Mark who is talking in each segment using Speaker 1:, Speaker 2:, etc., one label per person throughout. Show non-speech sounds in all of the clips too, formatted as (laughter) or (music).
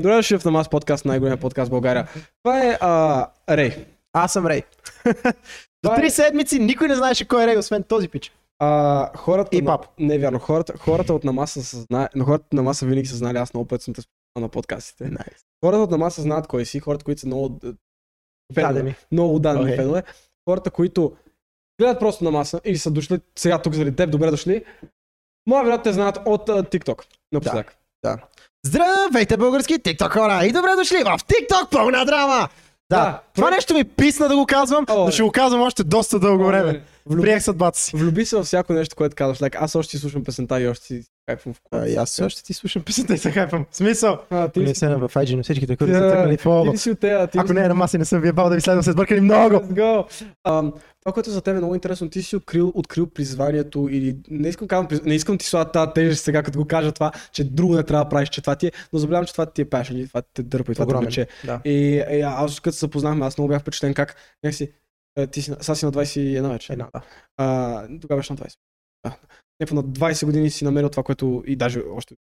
Speaker 1: Добре дошли в Намаз подкаст, най-големия подкаст в България. Това е а, Рей.
Speaker 2: Аз съм Рей. (laughs) До
Speaker 1: Това е-
Speaker 2: три седмици никой не знаеше кой е Рей, освен този пич.
Speaker 1: А, хората
Speaker 2: И
Speaker 1: на-
Speaker 2: пап.
Speaker 1: Не, вярно. Хората, хората от Намаз са съзна... но хората от Намаз са винаги са знали, аз много път съм те споменал на подкастите.
Speaker 2: Nice.
Speaker 1: Хората от Намаз са знаят кой си, хората, които са много... д-
Speaker 2: Даде
Speaker 1: Фенове,
Speaker 2: ми.
Speaker 1: много дадени
Speaker 2: Окей.
Speaker 1: фенове. Хората, които гледат просто на маса или са дошли сега тук заради теб, добре дошли. Моя вероятно те знаят от а, TikTok. Напоследък.
Speaker 2: Здравейте, български TikTok хора! И добре дошли в TikTok пълна драма! Да,
Speaker 1: Да,
Speaker 2: това
Speaker 1: про-
Speaker 2: нещо ми писна да го казвам,
Speaker 1: О,
Speaker 2: но ще го казвам още доста дълго
Speaker 1: О,
Speaker 2: време.
Speaker 1: не. Влю-
Speaker 2: Приех съдбата си.
Speaker 1: Влюби се във всяко нещо, което казваш. Like, аз още си слушам песента и още си хайпвам в колата.
Speaker 2: аз още ти слушам песента и се хайпам. Смисъл?
Speaker 1: А, ти ли
Speaker 2: Не
Speaker 1: си-
Speaker 2: се на в IG на всички, които
Speaker 1: ти-
Speaker 2: са цъкнали в
Speaker 1: Е, ти
Speaker 2: лого.
Speaker 1: ли си от тея? Ти ли
Speaker 2: Ако
Speaker 1: си-
Speaker 2: не е на маси, не съм ви ебал да ви следвам, се сбъркали много.
Speaker 1: Let's go! Ам, това, което за теб е много интересно, ти си открил, открил призванието или не искам, да казвам, приз- не искам ти слава тази тежест сега, като го кажа това, че друго не трябва да правиш, че това ти е, но забелявам, че това ти е пешен и това те дърпа и това
Speaker 2: Огромен,
Speaker 1: те влече.
Speaker 2: да.
Speaker 1: И, и аз като се запознахме, аз много бях впечатлен как някакси, е, ти си, на- сега си на 21 вече.
Speaker 2: Една, Е, да.
Speaker 1: А, тогава беше на 20. Да. Някакво на 20 години си намерил това, което и даже още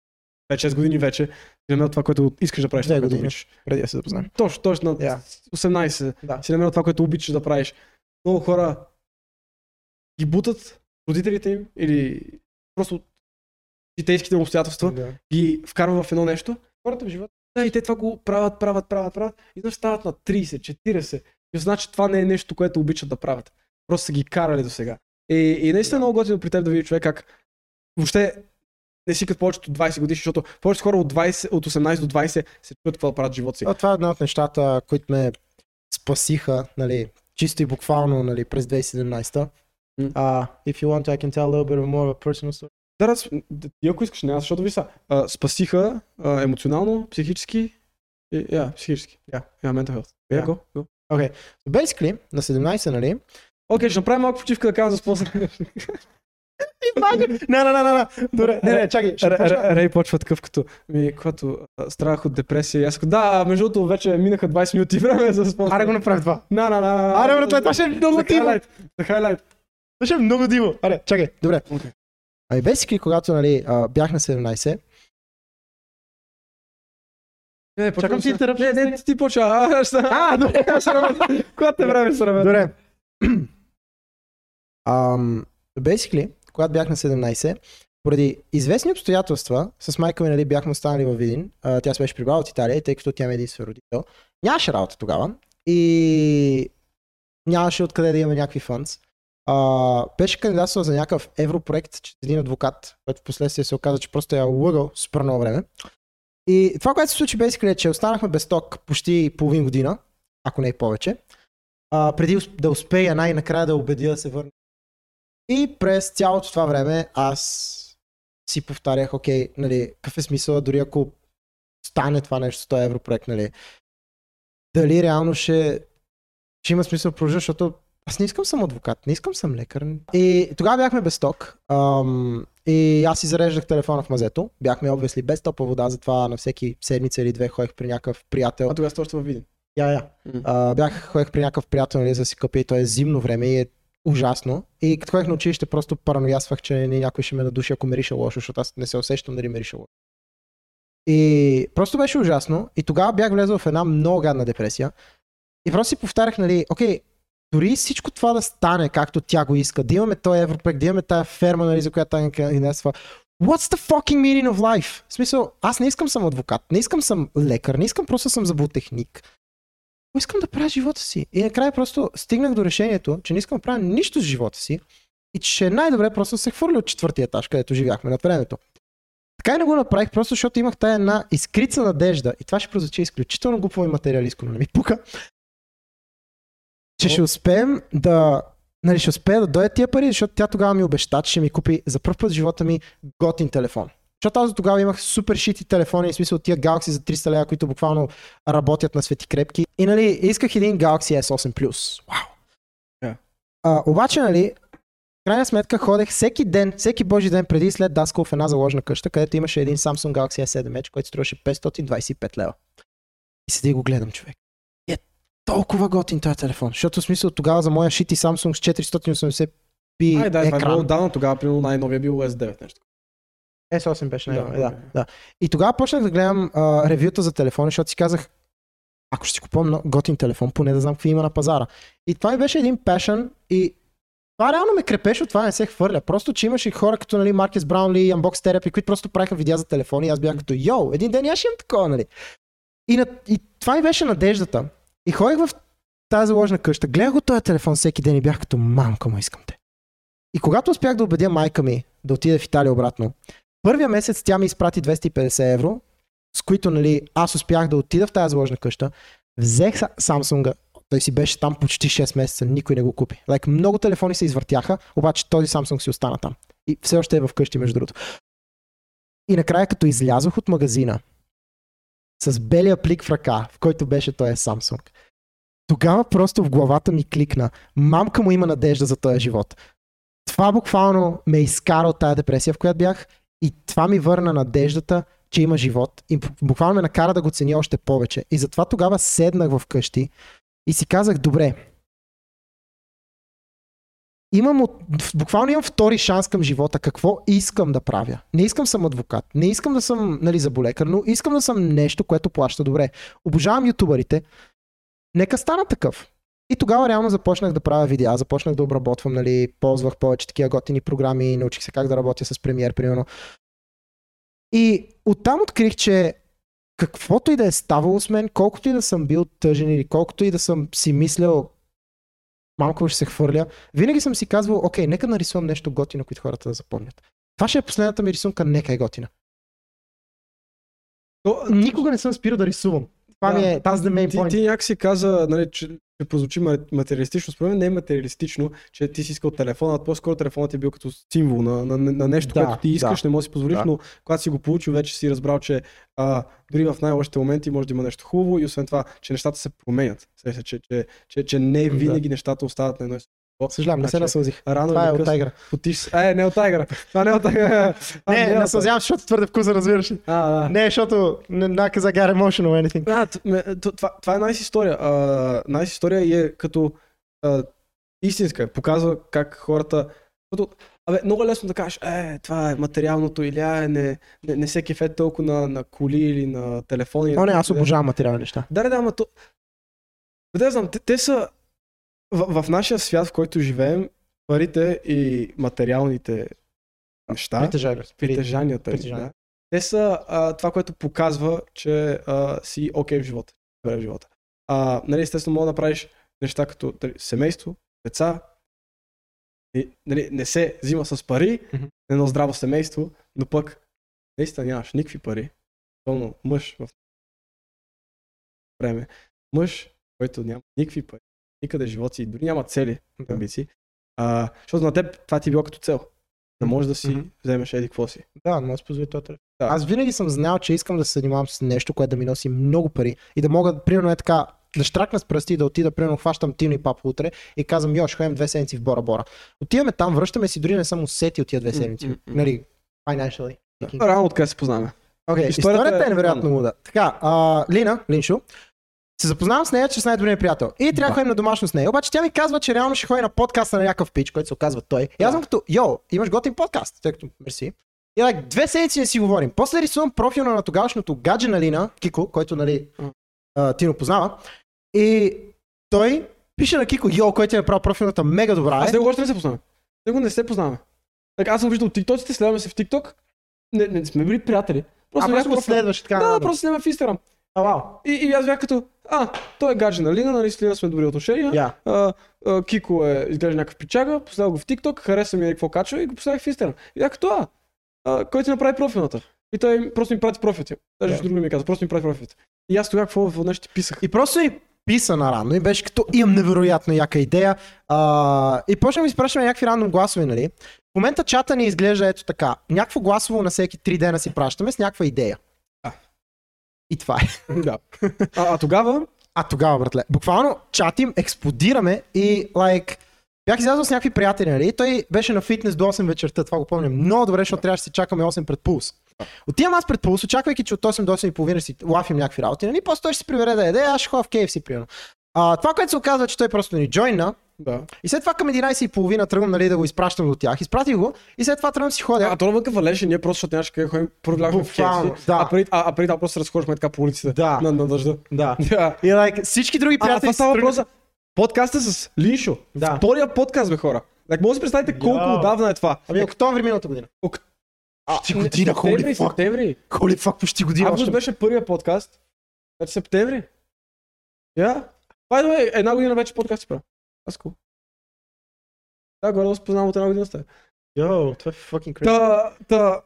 Speaker 1: 5-6 години вече, си намерил това, което искаш да правиш.
Speaker 2: Две
Speaker 1: това, което
Speaker 2: години.
Speaker 1: обичаш.
Speaker 2: Преди да се запознаем.
Speaker 1: Точно, точно на
Speaker 2: Yeah.
Speaker 1: 18
Speaker 2: Да.
Speaker 1: си намерил това, което е обичаш да правиш. Много хора ги бутат родителите им или просто житейските им обстоятелства
Speaker 2: Да.
Speaker 1: ги вкарва в едно нещо. Хората в живота. Да, и те това го правят, правят, правят, правят. И знаеш, стават на 30, 40. И значи това не е нещо, което обичат да правят. Просто са ги карали до сега. И, и наистина е много готино при теб да види човек как въобще не си като повечето 20 годишни, защото повечето хора от, 20, от 18 до 20 се чуят какво да правят в живота си.
Speaker 2: А, това е една от нещата, които ме спасиха, нали, чисто и буквално, нали, през 2017-та.
Speaker 1: М.
Speaker 2: А, if you want, I can tell a little bit more of a personal story.
Speaker 1: Да, раз, ти ако искаш, не аз, защото ви са. А, спасиха а, емоционално, психически. и- Я, yeah, психически. Я, yeah. yeah, mental health. Е, Yeah,
Speaker 2: Да.
Speaker 1: go, go.
Speaker 2: Basically, на 17, нали?
Speaker 1: Окей, ще направим малко почивка да кажа за (laughs) спонсор.
Speaker 2: не, не, не, не, не, добре, не, не, чакай, ще
Speaker 1: Р-
Speaker 2: почна.
Speaker 1: Р- Рей почва такъв като, ми, когато а, страдах от депресия, и аз казах, да, между другото вече минаха 20 минути време за спонсор.
Speaker 2: Аре го направи това.
Speaker 1: На, на, на, на.
Speaker 2: Аре, братле, това ще е много диво.
Speaker 1: хайлайт. За хайлайт.
Speaker 2: Това ще е много диво. Аре, чакай, добре.
Speaker 1: Окей.
Speaker 2: Ами, basically, когато, нали, а, бях на 17,
Speaker 1: Не, не,
Speaker 2: Чакам ти
Speaker 1: интеръпция. Не, не, ти почва. нали? А, ще...
Speaker 2: А, добре, аз ще
Speaker 1: сравен. Когато те време сравен.
Speaker 2: Добре. Ам, basically, когато бях на 17, поради известни обстоятелства, с майка ми нали, бяхме останали във Видин, а, тя се беше прибрала от Италия, и тъй като тя ми е единствен родител. Нямаше работа тогава и нямаше откъде да имаме някакви фъндс. А, беше кандидатствал за някакъв европроект чрез един адвокат, който в последствие се оказа, че просто я лъгал с прънал време. И това, което се случи, basically, е, че останахме без ток почти половин година, ако не и повече а, преди усп- да успея най-накрая да убедя да се върна. И през цялото това време аз си повтарях, окей, нали, какъв е смисъл, дори ако стане това нещо, 100 евро проект, нали, дали реално ще, ще има смисъл да продължа, защото аз не искам съм адвокат, не искам съм лекар. И тогава бяхме без ток. Ам, и аз си зареждах телефона в мазето. Бяхме обвесли без топла вода, затова на всеки седмица или две ходих при някакъв приятел.
Speaker 1: А тогава сте още във Видин.
Speaker 2: Я, я.
Speaker 1: Мгм.
Speaker 2: А, бях, ходех при някакъв приятел, нали, за да си къпя и то е зимно време и е ужасно. И като ходех на училище, просто параноясвах, че не, някой ще ме надуши, ако мирише лошо, защото аз не се усещам дали мирише лошо. И просто беше ужасно. И тогава бях влезъл в една много гадна депресия. И просто си повтарях, нали, окей, дори всичко това да стане както тя го иска, да имаме този европрек, да имаме тая ферма, нали, за която тя ни кандидатства, What's the fucking meaning of life? В смисъл, аз не искам съм адвокат, не искам съм лекар, не искам просто съм зъботехник. Какво искам да правя с живота си? И накрая просто стигнах до решението, че не искам да правя нищо с живота си и че е най-добре просто да се хвърля от четвъртия етаж, където живяхме на времето. Така и не го направих, просто защото имах тая една искрица надежда. И това ще прозвучи изключително глупо и материалистко, но не ми пука. Че ще успеем да нали, ще успея да дойдат тия пари, защото тя тогава ми обеща, че ще ми купи за първ път в живота ми готин телефон. Защото аз до тогава имах супер шити телефони, в смисъл тия Galaxy за 300 лева, които буквално работят на свети крепки. И нали, исках един Galaxy S8 Plus. Вау!
Speaker 1: Да.
Speaker 2: А, обаче, нали, в крайна сметка ходех всеки ден, всеки божи ден преди и след Даскал в една заложна къща, където имаше един Samsung Galaxy S7 Edge, който струваше 525 лева. И седи и го гледам, човек Е, толкова готин този телефон. Защото в смисъл тогава за моя шити Samsung с 480p
Speaker 1: Ай, да, това е
Speaker 2: екран.
Speaker 1: било отдавна тогава, примерно най-новия бил S9 нещо.
Speaker 2: S8 беше
Speaker 1: Да,
Speaker 2: на да, да,
Speaker 1: окей.
Speaker 2: да. И тогава почнах да гледам а, ревюта за телефони, защото си казах, ако ще си купувам много готин телефон, поне да знам какви има на пазара. И това ми беше един пешън и това реално ме крепеше от това да не се хвърля. Просто, че имаше хора като нали, Маркес Браунли, Unbox Therapy, които просто правиха видеа за телефони и аз бях като, йоу, един ден и аз ще имам такова, нали? И, на, и това ми беше надеждата. И ходих в тази заложена къща, гледах го този телефон всеки ден и бях като, мамка му, искам те. И когато успях да убедя майка ми да отиде в Италия обратно, първия месец тя ми изпрати 250 евро, с които нали, аз успях да отида в тази заложена къща. Взех са- Samsung, той си беше там почти 6 месеца, никой не го купи. Like, много телефони се извъртяха, обаче този Samsung си остана там. И все още е вкъщи, между другото. И накрая, като излязох от магазина, с белия плик в ръка, в който беше този Samsung, тогава просто в главата ми кликна. Мамка му има надежда за този живот. Това буквално ме изкара от тази депресия, в която бях и това ми върна надеждата, че има живот и буквално ме накара да го ценя още повече. И затова тогава седнах вкъщи и си казах, добре, имам от, буквално имам втори шанс към живота. Какво искам да правя? Не искам съм адвокат, не искам да съм нали, заболекар, но искам да съм нещо, което плаща добре. Обожавам ютубърите. Нека стана такъв. И тогава реално започнах да правя видеа, започнах да обработвам, нали, ползвах повече такива готини програми, научих се как да работя с премиер, примерно. И оттам открих, че каквото и да е ставало с мен, колкото и да съм бил тъжен или колкото и да съм си мислял малко ще се хвърля, винаги съм си казвал, окей, нека нарисувам нещо готино, което хората да запомнят. Това ще е последната ми рисунка, нека е готина.
Speaker 1: То,
Speaker 2: Никога не съм спирал да рисувам. Това
Speaker 1: Да.
Speaker 2: ми е, тази да ме е
Speaker 1: ти, ти някакси каза, нали, че ще прозвучи ма- материалистично. Според мен не е материалистично, че ти си искал телефона, а по-скоро телефонът ти е бил като символ на, на, на нещо,
Speaker 2: Да,
Speaker 1: което ти
Speaker 2: да,
Speaker 1: искаш, не можеш да си позволиш,
Speaker 2: да.
Speaker 1: но когато си го получил, вече си разбрал, че а, дори в най-лошите моменти може да има нещо хубаво и освен това, че нещата се променят. Сеща, че, че, че, че не
Speaker 2: Да.
Speaker 1: винаги нещата остават на едно и също.
Speaker 2: Съжалявам, не се
Speaker 1: Значи,
Speaker 2: насълзих.
Speaker 1: Рано
Speaker 2: Това
Speaker 1: или
Speaker 2: е от
Speaker 1: късно
Speaker 2: тази игра.
Speaker 1: потиш се- Е, не от тайгъра. Това не е от тайгъра. Това
Speaker 2: Не,
Speaker 1: е от
Speaker 2: не съзявам, защото твърде вкуса, разбираш ли.
Speaker 1: А, да.
Speaker 2: Не, защото не наказа got emotional or anything.
Speaker 1: А, т- ме, т- това, това е най история. А, най история и е като а, истинска. е. Показва как хората... Защото, абе, много е лесно да кажеш, е, това е материалното или е, не, не, не се кефе толкова на, на коли или на телефони. Е,
Speaker 2: О, не, аз обожавам материални неща.
Speaker 1: Да, да, да, ама то... Бе, Да, знам, те, те са... В, в нашия свят, в който живеем, парите и материалните неща
Speaker 2: Притежаваш.
Speaker 1: притежанията. ни,
Speaker 2: притежания.
Speaker 1: Да. Те са а, това, което показва, че а, си окей в живота. Добре в живота. А, нали, естествено, мога да направиш неща като нали, семейство, деца. И, нали, не се взима с пари,
Speaker 2: Мгм.
Speaker 1: едно здраво семейство, но пък наистина нямаш никакви пари. Особено мъж в време. Мъж, който няма никакви пари, никъде живот си, дори няма цели,
Speaker 2: Да.
Speaker 1: амбиции. А, защото на теб това ти е било като цел. Да можеш да си
Speaker 2: Мгм.
Speaker 1: вземеш еди какво си.
Speaker 2: Да, не може да се позволи този телефон.
Speaker 1: Да.
Speaker 2: Аз винаги съм знал, че искам да се занимавам с нещо, което да ми носи много пари и да мога, примерно е така, да штракна с пръсти и да отида, примерно хващам Тино и папа утре и казвам, йо, ще ходим две седмици в Бора Бора. Отиваме там, връщаме си, дори не съм усетил тия две
Speaker 1: М,
Speaker 2: седмици.
Speaker 1: м, м.
Speaker 2: Нали, financially. speaking.
Speaker 1: е Рано откъде се познаваме.
Speaker 2: Окей,
Speaker 1: Историята
Speaker 2: историята,
Speaker 1: е
Speaker 2: е невероятно
Speaker 1: странна.
Speaker 2: луда. Така, а, Лина, Линшо, се запознавам с нея чрез най-добрия приятел. И трябва да ходим на домашно с нея. Обаче тя ми казва, че реално ще ходи на подкаста на някакъв пич, който се оказва той. И аз съм като, йо, имаш готин подкаст. Тъй като, мерси. И like, две седмици не си говорим. После рисувам профила на тогавашното гадже на Лина, Кико, който, нали, а, Тино познава. И той пише на Кико, йо, който е направил профилната мега добра.
Speaker 1: Аз с
Speaker 2: Е.
Speaker 1: него още не се познаваме. С него не се познаваме. Така, аз съм виждал тиктоците, следваме се в тикток. Не, не сме били приятели.
Speaker 2: А просто
Speaker 1: някой
Speaker 2: го
Speaker 1: профил-
Speaker 2: следваш и така.
Speaker 1: Да, да,
Speaker 2: нататък.
Speaker 1: просто снимаме в Инстаграм.
Speaker 2: А, вау.
Speaker 1: И, и аз бях като, а, той е гадже на Лина, нали с Лина сме добри отношения.
Speaker 2: Я.
Speaker 1: А, а, Кико е, изглежда някакъв пичага, поставил го в TikTok, хареса ми е какво качва и го поставих в Instagram. И бях като, а, а кой ти направи профилната? И той ми- просто ми прати профилите. Даже
Speaker 2: Да.
Speaker 1: yeah. друго ми каза, просто ми прати профилите. И аз тогава какво в нещо ти писах.
Speaker 2: И просто и писа на рано и беше като имам невероятно яка идея. А, и почнем да изпращаме някакви рандом гласове, нали? В момента чата ни изглежда ето така. Някакво гласово на всеки три дена си пращаме с някаква идея.
Speaker 1: А.
Speaker 2: И това е.
Speaker 1: да. а, (laughs) а тогава,
Speaker 2: А тогава, братле, буквално чатим, експлодираме и лайк. Бях излязъл с някакви приятели, нали? Той беше на фитнес до 8 вечерта, това го помня много добре, защото трябваше да се чакаме 8 пред пулс. Отивам аз пред пулс, очаквайки, че от 8 до 8 и половина ще си лафим някакви работи, нали? После той ще се прибере да яде, аз ще ходя в KFC, примерно. А, това, което се оказва, че той просто ни джойна.
Speaker 1: Да.
Speaker 2: И след това към 11.30 тръгвам нали, да го изпращам до тях. Изпратих го и след това тръгвам си ходя.
Speaker 1: Е, А то навънка валеше, ние просто защото нямаше къде ходим, продляхме в
Speaker 2: Буквално,
Speaker 1: Хекси,
Speaker 2: да.
Speaker 1: а, преди, а, а преди това просто се разхождахме така по улиците
Speaker 2: Да.
Speaker 1: на, на дъжда.
Speaker 2: (laughs) Да.
Speaker 1: Да.
Speaker 2: И like, всички други
Speaker 1: А, а
Speaker 2: приятели
Speaker 1: това
Speaker 2: си
Speaker 1: става
Speaker 2: тръгнат-
Speaker 1: въпрос за подкаста с Линшо.
Speaker 2: Да.
Speaker 1: Втория подкаст, бе хора. Like, може да си представите колко
Speaker 2: Йо.
Speaker 1: отдавна е това.
Speaker 2: Ами октомври миналата година.
Speaker 1: Ок-
Speaker 2: Почти година,
Speaker 1: септември,
Speaker 2: holy fuck.
Speaker 1: септември.
Speaker 2: Holy fuck, почти година.
Speaker 1: Август
Speaker 2: още.
Speaker 1: беше първия подкаст. Значи септември. Я. By the way, една година вече подкаст си правя. Аз cool. Да, горе да се познавам от една година стая.
Speaker 2: Йо, това е fucking crazy.
Speaker 1: Та, та,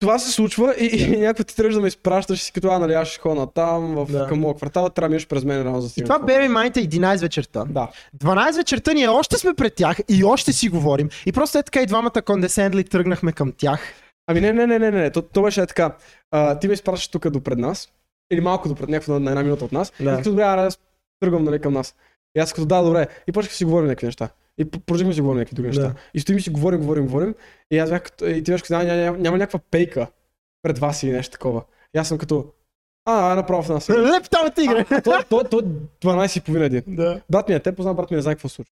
Speaker 1: това се случва и, и някой ти тръгва да ме изпращаш си като а, нали, аз ще хона там, в,
Speaker 2: Да.
Speaker 1: към моя квартал, трябва да минеш през мен рано за
Speaker 2: И
Speaker 1: стигна
Speaker 2: това
Speaker 1: до
Speaker 2: бери майната 11 вечерта.
Speaker 1: Да.
Speaker 2: 12 вечерта ние още сме пред тях и още си говорим. И просто е така и двамата кондесендли тръгнахме към тях.
Speaker 1: Ами не, не, не, не, не, то, то беше така. А, ти ме изпращаш тук до пред нас, или малко до пред някакво на, на една минута от нас.
Speaker 2: Да.
Speaker 1: И като добре, аре, аз тръгвам нали, към нас. И аз като да, добре. И почнах да си говорим някакви неща. И п- продължихме да си говорим някакви други неща.
Speaker 2: Да.
Speaker 1: И стоим и си говорим, говорим, говорим. И аз бях като, и ти беше като, няма, няма, няма някаква пейка пред вас или нещо такова. И аз съм като, а, а направо в нас.
Speaker 2: Леп там е от игра!
Speaker 1: А, то, то, то 12.30 един.
Speaker 2: (laughs) Да.
Speaker 1: Брат ми не те познавам, брат ми е не знае какво се случва.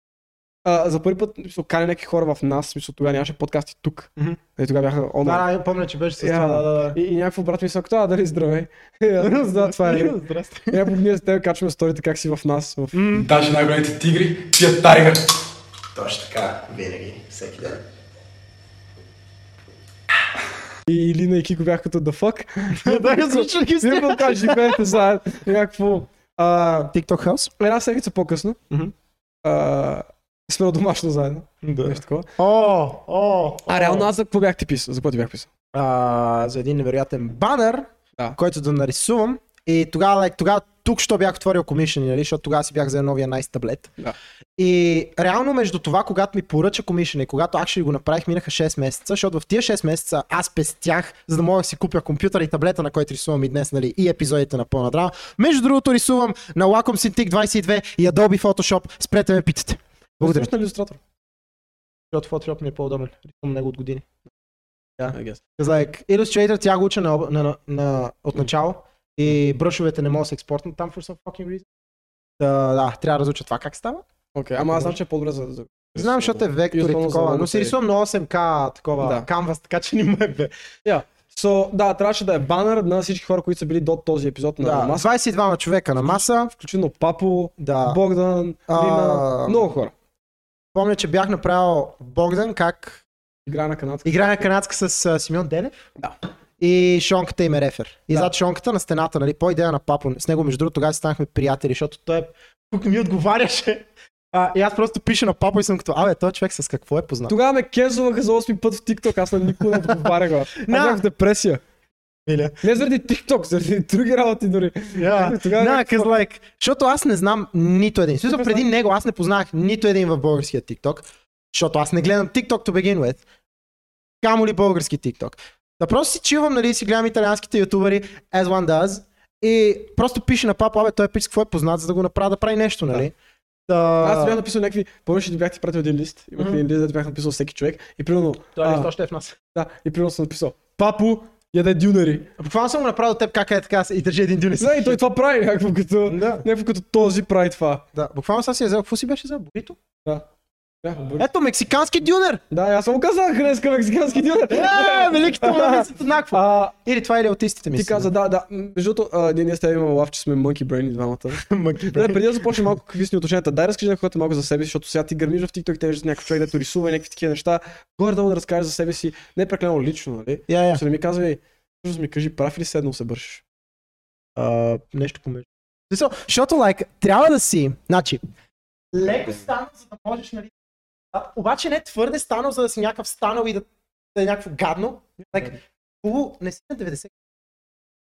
Speaker 1: А, за първи път, мисля, кане някакви хора в нас, мисля, тогава нямаше подкасти тук.
Speaker 2: Мгм.
Speaker 1: Е, тогава бяха онлайн.
Speaker 2: Да, да, помня, че беше с
Speaker 1: Я.
Speaker 2: това. Да, да,
Speaker 1: И, и някакво брат ми са като, а, дали здравей. (laughs) И
Speaker 2: (laughs)
Speaker 1: аз, да, това е.
Speaker 2: Здрасти.
Speaker 1: Някакво ние с теб качваме сторите как си в нас. В...
Speaker 3: Даже най-големите тигри пият тайгър.
Speaker 4: Точно така, винаги, всеки ден.
Speaker 1: И, и Лина и Кико бяха като, the fuck. (laughs)
Speaker 2: (laughs) Да, (laughs) звучи ги
Speaker 1: Вие го кажете, живеете заедно. Някакво. А,
Speaker 2: TikTok House?
Speaker 1: една седмица по-късно.
Speaker 2: Мгм.
Speaker 1: А, сме на домашно заедно.
Speaker 2: Да.
Speaker 1: Нещо такова.
Speaker 2: О, о,
Speaker 1: А реално аз за какво бях ти писал? За какво ти бях писал?
Speaker 2: а, за един невероятен банър,
Speaker 1: Да.
Speaker 2: който да нарисувам. И тогава, like, тогава тук, що бях отворил комишени, нали? защото тогава си бях за новия nice таблет.
Speaker 1: Да.
Speaker 2: И реално между това, когато ми поръча комишен и когато actually го направих, минаха 6 месеца, защото в тия 6 месеца аз пестях, за да мога да си купя компютър и таблета, на който рисувам и днес, нали, и епизодите на пълна драма. Между другото рисувам на Wacom Cintiq 22 и Adobe Photoshop. Спрете ме питате. Благодаря.
Speaker 1: Слушна ли иллюстратор?
Speaker 2: Защото Photoshop ми е по-удобен. Рисувам него от години.
Speaker 1: I guess.
Speaker 2: Because, Like, Illustrator тя го уча на, на, на, на, от начало и бръшовете не могат да се експортнат там for some fucking reason. Та, да, трябва да разуча това как става.
Speaker 1: Окей, ама аз знам, че е по-добре за... за...
Speaker 2: Знам, защото е вектор и
Speaker 1: основно
Speaker 2: такова,
Speaker 1: за
Speaker 2: но си
Speaker 1: логопеди.
Speaker 2: рисувам на 8K такова
Speaker 1: Да.
Speaker 2: canvas, така че не ме бе.
Speaker 1: So, да, трябваше да е банър на всички хора, които са били до този епизод на
Speaker 2: Да,
Speaker 1: маса.
Speaker 2: 22 човека на маса.
Speaker 1: Включително Папо,
Speaker 2: Да.
Speaker 1: Богдан,
Speaker 2: А.
Speaker 1: Лина, много хора.
Speaker 2: Помня, че бях направил Богдан как
Speaker 1: Игра на канадска.
Speaker 2: игра на канадска с а, Симеон Денев.
Speaker 1: Да.
Speaker 2: И шонката им е рефер. И
Speaker 1: Да.
Speaker 2: зад шонката на стената, нали, по идея на папо. С него, между другото, тогава си станахме приятели, защото той е... тук ми отговаряше. А, и аз просто пиша на папа и съм като, абе, този човек с какво е познат?
Speaker 1: Тогава ме кензуваха за 8 път в TikTok, аз на никога не отговарях. бе. Аз
Speaker 2: Да.
Speaker 1: бях в депресия.
Speaker 2: Миля.
Speaker 1: Не заради TikTok, заради (laughs) други работи дори.
Speaker 2: Yeah.
Speaker 1: Тогава
Speaker 2: Е, Тогава,
Speaker 1: как-
Speaker 2: no, like, защото аз не знам нито един. В Смисъл,
Speaker 1: Супер,
Speaker 2: преди него аз не познах нито един в българския TikTok, защото аз не гледам TikTok to begin with. Камо ли български TikTok. Да просто си чивам, нали, си гледам италианските ютубъри, as one does, и просто пише на папа, абе, той пише какво е познат, за да го направя да прави нещо, нали? Да.
Speaker 1: Аз бях написал някакви... Помниш, ли, ти бях ти пратил един лист. Имах
Speaker 2: Мгм.
Speaker 1: един лист, да ти бях написал всеки човек. И примерно...
Speaker 2: Той лист
Speaker 1: а,
Speaker 2: още е в нас.
Speaker 1: Да, и примерно съм написал. Папо, яде дюнари.
Speaker 2: Буквално съм го направил от теб как е така и държи един дюнис.
Speaker 1: Да, и той това прави някакво като...
Speaker 2: Да.
Speaker 1: Някакво като този прави това.
Speaker 2: Да, буквално сега си е взел. Какво си беше взел? Бурито?
Speaker 1: Да, бър-
Speaker 2: Ето, мексикански дюнер!
Speaker 1: Да, аз му казах днеска мексикански дюнер.
Speaker 2: Е, (laughs) великите му са еднакво.
Speaker 1: А,
Speaker 2: Или това или аутистите ми.
Speaker 1: ти каза, да, да. Между другото, а, ние, ние с теб имаме лав, че сме monkey brain и двамата.
Speaker 2: (laughs) мъки,
Speaker 1: Добре, преди да започнем малко какви са ни отношенията, дай разкажи на хората малко за себе си, защото сега ти гърмиш в TikTok, те виждат някакъв човек, дето рисува и някакви такива неща. Горе-долу да разкажеш за себе си, не е прекалено лично, нали?
Speaker 2: Я, я.
Speaker 1: Ще не ми казвай, всъщност ми кажи, прав ли седнал се бършиш?
Speaker 2: А, нещо помежду. Смисъл, защото, лайк, трябва да си, значи, леко станал, за да можеш, нали, а, обаче не твърде станал, за да си някакъв станал и да, да е някакво гадно. Like, хубаво, не си на 90.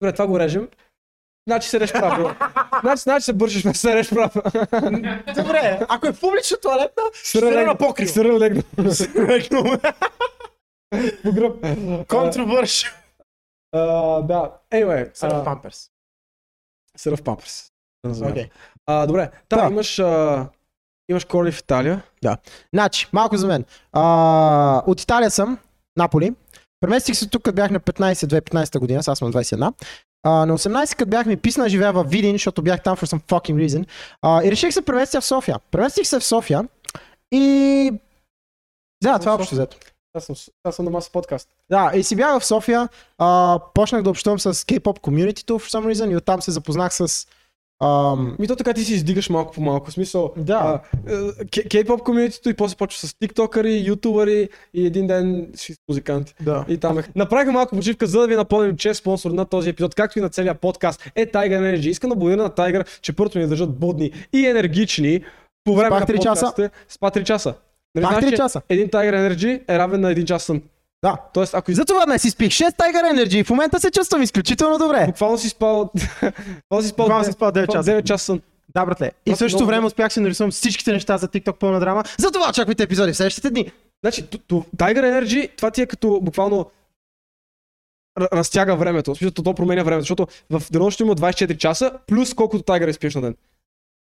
Speaker 1: Добре, това го режем. Значи се реш прав, бро. Значи, значи се бършиш, не се реш прав.
Speaker 2: Добре, ако е публична (laughs) туалетна, ще
Speaker 1: Сръл
Speaker 2: се
Speaker 1: легна.
Speaker 2: на покрив.
Speaker 1: Сръл легна. По гръб.
Speaker 2: Контровърш.
Speaker 1: А, а, Да, anyway.
Speaker 2: Сърф
Speaker 1: а,
Speaker 2: памперс.
Speaker 1: Сърф памперс. Да назовем.
Speaker 2: Окей.
Speaker 1: А, добре, та,
Speaker 2: Да.
Speaker 1: имаш, а, имаш кораби в Италия.
Speaker 2: Значи, малко за мен. А, от Италия съм, Наполи. Преместих се тук, като бях на 15-2015 година, сега съм на 21. А, на 18, като бях ми писна, живея в Видин, защото бях там for some fucking reason. А, и реших се преместя в София. Преместих се в София и... Да, това е общо взето.
Speaker 1: Аз съм, с- аз съм на маса подкаст.
Speaker 2: Да, и си бях в София, а, почнах да общувам с K-pop community for some reason и оттам се запознах с... Ам,
Speaker 1: Ми то така ти си издигаш малко по малко. В смисъл,
Speaker 2: Да.
Speaker 1: а, е, кей- K-pop комьюнитито и после почва с тиктокъри, ютубъри и един ден си с музиканти.
Speaker 2: да.
Speaker 1: И там е. Направихме малко почивка, за да ви напомним, че е спонсор на този епизод, както и на целия подкаст е Tiger Energy. Искам да благодаря на Tiger, че първото ни държат будни и енергични по време
Speaker 2: Спах
Speaker 1: на
Speaker 2: три часа.
Speaker 1: подкастите. Спа 3 часа. Нали
Speaker 2: Пак
Speaker 1: знаеш,
Speaker 2: 3
Speaker 1: че
Speaker 2: часа.
Speaker 1: Един Tiger Energy е равен на един час сън.
Speaker 2: Да.
Speaker 1: Тоест, ако
Speaker 2: И Затова днес изпих 6 Tiger Energy и в момента се чувствам изключително добре.
Speaker 1: буквално си спал... (laughs) буквално си спал,
Speaker 2: Буквално си спал девет часа.
Speaker 1: 9 часа сън.
Speaker 2: Да, братле. И в същото
Speaker 1: много-
Speaker 2: време успях си нарисувам всичките неща за TikTok пълна драма. Затова очаквайте епизоди в следващите дни.
Speaker 1: Значи, ту- ту- Tiger Energy, това ти е като буквално р- разтяга времето. В смисъл, то- то променя времето, защото в денонощието има 24 часа, плюс колкото Tiger е спиш на ден.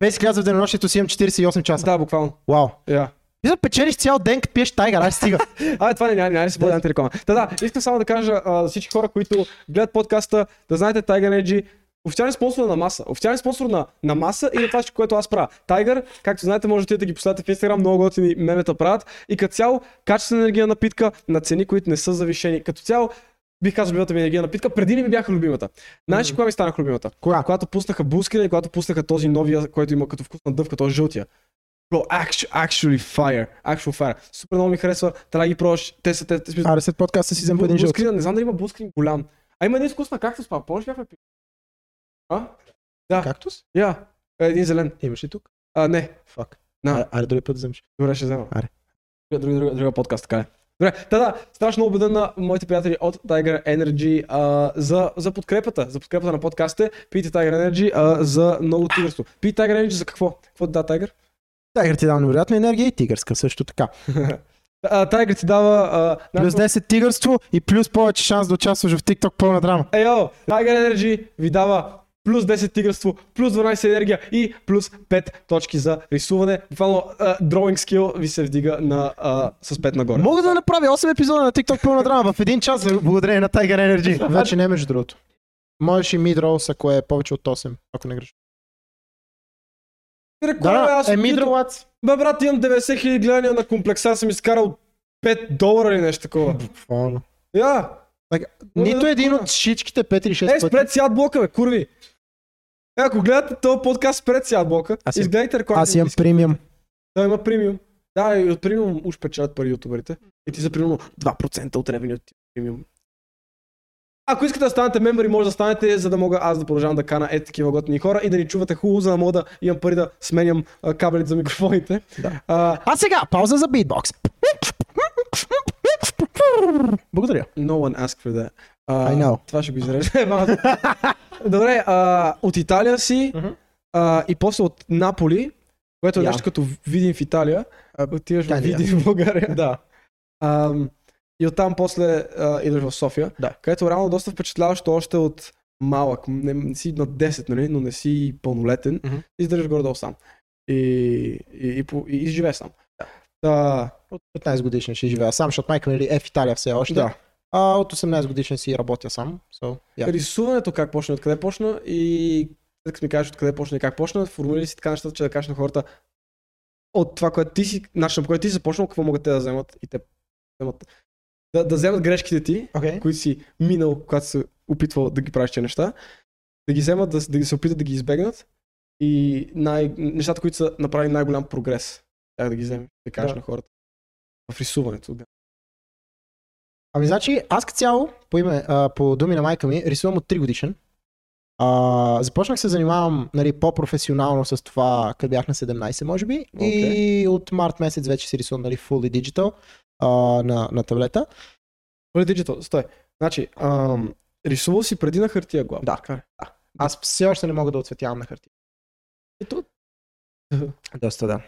Speaker 2: Basically аз в денонощието си имам 48 часа.
Speaker 1: Да, буквално.
Speaker 2: Вау.
Speaker 1: Yeah.
Speaker 2: Ти да печелиш цял ден, като пиеш Tiger, аз (laughs) стига.
Speaker 1: А, това не, няма, няма да се бъде антиреклама. Та да, искам само да кажа а, за всички хора, които гледат подкаста, да знаете Tiger Energy, официален спонсор на маса. Официален спонсор на, на маса и на това, което аз правя. Tiger, както знаете, можете да ги последвате в Instagram, много готини мемета правят. И като цяло, качествена енергия напитка на цени, които не са завишени. Като цяло, бих казал любимата ми енергия напитка, преди не ми бяха любимата. Знаеш ли кога ми станах любимата?
Speaker 2: Кога?
Speaker 1: Когато пуснаха Бускина и когато пуснаха този новия, който има като вкусна дъвка, този жълтия. Bro, actu- actually fire. Actual fire. Супер много ми харесва. Трябва да ги пробваш. Те са те. те смисъл-
Speaker 2: Аре, след подкаста си взем по един
Speaker 1: Бу-
Speaker 2: е жълт.
Speaker 1: Бускрин, не знам дали има бускрин голям. А има един вкусна както спа. Помниш бяхме пи? А?
Speaker 2: Кактус?
Speaker 1: Я. е, Един зелен.
Speaker 2: Имаш ли тук?
Speaker 1: А, не.
Speaker 2: Фак.
Speaker 1: На.
Speaker 2: Аре, аре, други път вземеш.
Speaker 1: Добре, ще взема.
Speaker 2: Аре.
Speaker 1: Друга, друга, друга, друга подкаст, така е. Добре, та да, страшно убеден на моите приятели от Tiger Energy а, за, за подкрепата, за подкрепата на подкастите. Пийте Tiger Energy а, за много тигърство. Пий Tiger Energy за какво? Какво ти да Tiger?
Speaker 2: Tiger ти дава невероятна енергия и тигърска също така.
Speaker 1: А, Tiger ти дава... А,
Speaker 2: Плюс 10 тигърство и плюс повече шанс да участваш в TikTok пълна драма.
Speaker 1: Ейо, Tiger Energy ви дава плюс 10 тигърство, плюс 12 енергия и плюс 5 точки за рисуване. Буквално а, drawing skill ви се вдига на, а, с 5 нагоре.
Speaker 2: Мога да направя 8 епизода на TikTok пълна драма в един час за- благодарение на Tiger Energy. (laughs) Вече не между другото. Можеш и mid rolls, ако е повече от 8, ако не греша.
Speaker 1: Рекорд,
Speaker 2: Да,
Speaker 1: аз
Speaker 2: е
Speaker 1: от
Speaker 2: mid
Speaker 1: YouTube-
Speaker 2: rolls.
Speaker 1: Бе, брат, имам 90 хиляди гледания на комплекса, съм изкарал 5 долара или нещо такова.
Speaker 2: Буквално.
Speaker 1: Я!
Speaker 2: Така,
Speaker 1: Може
Speaker 2: Нито
Speaker 1: да
Speaker 2: един
Speaker 1: такова.
Speaker 2: от всичките 5 или 6
Speaker 1: Е,
Speaker 2: пъти.
Speaker 1: спрете си адблока, бе, курви! Е, ако гледате този подкаст, спрете си адблока.
Speaker 2: Аз имам-
Speaker 1: Изгледайте рекламите.
Speaker 2: Аз имам премиум.
Speaker 1: Да, има премиум. Да, и от премиум уж печелят пари ютуберите. И ти за примерно 2% от ревени от премиум. Ако искате да станете мембри, може да станете, за да мога аз да продължавам да кана е такива готини хора и да ни чувате хубаво, за да мога да имам пари да сменям а, кабелите за микрофоните.
Speaker 2: Да.
Speaker 1: А,
Speaker 2: А сега, пауза за битбокс. Благодаря.
Speaker 1: no one asked for that. А,
Speaker 2: I know.
Speaker 1: Това ще го (laughs) изрежда. Ема- Добре, а, от Италия си
Speaker 2: Мгм.
Speaker 1: а, и после от Наполи, което е
Speaker 2: Я.
Speaker 1: нещо като Видин в Италия, отиваш в
Speaker 2: Италия.
Speaker 1: Видин в България. Да. А, и оттам после а, идваш в София,
Speaker 2: Да.
Speaker 1: където реално доста впечатляващо още от малък. Не, не си на 10, нали, но не си пълнолетен.
Speaker 2: Мгм.
Speaker 1: Издържаш горе-долу сам. И, и, и, по- и, изживееш сам. Да.
Speaker 2: От 15 годишен ще живея сам, защото майка ми е в Италия все още.
Speaker 1: Да. Е,
Speaker 2: А от 18 годишен си работя сам. So, yeah.
Speaker 1: Рисуването как почна, откъде почна и след като ми кажеш откъде почна и как почна, формулирай си така нещата, че да кажеш на хората от това, което ти си, начинът по който ти си започнал, какво могат те да вземат и те вземат. Да, да вземат грешките ти,
Speaker 2: Okay.
Speaker 1: които си минал, когато си опитвал да ги правиш тези неща, да ги вземат, да, с- да ги се опитат да ги избегнат и най- нещата, които са направили най-голям прогрес, тях да ги вземеш, да кажеш
Speaker 2: Да.
Speaker 1: на хората. В рисуването. да.
Speaker 2: Ами значи, аз като цяло, по, име, а, по думи на майка ми, рисувам от 3 годишен. А, започнах се занимавам нали, по-професионално с това, къде бях на 17, може би.
Speaker 1: Окей.
Speaker 2: И от март месец вече си рисувам нали, fully digital а, на, на таблета.
Speaker 1: Бъде диджитал, стой. Значи, ам, рисувал си преди на хартия глава.
Speaker 2: Да.
Speaker 1: така ли?
Speaker 2: Аз все още не мога да отцветявам на хартия.
Speaker 1: И то
Speaker 2: Доста да.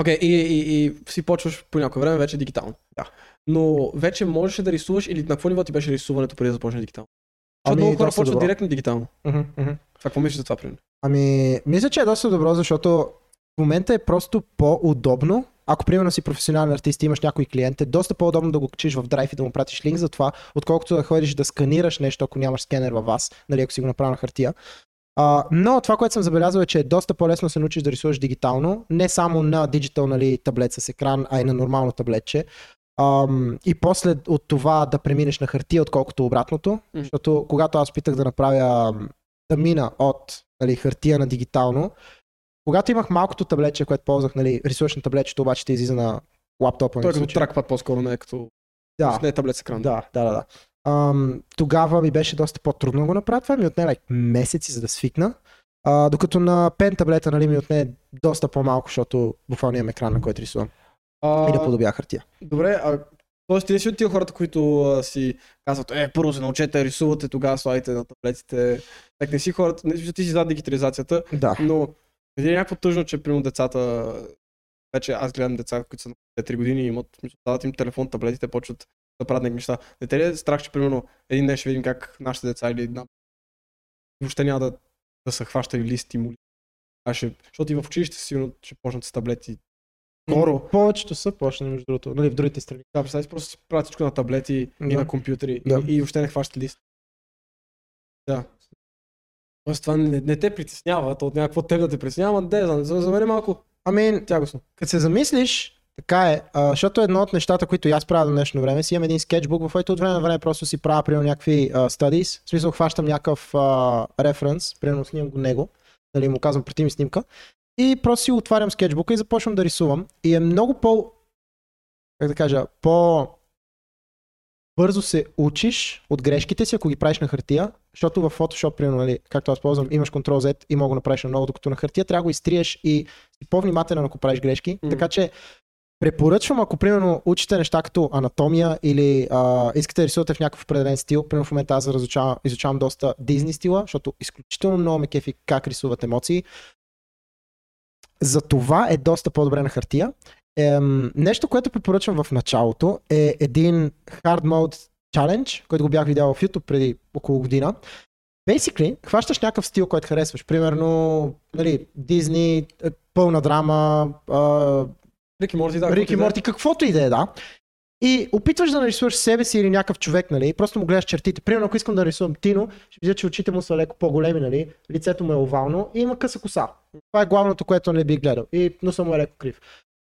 Speaker 1: Окей, okay, и, и, и си почваш по някое време вече дигитално.
Speaker 2: Да.
Speaker 1: Но вече можеш ли да рисуваш или на какво ниво ти беше рисуването преди да започнеш дигитално? Защото
Speaker 2: Ами,
Speaker 1: много хора
Speaker 2: доста
Speaker 1: почват
Speaker 2: добро.
Speaker 1: директно дигитално.
Speaker 2: Uh-huh, uh-huh.
Speaker 1: Това какво мислиш за това, примерно?
Speaker 2: Ами, мисля, че е доста добро, защото в момента е просто по-удобно. ако примерно си професионален артист и имаш някой клиент, е доста по-удобно да го качиш в драйв и да му пратиш линк за това, отколкото да ходиш да сканираш нещо, ако нямаш скенер във вас, нали, ако си го направил на хартия. А, но това, което съм забелязал е, че е доста по-лесно се научиш да рисуваш дигитално, не само на диджитал нали, таблет с екран, а и на нормално таблетче. Ам, и после от това да преминеш на хартия, отколкото обратното,
Speaker 1: Мгм.
Speaker 2: защото когато аз питах да направя ам, да мина от нали, хартия на дигитално, когато имах малкото таблетче, което ползвах, нали, рисуваш на таблетчето, обаче ти излиза на
Speaker 1: Той
Speaker 2: лаптопа.
Speaker 1: е
Speaker 2: нали,
Speaker 1: като
Speaker 2: случай.
Speaker 1: тракпад по-скоро, не е като...
Speaker 2: да,
Speaker 1: Не е таблет с екран.
Speaker 2: да, да, да. да. Ам, тогава ми беше доста по-трудно да го направя. Това ми отне like, месеци, за да свикна. А, докато на пен таблета нали, ми отне доста по-малко, защото буквално имам екран, на който рисувам.
Speaker 1: А,
Speaker 2: И да подобя хартия.
Speaker 1: Добре, а Тоест, ти не си от тия хората, които а, си казват, е, първо се научете, рисувате, тогава слагайте на таблетите. Так не си хората, не, смисъл, ти си за дигитализацията,
Speaker 2: Да.
Speaker 1: но е някакво тъжно, че примерно децата, вече аз гледам деца, които са на 3 години и имат, смисъл, дават им телефон, таблетите, почват да правят някакви неща. Не те ли е страх, че примерно един ден ще видим как нашите деца или една въобще няма да, да са хващали ли стимули. А ще, защото и в училище сигурно ще почнат с таблети. Скоро,
Speaker 2: Повечето са почнали, между другото, нали, в другите страни.
Speaker 1: да, представи си, просто си правят всичко на таблети и
Speaker 2: Да.
Speaker 1: на компютри
Speaker 2: Да.
Speaker 1: и, и въобще не хващат лист. Да. Тоест това не, не те притеснява, то от някакво теб да те притеснява, ама де, за, за, за мен е малко
Speaker 2: Ами,
Speaker 1: тягостно.
Speaker 2: като се замислиш, така е, а, защото едно от нещата, които и аз правя до днешно време, си имам един скетчбук, в който от време на време просто си правя примерно някакви а, studies, в смисъл хващам някакъв а, референс, примерно снимам го него, нали му казвам прати ми снимка, и просто си отварям скетчбука и започвам да рисувам. И е много по... как да кажа, по... Бързо се учиш от грешките си, ако ги правиш на хартия, защото в Photoshop, примерно, нали, както аз ползвам, имаш Ctrl Z и мога да го направиш на много, докато на хартия трябва да го изтриеш и си по-внимателен, ако правиш грешки.
Speaker 1: Мгм.
Speaker 2: Така че препоръчвам, ако примерно учите неща като анатомия или а, искате да рисувате в някакъв определен стил, примерно в момента аз разучавам, изучавам доста Дизни стила, защото изключително много ме кефи как рисуват емоции. За това е доста по-добре на хартия. Ем, нещо, което препоръчвам в началото е един Hard Mode Challenge, който го бях видял в YouTube преди около година. Basically, хващаш някакъв стил, който харесваш. Примерно, нали, Дизни, е, пълна драма, а,
Speaker 1: Рики Морти, да.
Speaker 2: Рики
Speaker 1: каквото и да е.
Speaker 2: Морти, каквото и да е, да. И опитваш да нарисуваш себе си или някакъв човек, нали? и Просто му гледаш чертите. Примерно, ако искам да рисувам Тино, ще видя, че очите му са леко по-големи, нали? Лицето му е овално и има къса коса. Това е главното, което не би гледал. И носа му е леко крив.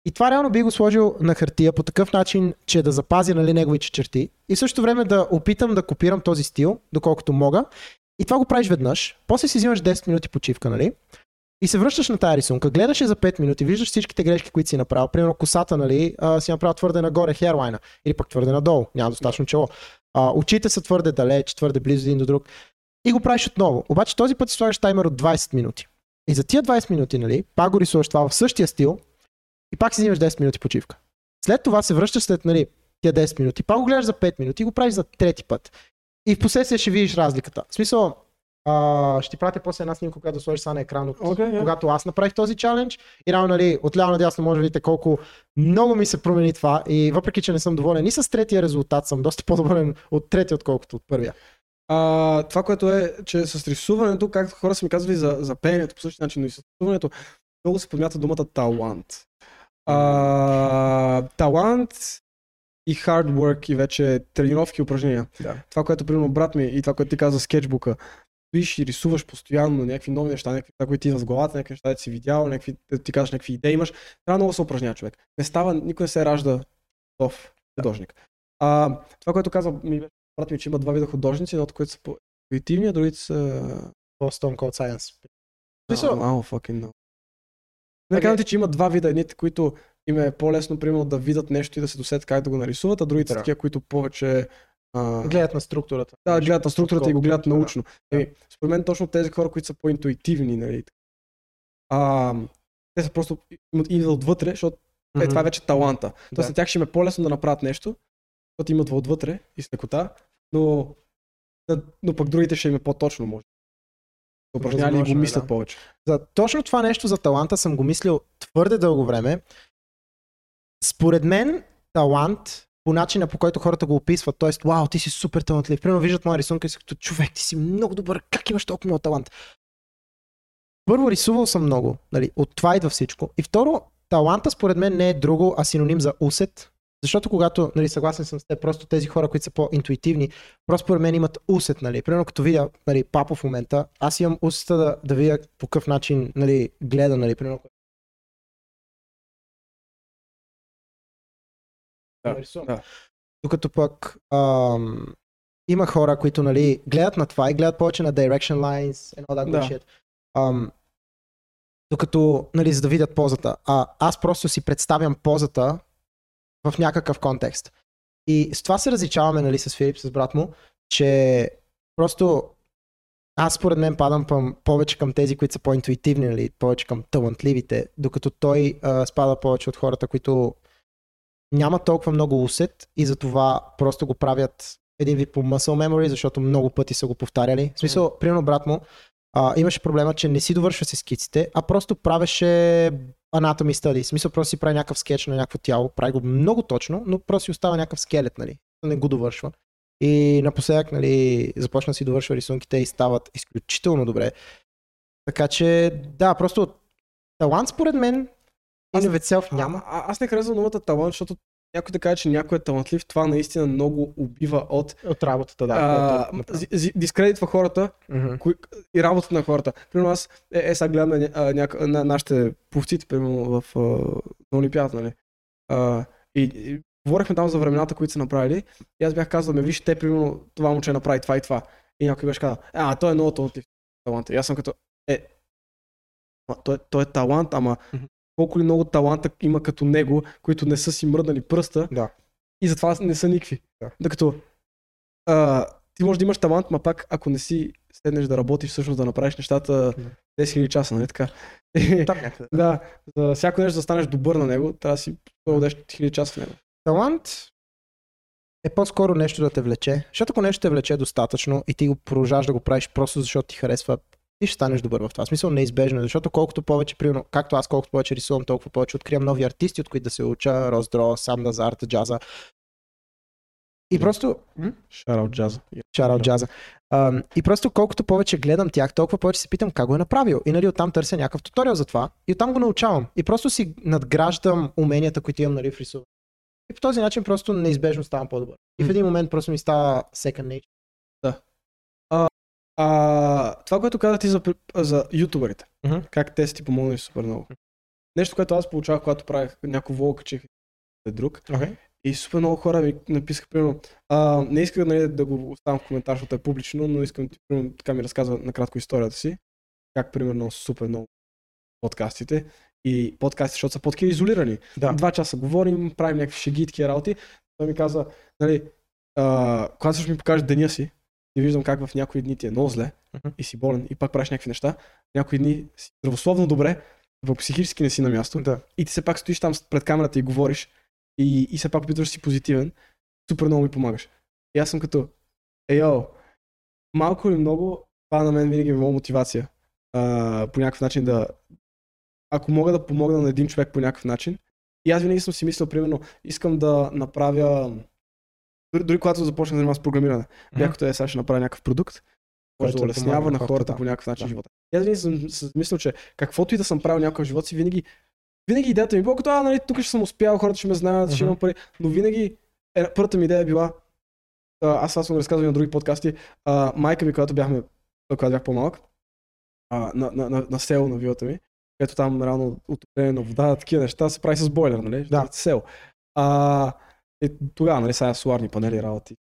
Speaker 2: И това реално би го сложил на хартия по такъв начин, че да запази нали, неговите черти. И в същото време да опитам да копирам този стил, доколкото мога. И това го правиш веднъж. После си взимаш 10 минути почивка, нали? И се връщаш на тази рисунка, гледаш я за 5 минути, виждаш всичките грешки, които си направил. Примерно косата, нали, а, си направил твърде нагоре херлайна или пък твърде надолу, няма достатъчно чело. А, очите са твърде далеч, твърде близо един до друг. И го правиш отново. Обаче този път си слагаш таймер от 20 минути. И за тия 20 минути, нали, пак го рисуваш това в същия стил и пак си взимаш 10 минути почивка. След това се връщаш след, нали, тия 10 минути, пак го гледаш за 5 минути и го правиш за трети път. И в последствие ще видиш разликата. В смисъл, а, ще ти пратя после една снимка, която да сложиш сега на екран от
Speaker 1: Окей, я.
Speaker 2: когато аз направих този чалендж. И реално, нали, отляво надясно може да видите колко много ми се промени това. И въпреки, че не съм доволен и с третия резултат, съм доста по-доволен от третия, отколкото от първия.
Speaker 1: А, това, което е, че с рисуването, както хора са ми казвали за, за пеенето по същия начин, но и с рисуването, много се подмята думата талант. А, талант и hard work и вече тренировки и упражнения.
Speaker 2: Да.
Speaker 1: Това, което примерно брат ми и това, което ти каза за скетчбука, стоиш и рисуваш постоянно някакви нови неща, някакви неща, които ти идват в главата, някакви неща, които си видял, някакви, дето ти казваш някакви идеи имаш. Трябва много да се упражнява човек. Не става, никой не се ражда готов художник. А, това, което каза ми беше брат ми, че има два вида художници, едното, които са по интуитивни, а другите са...
Speaker 2: Stone Cold Science.
Speaker 1: Мисъл...
Speaker 2: Смисъл,
Speaker 1: Мало, fucking no. Не казвам ти, че има два вида, едните, които им е по-лесно, примерно, да видят нещо и да се досетят как да го нарисуват, а другите са
Speaker 2: Да.
Speaker 1: такива, които повече... А...
Speaker 2: гледат на структурата.
Speaker 1: Да, гледат на структурата и го гледат
Speaker 2: Колкото, да.
Speaker 1: научно. Еми, според мен точно тези хора, които са по-интуитивни, нали? А, те са просто имат- идват отвътре, защото mm-hmm. е, това е вече таланта. Тоест
Speaker 2: Да.
Speaker 1: на тях ще им е по-лесно да направят нещо, защото имат отвътре и с лекота, но, да- но пък другите ще им е по-точно, може. Са Упражняли и го
Speaker 2: Възможно е,
Speaker 1: мислят
Speaker 2: да.
Speaker 1: повече.
Speaker 2: За точно това нещо за таланта съм го мислил твърде дълго време. Според мен талант по начина по който хората го описват, т.е. вау, ти си супер талантлив. Примерно виждат моя рисунка и са като човек, ти си много добър, как имаш толкова много талант? Първо, рисувал съм много, нали, от това идва всичко. И второ, таланта според мен не е друго, а синоним за усет. Защото когато, нали, съгласен съм с те, просто тези хора, които са по-интуитивни, просто според мен имат усет, нали. Примерно като видя, нали, папа в момента, аз имам усета да, да видя по какъв начин, нали, гледа, нали, примерно.
Speaker 1: Да,
Speaker 2: Нарисувам.
Speaker 1: да.
Speaker 2: Докато пък ам, има хора, които нали, гледат на това и гледат повече на direction lines and all that
Speaker 1: Да.
Speaker 2: good shit. Ам, докато, нали, за да видят позата. А аз просто си представям позата в някакъв контекст. И с това се различаваме, нали, с Филип, с брат му, че просто аз според мен падам пъм, повече към тези, които са по-интуитивни, нали, повече към талантливите, докато той а, спада повече от хората, които няма толкова много усет и затова просто го правят един вид по muscle memory, защото много пъти са го повтаряли. В смисъл, примерно брат му, а, имаше проблема, че не си довършваше скиците, а просто правеше anatomy study. В смисъл, просто си прави някакъв скетч на някакво тяло, прави го много точно, но просто си остава някакъв скелет, нали? Не го довършва. И напоследък, нали, започна да си довършва рисунките и стават изключително добре. Така че, да, просто талант според мен
Speaker 1: Аз-
Speaker 2: in of itself няма.
Speaker 1: А, а, аз не харесвам думата талант, защото някой да каже, че някой е талантлив, това наистина много убива от
Speaker 2: От работата, да.
Speaker 1: а,
Speaker 2: което-
Speaker 1: зи- зи- дискредитва хората
Speaker 2: Мгм.
Speaker 1: кои, и работата на хората. Примерно аз, е, е сега гледам на, ня- а, няк... на нашите пловците, примерно в а, на Олимпиада, нали? А, и, и, говорихме там за времената, които са направили. И аз бях казал, ме виж, те, примерно, това момче направи това и това. И някой беше казал, а, той е много талантлив. Талант. е». И аз съм като, е, ама той, той е талант, ама
Speaker 2: Мгм.
Speaker 1: колко ли много таланта има като него, които не са си мръднали пръста
Speaker 2: Да.
Speaker 1: и затова не са никакви.
Speaker 2: Да.
Speaker 1: Докато а, ти можеш да имаш талант, ма пак ако не си седнеш да работиш, всъщност да направиш нещата 10 000 часа, нали така? (laughs)
Speaker 2: Там някъде.
Speaker 1: да, за всяко нещо да станеш добър на него, трябва да си проведеш 10 000 часа в него.
Speaker 2: Талант е по-скоро нещо да те влече. Защото ако нещо те влече достатъчно и ти го продължаваш да го правиш просто защото ти харесва, ти ще станеш добър в това. В смисъл неизбежно, е, защото колкото повече, примерно, както аз колкото повече рисувам, толкова повече откривам нови артисти, от които да се уча, Роздро, Сам Дазарт, Джаза. И просто
Speaker 1: Шараут джаза.
Speaker 2: Шарал
Speaker 1: Да.
Speaker 2: джаза. Ам, и просто колкото повече гледам тях, толкова повече се питам как го е направил. И нали оттам търся някакъв туториал за това и оттам го научавам. И просто си надграждам уменията, които имам нали в рисуване. И по този начин просто неизбежно ставам по-добър. И в един момент просто ми става second nature.
Speaker 1: А, това, което каза ти за, при- за ютуберите,
Speaker 2: Мгм.
Speaker 1: как те са ти помогнали супер много. Нещо, което аз получавах, когато правих някой влог, качих след друг.
Speaker 2: Okay.
Speaker 1: И супер много хора ми написаха, примерно, а, не исках нали, да го оставам в коментар, защото е публично, но искам ти, примерно, така ми разказва накратко историята си. Как, примерно, супер много подкастите. И подкасти, защото са подкири изолирани.
Speaker 2: Да.
Speaker 1: Два часа говорим, правим някакви шеги и такива работи. Той ми каза, нали, а, когато също ми покажеш деня си, и виждам как в някои дни ти е много зле
Speaker 2: Мгм.
Speaker 1: и си болен и пак правиш някакви неща. Някои дни си здравословно добре, в психически не си на място
Speaker 2: Да.
Speaker 1: и ти се пак стоиш там пред камерата и говориш и, и се пак опитваш да си позитивен, супер много ми помагаш. И аз съм като, ейо, малко или много, това на мен винаги е било мотивация. А, по някакъв начин да, ако мога да помогна на един човек по някакъв начин, и аз винаги съм си мислил, примерно, искам да направя, дори, дори когато започна да занимавам с програмиране,
Speaker 2: Мгм.
Speaker 1: бях като е, сега ще направя някакъв продукт, който
Speaker 2: Който
Speaker 1: да
Speaker 2: да
Speaker 1: улеснява
Speaker 2: помага
Speaker 1: на
Speaker 2: на
Speaker 1: хората
Speaker 2: хората,
Speaker 1: по някакъв начин
Speaker 2: Да.
Speaker 1: живота. И аз винаги съм съм мислил, че каквото и да съм правил някакъв живот си, винаги винаги идеята ми е била като, а, нали, тук ще съм успял, хората ще ме знаят, ще
Speaker 2: Мгм.
Speaker 1: имам пари, но винаги е, първата ми идея е била, а, аз това съм го разказвал и на други подкасти, а, майка ми, когато бяхме, когато бях по-малък, а, на, на, на, на село на вилата ми, където там реално отопление на вода, такива неща се прави с бойлер, нали?
Speaker 2: Да.
Speaker 1: Село. А, и тогава, нали, сега соларни панели работи.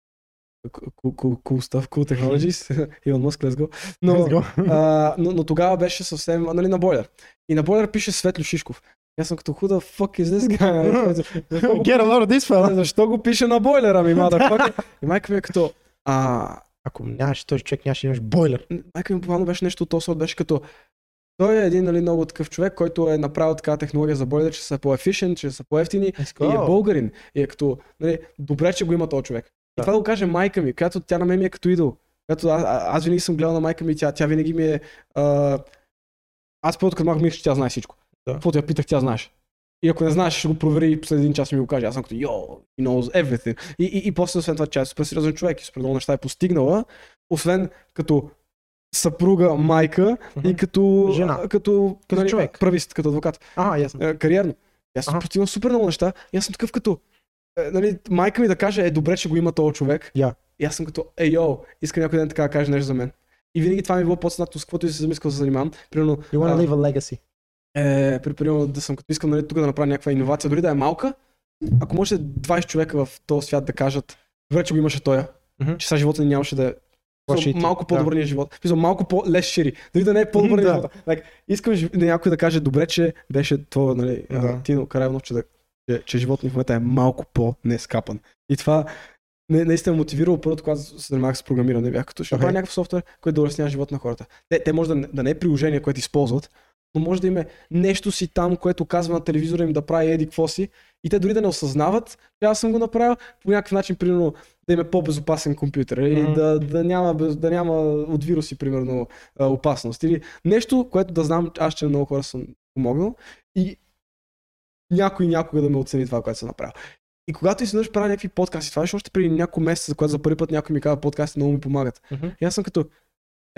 Speaker 1: Cool, cool, cool stuff, cool technologies. (laughs) Elon Musk, let's go. Но,
Speaker 2: (laughs)
Speaker 1: а, но, но тогава беше съвсем нали, на бойлер. И на бойлер пише Светло Шишков. И Аз съм като худа, fuck is this guy? Нали, Защо, го,
Speaker 2: Get a load of this fella.
Speaker 1: защо го пише на бойлера ми, motherfucker? И майка ми е като... А,
Speaker 2: (laughs) Ако нямаш този човек, нямаше да имаш бойлер.
Speaker 1: майка ми буквално беше нещо от този сорт, беше като той е един нали, много такъв човек, който е направил така технология за бойлер, че са по-ефишен, че са по-ефтини и е българин. И е като, нали, добре, че го има този човек. И
Speaker 2: Да.
Speaker 1: това да го каже майка ми, която тя на мен ми е като идол. Която а, а, аз винаги съм гледал на майка ми и тя, тя винаги ми е... А... Аз първото като малко мислех, че тя знае всичко.
Speaker 2: Да.
Speaker 1: Каквото я питах, тя знаеше. И ако не знаеш, ще го провери и след един час ми го каже. Аз съм като, йо, he knows everything. И, и, и после, освен това, че е супер сериозен човек и супер много неща е постигнала, освен като съпруга, майка и
Speaker 2: Мгм.
Speaker 1: като...
Speaker 2: Жена.
Speaker 1: Като, нали,
Speaker 2: Като човек.
Speaker 1: Правист, като адвокат.
Speaker 2: А, ясно.
Speaker 1: Е, Кариерно. Аз съм
Speaker 2: Аха.
Speaker 1: постигнал супер много неща и аз съм такъв като... Е, нали, майка ми да каже, е добре, че го има този човек.
Speaker 2: Я.
Speaker 1: И аз съм като, ей, йо, иска някой ден така да каже нещо за мен. И винаги това ми е било подснато с каквото и се замислял да се занимавам. Примерно,
Speaker 2: You wanna
Speaker 1: а,
Speaker 2: leave a legacy.
Speaker 1: е, при- примерно да съм като искам нали, тук да направя някаква иновация, дори да е малка, ако може 20 човека в този свят да кажат, добре, че го имаше тоя,
Speaker 2: Мгм.
Speaker 1: че сега живота ни нямаше да е
Speaker 2: По-шити.
Speaker 1: Смисъл, малко по-добър ни е живот. Мисля, малко по-лес шири. Дори да не е по-добър ни е
Speaker 2: Да.
Speaker 1: живота. Like, искам жи- да някой да каже, добре, че беше то, нали, а,
Speaker 2: Да.
Speaker 1: Тино Карайванов, че, да, че, че живот ни в момента е малко по-нескапан. И това не, наистина ме мотивирало първото, когато се занимавах с програмиране, бях като ще
Speaker 2: Окей.
Speaker 1: направя някакъв софтуер, който да улеснява живот на хората. Те, те може да, не- да не е приложение, което използват, но може да им е нещо си там, което казва на телевизора им да прави еди какво си. И те дори да не осъзнават, че аз съм го направил, по някакъв начин, примерно, да им е по-безопасен компютър. Или
Speaker 2: Мгм.
Speaker 1: да, да, няма, без- да няма от вируси, примерно, а, опасност. Или нещо, което да знам, аз че на много хора съм помогнал. И някой някога да ме оцени това, което съм направил. И когато изведнъж правя някакви подкасти, това беше още преди няколко месеца, за което за първи път някой ми казва, подкасти много ми помагат.
Speaker 2: Мгм.
Speaker 1: И аз съм като,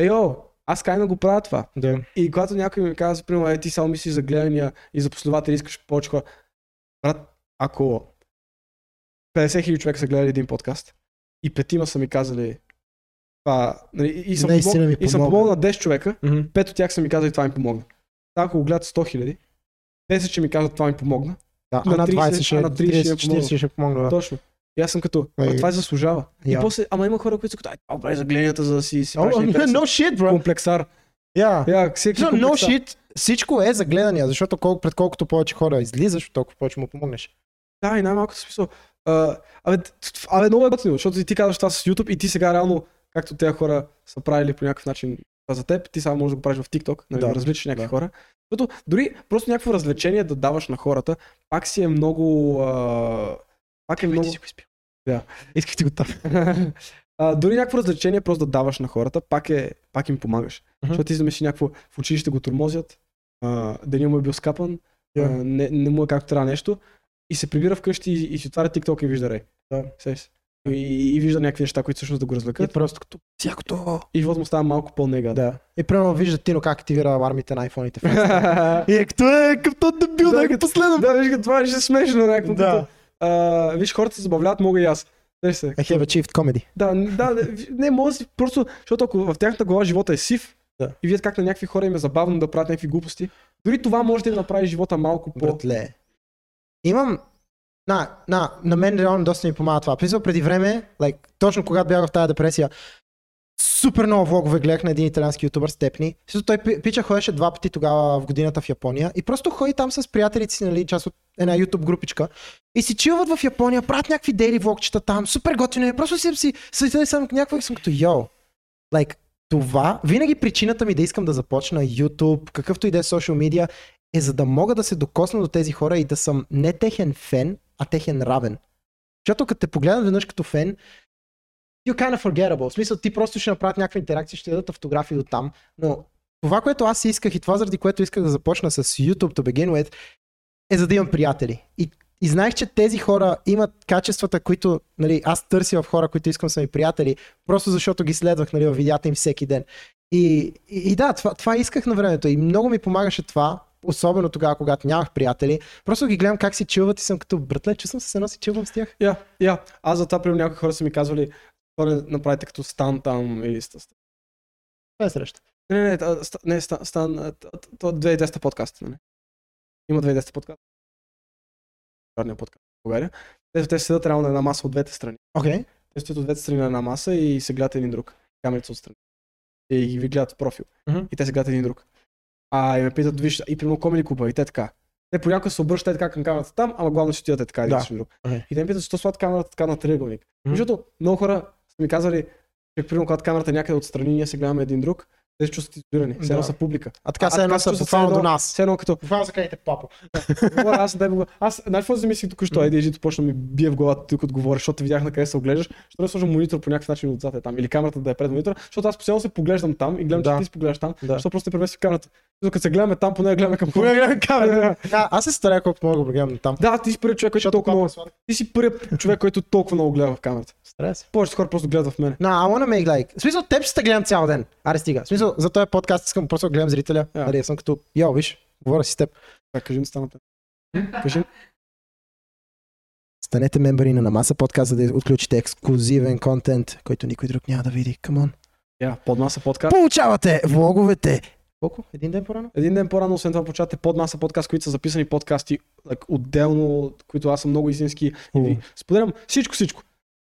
Speaker 1: ейо, аз крайно го правя това.
Speaker 2: Да.
Speaker 1: И когато някой ми казва, примерно, е, ти само мислиш за гледания и за последователи, искаш повече хора. Брат, ако 50 хиляди човека са гледали един подкаст и петима са ми казали това, нали, и, и, съм
Speaker 2: Наистина
Speaker 1: помогнал-
Speaker 2: ми
Speaker 1: и съм
Speaker 2: помогна.
Speaker 1: помогнал на 10 човека,
Speaker 2: Мгм.
Speaker 1: пет от тях са ми казали това ми помогна. Та, ако го гледат 100 хиляди, 10 ще ми кажат това ми помогна.
Speaker 2: Да,
Speaker 1: На
Speaker 2: а на
Speaker 1: 30,
Speaker 2: 20 ще,
Speaker 1: а
Speaker 2: а
Speaker 1: на
Speaker 2: на е
Speaker 1: 30 ще
Speaker 2: 30, 40 ще помогна. Да.
Speaker 1: Точно. И аз съм като, а,
Speaker 2: Ей.
Speaker 1: това заслужава. И
Speaker 2: Я.
Speaker 1: после, ама има хора, които са като, ай, това прави за гледанията, за да си, си
Speaker 2: Oh,
Speaker 1: правиш
Speaker 2: (laughs) no,
Speaker 1: интересен
Speaker 2: no shit, bro.
Speaker 1: комплексар.
Speaker 2: Yeah.
Speaker 1: Я, всеки
Speaker 2: So, no
Speaker 1: комплексар.
Speaker 2: shit, всичко е за гледания, защото колко, пред колкото повече хора излизаш, толкова повече му помогнеш.
Speaker 1: Да, и най-малкото смисъл. А, Абе, т- т- абе, много е готино, защото и ти казваш това с YouTube и ти сега реално, както тези хора са правили по някакъв начин това за теб, ти само можеш да го правиш в TikTok, нали, да,
Speaker 2: Да,
Speaker 1: различиш някакви
Speaker 2: да.
Speaker 1: хора. Защото дори просто някакво развлечение да даваш на хората, пак си е много... А... Пак
Speaker 2: Ами
Speaker 1: е много...
Speaker 2: Исках ти го там.
Speaker 1: (laughs) а, дори някакво развлечение просто да даваш на хората, пак, е, пак им помагаш.
Speaker 2: Мгм.
Speaker 1: Защото ти замисли някакво, в училище го тормозят, а, деня му е бил скапан,
Speaker 2: Да.
Speaker 1: а, не, не му е както трябва нещо, и се прибира вкъщи и, и си отваря TikTok и вижда рей.
Speaker 2: Да.
Speaker 1: Сеш. И, и, вижда някакви неща, които всъщност да го
Speaker 2: И
Speaker 1: развлекат.
Speaker 2: просто като всякото.
Speaker 1: И живот му става малко по-нега.
Speaker 2: Да. И примерно вижда Тино как активира алармите на айфоните. и (laughs) е като е, като дебил,
Speaker 1: Да,
Speaker 2: да,
Speaker 1: като-
Speaker 2: като последно.
Speaker 1: (laughs) да, виж, като това беше смешно някакво.
Speaker 2: Да.
Speaker 1: като, А, виж, хората се забавляват, мога и аз. Сеш се.
Speaker 2: I have Е, achieved comedy.
Speaker 1: Да, н- да, не, в- не може да си, просто, защото ако в тяхната глава живота е сив
Speaker 2: Да.
Speaker 1: и вият как на някакви хора им е забавно да правят някакви глупости, дори това може да им направи живота малко по...
Speaker 2: Братле. Имам... На, на, на мен реално доста ми помага това. Писал преди време, like, точно когато бях в тази депресия, супер много влогове гледах на един италиански ютубър Степни. Също той пи- пича ходеше два пъти тогава в годината в Япония и просто ходи там с приятелите си, нали, част от една ютуб групичка и си чилват в Япония, правят някакви дейли влогчета там, супер готино е, просто си, си, си, си съм някаква и съм като йоу. Like, това, винаги причината ми да искам да започна YouTube, какъвто и да е social media, е за да мога да се докосна до тези хора и да съм не техен фен, а техен равен. Защото като те погледнат веднъж като фен, you kind of forgettable. В смисъл, ти просто ще направят някаква интеракция, ще дадат автографи от там. Но това, което аз исках и това, заради което исках да започна с YouTube to begin with, е за да имам приятели. И, и знаех, че тези хора имат качествата, които нали, аз търся в хора, които искам да са ми приятели, просто защото ги следвах нали, в видеята им всеки ден. И, и, и да, това, това исках на времето и много ми помагаше това, особено тогава, когато нямах приятели. Просто ги гледам как си чилват и съм като, братле, чувствам се, едно си чилвам с тях.
Speaker 1: Я, я. Аз за това, примерно, някои хора са ми казвали, това не направите като стан там или ста. ста-
Speaker 2: Това е среща.
Speaker 1: Не, не, не, та- ста- не стан, стан, а, т- т- то е 2010 подкаст, нали? Има 2010 подкаст. Парния подкаст в България. Те, те седят реално на една маса от двете страни.
Speaker 2: Окей. Okay.
Speaker 1: Те стоят от двете страни на една маса и се гледат един друг. Камерите са отстрани. И ги ви гледат в профил.
Speaker 2: Мгм.
Speaker 1: И те се гледат един друг. А и ме питат, виж, и примерно Комеди Куба, и те така. Те понякога се обръщат така към камерата там, ама главно ще отидат е така един
Speaker 2: Да.
Speaker 1: срещу друг.
Speaker 2: Окей.
Speaker 1: И те ме питат, защо слад камерата така на триъгълник.
Speaker 2: Мгм.
Speaker 1: Защото много хора са ми казали, че примерно когато камерата е някъде отстрани, ние се гледаме един друг, те се чувстват изолирани, все едно
Speaker 2: Да.
Speaker 1: са публика.
Speaker 2: А така
Speaker 1: А-
Speaker 2: се
Speaker 1: а
Speaker 2: едно
Speaker 1: така
Speaker 2: са
Speaker 1: чувстват се
Speaker 2: буквално
Speaker 1: едно-
Speaker 2: до нас.
Speaker 1: Все едно като
Speaker 2: Буквално за крайите папа.
Speaker 1: говоря, аз да го... Аз, знаеш какво замислих току-що? Един жито почна ми бие в главата, тук отговоря, защото видях на къде се оглеждаш. Ще да сложа монитор по някакъв начин отзад е там или камерата да е пред монитора, защото аз постоянно се поглеждам там и гледам, че
Speaker 2: Да.
Speaker 1: ти се поглеждаш там,
Speaker 2: Да.
Speaker 1: защото просто не премести камерата. Защото като се гледаме там, поне гледаме към
Speaker 2: Поне гледаме
Speaker 1: камерата.
Speaker 2: Да, аз се старая колко мога да го гледам там.
Speaker 1: Да, ти си първият човек, който
Speaker 2: Защото
Speaker 1: толкова много...
Speaker 2: папа е
Speaker 1: Ти си първият човек, който е толкова много гледа в камерата.
Speaker 2: Старая се.
Speaker 1: Повечето хора просто гледат в мене.
Speaker 2: На, I wanna make like. В смисъл, теб ще те гледам цял ден. Аре стига. В смисъл, за този подкаст искам просто да гледам зрителя.
Speaker 1: Да.
Speaker 2: Yeah. Нали, аз съм като, йо, виж, говоря си с теб.
Speaker 1: Така, кажи ми стана. Кажи,
Speaker 2: Станете мембари на Намаса подкаст, за да отключите ексклюзивен контент, който никой друг няма да види. Камон.
Speaker 1: я, подмаса подкаст.
Speaker 2: Получавате влоговете. Колко? Един ден по-рано?
Speaker 1: Един ден по-рано, освен това, получавате подмаса подкаст, които са записани подкасти like, отделно, които аз съм много истински. И споделям всичко, всичко.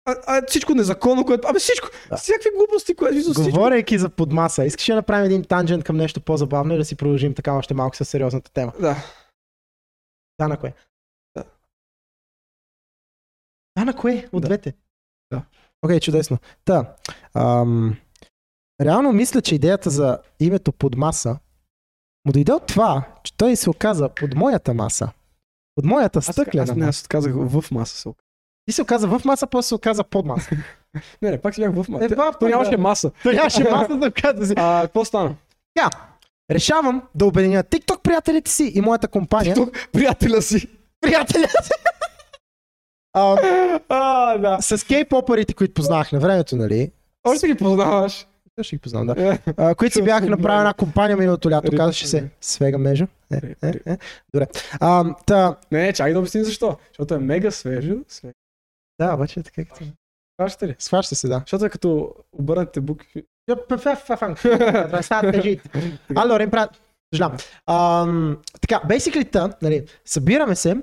Speaker 1: А, а всичко незаконно, което... Абе всичко!
Speaker 2: Да.
Speaker 1: Всякакви глупости, което... Всичко.
Speaker 2: Говорейки за подмаса, искаш ли да направим един танжент към нещо по-забавно и да си продължим така още малко с сериозната тема?
Speaker 1: Да.
Speaker 2: Да, на кое?
Speaker 1: Да.
Speaker 2: Да, на кое? От
Speaker 1: Да.
Speaker 2: двете.
Speaker 1: Да.
Speaker 2: Окей, чудесно. Та, ам, реално мисля, че идеята за името под маса му дойде от това, че той се оказа под моята маса. Под моята
Speaker 1: Аз, така-
Speaker 2: стъклена.
Speaker 1: аз, не, аз отказах в маса се. оказа.
Speaker 2: Ти се оказа в маса, после се оказа
Speaker 1: (laughs)
Speaker 2: под маса.
Speaker 1: Не, не, пак си бях в маса.
Speaker 2: Е,
Speaker 1: Те-
Speaker 2: ба,
Speaker 1: То
Speaker 2: пак,
Speaker 1: нямаше
Speaker 2: да.
Speaker 1: маса.
Speaker 2: Трябваше маса да оказа си.
Speaker 1: А, какво стана?
Speaker 2: Така, решавам да обединя TikTok приятелите си и моята компания.
Speaker 1: Тук, приятеля си.
Speaker 2: приятеля си. (laughs) А,
Speaker 1: А, да.
Speaker 2: с кей-попарите, които познах на времето, нали?
Speaker 1: Още ги познаваш.
Speaker 2: Да, ще ги познавам, да. А, които си бяха направили една компания миналото лято,
Speaker 1: Ритъм,
Speaker 2: казваше се
Speaker 1: да.
Speaker 2: Свега Межа. Е, е, е. Добре. А, та,
Speaker 1: Не, не, чакай да обясним защо. Защото е мега свежо. свежо.
Speaker 2: да, обаче е така като...
Speaker 1: Хващате ли?
Speaker 2: Схваща се, да.
Speaker 1: Защото е като обърнате букви.
Speaker 2: (laughs) Алло, Рен, правят. Съжалявам. Ам, Така, basically та, нали, събираме се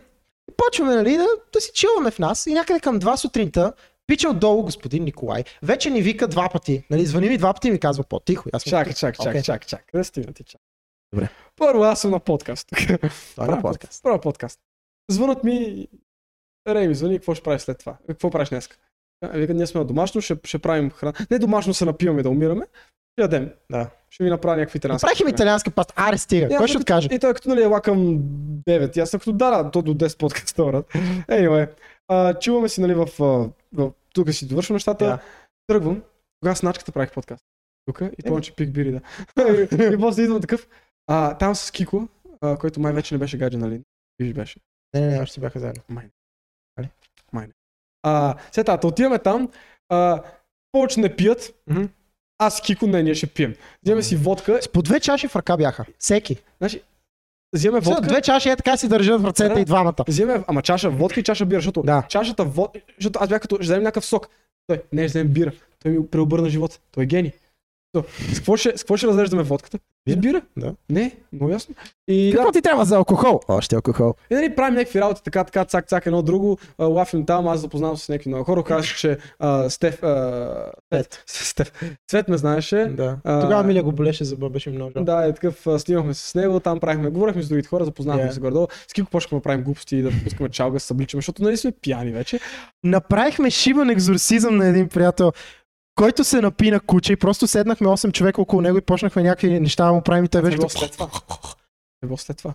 Speaker 2: и почваме, нали, да, да си чилваме в нас и някъде към 2 сутринта пича отдолу господин Николай. Вече ни вика два пъти, нали, звъни ми два пъти и ми казва по-тихо. Аз му-
Speaker 1: Чакай, чакай, чакай,
Speaker 2: Окей.
Speaker 1: чакай, чакай. Къде стигна ти, чакай.
Speaker 2: Добре.
Speaker 1: Първо, аз съм на подкаст.
Speaker 2: Той е на подкаст.
Speaker 1: Първо подкаст. Звънат ми. Рей ми звъни, какво ще правиш след това? Какво правиш днес? Вика, ние сме на домашно, ще, ще правим храна. Не домашно се напиваме да умираме. Ще ядем.
Speaker 2: Да.
Speaker 1: Ще ви направя някакви италиански.
Speaker 2: Правихме
Speaker 1: храни.
Speaker 2: италианска паста. Аре, стига.
Speaker 1: И аз
Speaker 2: Кой ще
Speaker 1: като-
Speaker 2: откаже?
Speaker 1: И той като нали ела към 9. И аз съм като да, да, то до 10 подкаста, брат. Anyway, а, чуваме си, нали, в, а, в, тук си довършвам нещата.
Speaker 2: Да.
Speaker 1: Тръгвам. Тогава с начката правих подкаст. Тук и
Speaker 2: Е.
Speaker 1: помня, че пих бири, да. (laughs) и после идвам такъв. А, там с Кико, а, който май вече не беше гадже, нали? Виж беше.
Speaker 2: Не, не, не, още си бяха заедно.
Speaker 1: А, след това, отиваме там, а, повече не пият,
Speaker 2: Мгм.
Speaker 1: аз с Кико не, ние ще пием. Вземаме си водка,
Speaker 2: По две чаши в ръка бяха. Всеки.
Speaker 1: вземаме
Speaker 2: Водка?
Speaker 1: водка,
Speaker 2: Две чаши е така си държат в ръцете
Speaker 1: Да.
Speaker 2: и двамата.
Speaker 1: вземаме, ама чаша водка и чаша бира, защото
Speaker 2: Да.
Speaker 1: чашата водка, защото аз бях като, ще вземем някакъв сок. Той, не, ще вземем бира. Той ми преобърна живот. Той е гений. То, с какво ще, с какво ще разреждаме водката? С
Speaker 2: Бира?
Speaker 1: бира?
Speaker 2: Да.
Speaker 1: Не, много ясно. И да,
Speaker 2: Какво ти трябва за алкохол? Още алкохол.
Speaker 1: И нали, правим някакви работи, така, така, цак, цак, едно друго, а, лафим там, аз запознавам се с някакви много хора, казах, че а, Стеф, а,
Speaker 2: Пет.
Speaker 1: Стеф, Цвет ме знаеше,
Speaker 2: Да.
Speaker 1: А-
Speaker 2: Тогава Миля го болеше за бъба, беше много.
Speaker 1: да, е такъв, а, снимахме се с него, там правихме, говорихме с другите хора, запознахме
Speaker 2: Yeah.
Speaker 1: се горе-долу, с Кико почнахме да правим глупости и да пускаме чалга, да се събличаме, защото нали сме пияни вече.
Speaker 2: Направихме шибан екзорсизъм на един приятел, който се напи на куче и просто седнахме 8 човека около него и почнахме някакви неща да му правим и той
Speaker 1: Не
Speaker 2: беше...
Speaker 1: било
Speaker 2: като-
Speaker 1: след това. Не било след това.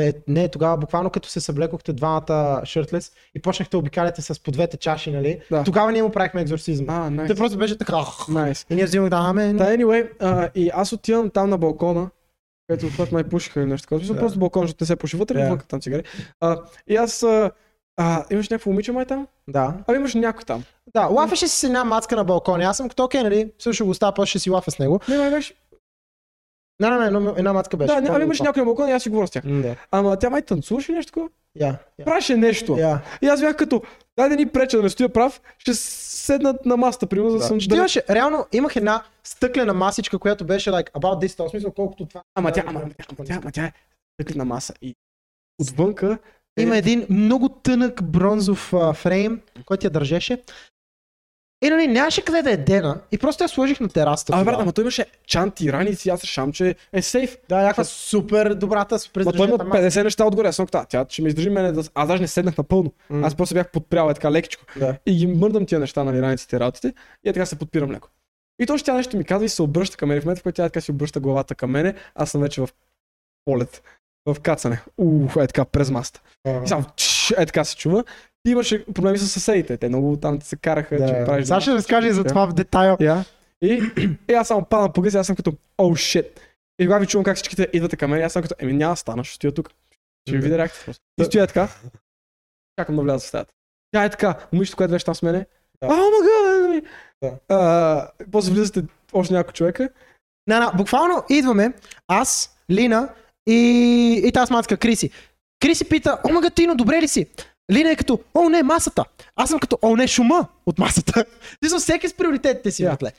Speaker 2: Е, не, тогава буквално като се съблекохте двамата шъртлес и почнахте да обикаляте с по двете чаши, нали?
Speaker 1: Да.
Speaker 2: Тогава ние му правихме екзорсизъм.
Speaker 1: А,
Speaker 2: Той
Speaker 1: найс.
Speaker 2: просто беше така. Ами,
Speaker 1: Найс.
Speaker 2: И ние взимаме да, аме.
Speaker 1: Та, anyway, а, и аз отивам там на балкона, където отвъд май пушиха или нещо такова. В Смисъл,
Speaker 2: Да.
Speaker 1: Просто балкон, защото не се пуши вътре,
Speaker 2: Да.
Speaker 1: yeah. там цигари. А, и аз... А, а, имаш някакво момиче май там?
Speaker 2: Да.
Speaker 1: Ами имаш някой там.
Speaker 2: Да, лафеше си с една мацка на балкона. Аз съм като окей, нали? Също го става, после ще си лафа с него.
Speaker 1: Не, май беше.
Speaker 2: Не, не, не, но една мацка беше.
Speaker 1: Да, не, ами имаш някой на балкона и аз си говоря с тях.
Speaker 2: някакъв. Да.
Speaker 1: Ама тя май танцуваше или нещо такова.
Speaker 2: Я, я,
Speaker 1: Правеше нещо.
Speaker 2: я.
Speaker 1: И аз бях като, дай да ни преча да не стоя прав, ще седнат на маста, примерно, за да съм
Speaker 2: Ще имаше, реално имах една стъклена масичка, която беше like about this, в смисъл колкото това.
Speaker 1: Ама тя, ама, ама, тя, ама, тя, ама тя е стъклена маса и отвънка Е.
Speaker 2: Има един много тънък бронзов а, фрейм, който я държеше. И нали, нямаше къде да е дена. И просто я сложих на терасата.
Speaker 1: А, брат,
Speaker 2: тогава.
Speaker 1: ама той имаше чанти, раници, аз решавам, че е сейф.
Speaker 2: Да, някаква супер добрата, супер
Speaker 1: Ма той има
Speaker 2: издържащата маска.
Speaker 1: 50 неща отгоре, аз съм като, «А, тя ще ме издържи мене, да... аз даже не седнах напълно.
Speaker 2: М.
Speaker 1: Аз просто бях подпрял е така лекичко.
Speaker 2: Да.
Speaker 1: И ги мърдам тия неща, нали, раниците и работите, и е така се подпирам леко. И точно тя нещо ми казва и се обръща към мен. В момента, в който тя е така си обръща главата към мене, аз съм вече в полет, в кацане. Ух, е така през маста.
Speaker 2: А.
Speaker 1: И само «Тш», е така се чува. И имаше проблеми с съседите. Те много там се караха, че
Speaker 2: Да.
Speaker 1: правиш.
Speaker 2: Сега ще разкажа и за това в детайл.
Speaker 1: Я. И, и аз само падам по гъзи, аз съм като, оу, oh, shit. И тогава ви чувам как всичките идват към мен, аз съм като, еми няма да стана, ще стоя тук. Ще ви
Speaker 2: Да.
Speaker 1: видя реакцията. просто. И стоя така. Чакам да вляза в стаята. Тя е така, момичето, което беше там с мене. Oh А,
Speaker 2: Да.
Speaker 1: мага, ми.
Speaker 2: Да.
Speaker 1: нали? А, После влизате още няколко човека.
Speaker 2: Не, не, буквално идваме аз, Лина и, и тази мацка Криси. Криси пита, о, мага, Тино, добре ли си? Лина е като, о, не, масата. Аз съм като, о, не, шума от масата. (laughs) Ти са всеки с приоритетите си,
Speaker 1: Да.
Speaker 2: братле.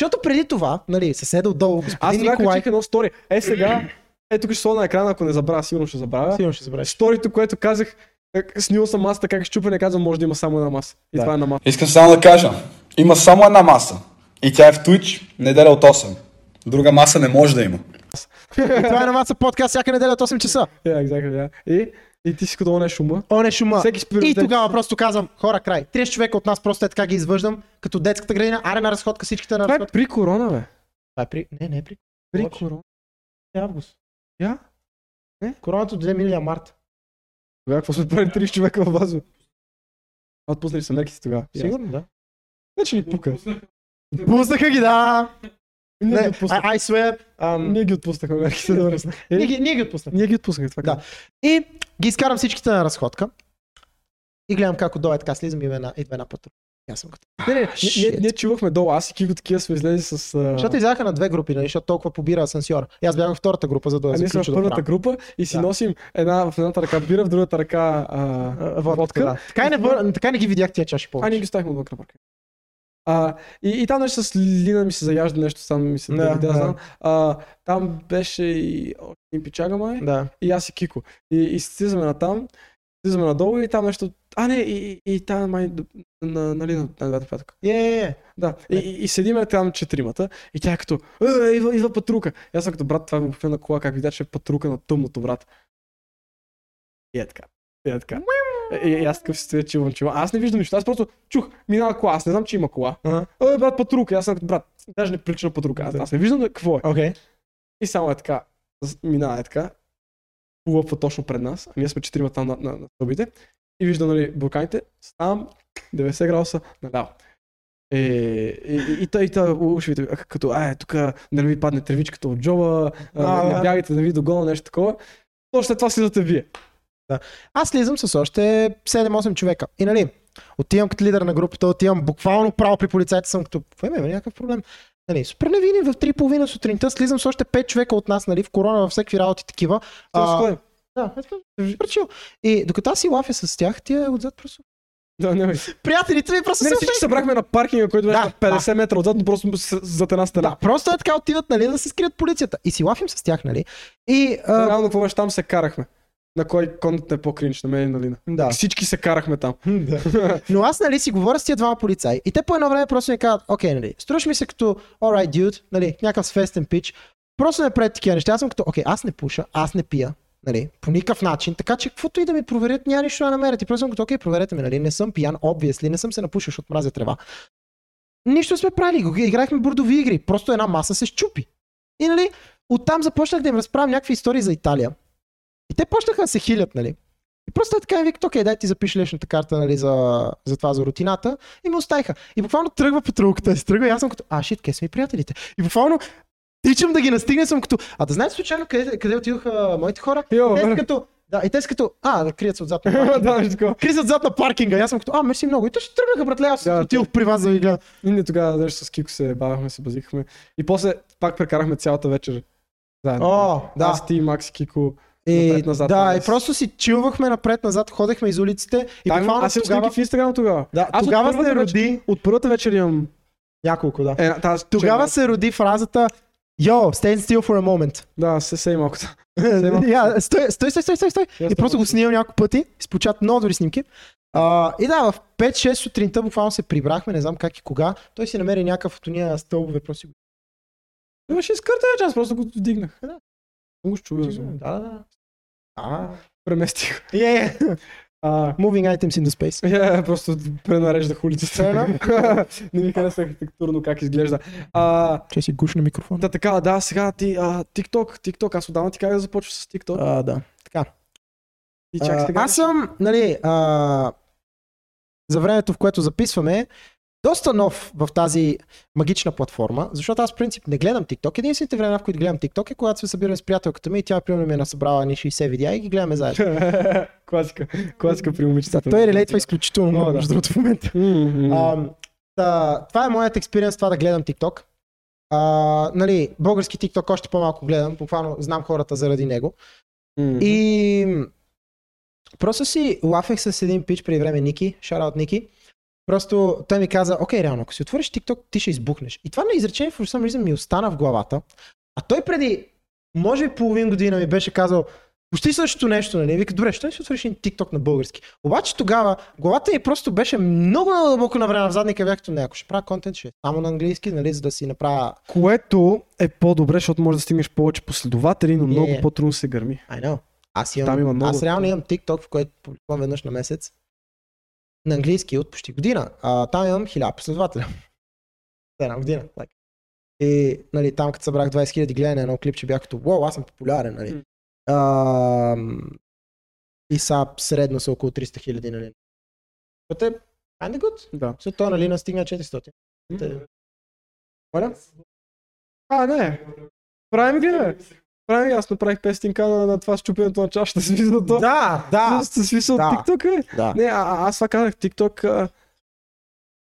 Speaker 2: Защото преди това, нали, съседа отдолу, господин
Speaker 1: Аз тогава
Speaker 2: Николай.
Speaker 1: качих едно стори. Е сега, е тук ще сложа на екрана, ако не забравя, сигурно ще забравя.
Speaker 2: Сигурно ще забравиш.
Speaker 1: Сторито, което казах, как- снил съм масата, как щупене, казвам, може да има само една маса. И
Speaker 2: Да.
Speaker 1: това е на маса.
Speaker 3: Искам само да кажа, има само една маса. И тя е в Twitch, неделя от 8. Друга маса не може да има.
Speaker 2: (laughs) И това е на Маца подкаст всяка неделя от 8 часа.
Speaker 1: Yeah, exactly, да. И, и ти си като оне шума.
Speaker 2: О, не, шума.
Speaker 1: Всеки с
Speaker 2: и
Speaker 1: приоритет.
Speaker 2: тогава просто казвам, хора, край. 30 човека от нас просто е така ги извъждам, като детската градина, аре на разходка, всичките на
Speaker 1: Това е
Speaker 2: разходка.
Speaker 1: при корона, бе.
Speaker 2: Това е при... Не, не е при...
Speaker 1: При
Speaker 2: Лош.
Speaker 1: корона.
Speaker 2: е август.
Speaker 1: Я? Е?
Speaker 2: Короната дойде миналия март.
Speaker 1: Тогава какво сме правили 30 човека в базо? А, Отпуснали са мерките тогава.
Speaker 2: Сигурно, да.
Speaker 1: Значи ни пука.
Speaker 2: Пуснаха ги, да.
Speaker 1: Ние
Speaker 2: Не,
Speaker 1: ги
Speaker 2: I,
Speaker 1: отпуснахме.
Speaker 2: I swear. ам,
Speaker 1: Ние ги отпуснахме мерките, добре. Е,
Speaker 2: Ние ги, ние ги отпуснахме.
Speaker 1: Ние ги отпуснахме, това.
Speaker 2: Да.
Speaker 1: казвам.
Speaker 2: И ги изкарам всичките на разходка. И гледам как отдолу е така, слизам и идва една, идва една патруля. И Аз съм като.
Speaker 1: Не, не, ние- ние,
Speaker 2: shit.
Speaker 1: ние чувахме долу. Аз и Кико такива сме излезли с... а,
Speaker 2: Защото изляха на две групи, нали, защото толкова побира асансьора. И аз бях във втората група, за да
Speaker 1: А ние сме в
Speaker 2: заключа до края.
Speaker 1: първата група и си
Speaker 2: Да.
Speaker 1: носим една в едната ръка бира, в другата ръка а,
Speaker 2: А, водката, да. Така и, не, вър- така и не ги видях тия чаши
Speaker 1: А,
Speaker 2: повече.
Speaker 1: ние ги оставихме отвън на парка. А, и, и там нещо с Лина ми се заяжда нещо, само ми се
Speaker 2: Да,
Speaker 1: да, да,
Speaker 2: да.
Speaker 1: знам. А, там беше и още един пичага май,
Speaker 2: Да.
Speaker 1: и аз и Кико. И, и слизаме на там, слизаме надолу и там нещо... А, не, и, и, и там май д- на, на Лина, на двата пятък.
Speaker 2: Е, е, е.
Speaker 1: Да, и, и, и седиме там четиримата и тя е като, «Е, идва, идва патрука. И аз съм като, брат, това ми купя на кола, как видя, че е патрука на тъмното, брат. И е така. И е така. И, и аз такъв си стоя, че имам чума. Аз не виждам нищо. Аз просто чух, минава кола. Аз не знам, че има кола.
Speaker 2: Ага.
Speaker 1: Е, брат, патрука. И Аз съм като, брат, даже не прилича на патрука. Аз, аз не виждам да- какво е.
Speaker 2: Окей.
Speaker 1: И само е така. с- Минава е така. Плъпва точно пред нас. А ние сме четирима там на, на, на стълбите. И виждам, нали, бурканите. Ставам 90 градуса наляво. Е, и, и, и, та- и, та ушите, а, като, ай, тук да не ви падне тревичката от джоба, а,
Speaker 2: А,
Speaker 1: не,
Speaker 2: да.
Speaker 1: не бягайте, да не ви догоня, нещо такова. Точно след това слизате вие.
Speaker 2: Аз слизам с още 7-8 човека. И нали, отивам като лидер на групата, отивам буквално право при полицайите, съм като, какво има, има ли някакъв проблем? Нали, супер невинни, в 3.30 сутринта слизам с още 5 човека от нас, нали, в корона, във всякакви работи такива.
Speaker 1: Точно
Speaker 2: А,
Speaker 1: ходим.
Speaker 2: да, е така, супер чил. И докато аз си лафя с тях, тия отзад просто...
Speaker 1: Да, не, бе.
Speaker 2: Приятелите ми просто
Speaker 1: не, не,
Speaker 2: се
Speaker 1: Нали, всички
Speaker 2: усмихват.
Speaker 1: събрахме на паркинга, който беше
Speaker 2: Да,
Speaker 1: на 50 метра отзад, но просто с- зад една стена.
Speaker 2: Да, просто е така отиват, нали, да се скрият полицията. И си лафим с тях, нали. И,
Speaker 1: Да.
Speaker 2: а,
Speaker 1: Реално, какво беше там, се карахме. На кой конт е по-кринч, на мен и на Лина.
Speaker 2: да.
Speaker 1: Всички се карахме там.
Speaker 2: (laughs) Но аз, нали, си говоря с тия двама полицаи. И те по едно време просто ми казват, окей, нали, струваш ми се като, alright, dude, нали, някакъв свестен пич. Просто не правят такива неща. Аз съм като, окей, аз не пуша, аз не пия. Нали, по никакъв начин. Така че, каквото и да ми проверят, няма нищо да намерят. И просто съм като, окей, проверете ме, нали, не съм пиян, обвисли, не съм се напушил, защото мразя трева. Нищо сме правили, го- играхме бордови игри, просто една маса се щупи. И нали, оттам започнах да им разправям някакви истории за Италия. И те почнаха да се хилят, нали. И просто е така и викат, окей, дай ти запиши личната карта, нали, за, за това, за рутината. И ме оставиха. И буквално тръгва патрулката, си тръгва и аз съм като, а, шит, къде са ми приятелите? И буквално тичам да ги настигна, съм като, а да знаете случайно къде, къде отидоха моите хора?
Speaker 1: Йо,
Speaker 2: И те са
Speaker 1: бе.
Speaker 2: като, да, и те са като, а, да крият се (laughs) отзад на паркинга.
Speaker 1: да, нещо такова.
Speaker 2: Крият се отзад на паркинга. И аз съм като, а, мерси много. И те ще тръгнаха, братле, аз
Speaker 1: Да,
Speaker 2: отидох при вас да ви гледам.
Speaker 1: И ние тогава нещо с Кико се бавахме, се базихме. И после пак прекарахме цялата вечер. Заедно.
Speaker 2: О, да.
Speaker 1: Аз, ти, Макс и Кико.
Speaker 2: И,
Speaker 1: Напред-назад,
Speaker 2: да,
Speaker 1: нали?
Speaker 2: и просто си чилвахме напред-назад, ходехме из улиците. И
Speaker 1: Там,
Speaker 2: буквално
Speaker 1: аз се
Speaker 2: тогава,
Speaker 1: тогава... в Инстаграм тогава.
Speaker 2: да,
Speaker 1: Аз от
Speaker 2: тогава се
Speaker 1: първата
Speaker 2: роди,
Speaker 1: От първата вечер имам...
Speaker 2: няколко, да.
Speaker 1: Е, тази,
Speaker 2: Тогава се роди фразата Yo, stand still for a moment.
Speaker 1: Да, се сей малкото. малко.
Speaker 2: (laughs) Я, стой, стой, стой, стой, стой, стой. И просто го снимам няколко пъти, изпочат много добри снимки. А, и да, в 5-6 сутринта буквално се прибрахме, не знам как и кога. Той си намери някакъв от уния стълбове, просто си го...
Speaker 1: Имаше изкърта вече, аз просто го вдигнах.
Speaker 2: Да.
Speaker 1: Много чудо.
Speaker 2: Да, да, да. А,
Speaker 1: Преместих.
Speaker 2: yeah.
Speaker 1: А,
Speaker 2: (laughs) Moving items in the space.
Speaker 1: я просто пренареждах улицата.
Speaker 2: Fair
Speaker 1: (laughs) Не ми хареса архитектурно как изглежда. А,
Speaker 2: Че си гуш на микрофона.
Speaker 1: да, така, да, сега ти, а, TikTok, TikTok, аз отдавна ти как да започваш с TikTok.
Speaker 2: А, да.
Speaker 1: И чак сега.
Speaker 2: А, аз съм, нали, а, за времето, в което записваме, доста нов в тази магична платформа, защото аз в принцип не гледам TikTok. Единствените времена, в които гледам TikTok е когато се събираме с приятелката ми и тя примерно ми е насъбрала ни 60 видеа и ги
Speaker 1: (laughs)
Speaker 2: гледаме заедно.
Speaker 1: класика, класика при
Speaker 2: Да,
Speaker 1: момичетата.
Speaker 2: той е релейтва изключително много,
Speaker 1: О, да.
Speaker 2: между другото, в момента.
Speaker 1: А,
Speaker 2: Ам, та, това е моят експириенс, това да гледам TikTok. А, нали, български TikTok още по-малко гледам, буквално знам хората заради него.
Speaker 1: и...
Speaker 2: И Просто си лафех с един пич преди време, Ники, шараут Ники. Просто той ми каза, окей, реално, ако си отвориш TikTok, ти ще избухнеш. И това на изречение for some reason ми остана в главата. А той преди, може би половин година ми беше казал, почти същото нещо, нали? Вика, добре, ще си отвориш един TikTok на български. Обаче тогава главата ми просто беше много много дълбоко наврена в задника и бях като не, ако ще правя контент, ще е само на английски, нали, за да си направя
Speaker 1: Което е по-добре, защото може да стигнеш повече последователи, но
Speaker 2: Е.
Speaker 1: много по-трудно се гърми.
Speaker 2: I know. Аз имам,
Speaker 1: Там има много.
Speaker 2: аз реално имам TikTok, в който публикувам веднъж на месец. На английски от почти година. А, там имам 1000 последователя. За (laughs) една година. Like. И нали, там, като събрах 20 000 гледания на едно клипче, бях като, вау, аз съм популярен. Нали.
Speaker 1: М.
Speaker 2: А, и са средно са около 300 000. Нали. Което е kinda good.
Speaker 1: Да.
Speaker 2: След това, нали, настигна 400. Те- Моля?
Speaker 1: А, не. Правим ги, бе. Правим ги. Аз направих пестинка на, на това с чупенето на чашата с визното.
Speaker 2: Да, да,
Speaker 1: С смисъл от
Speaker 2: Да.
Speaker 1: TikTok, бе.
Speaker 2: да.
Speaker 1: Не, а, а- аз това казах, TikTok а,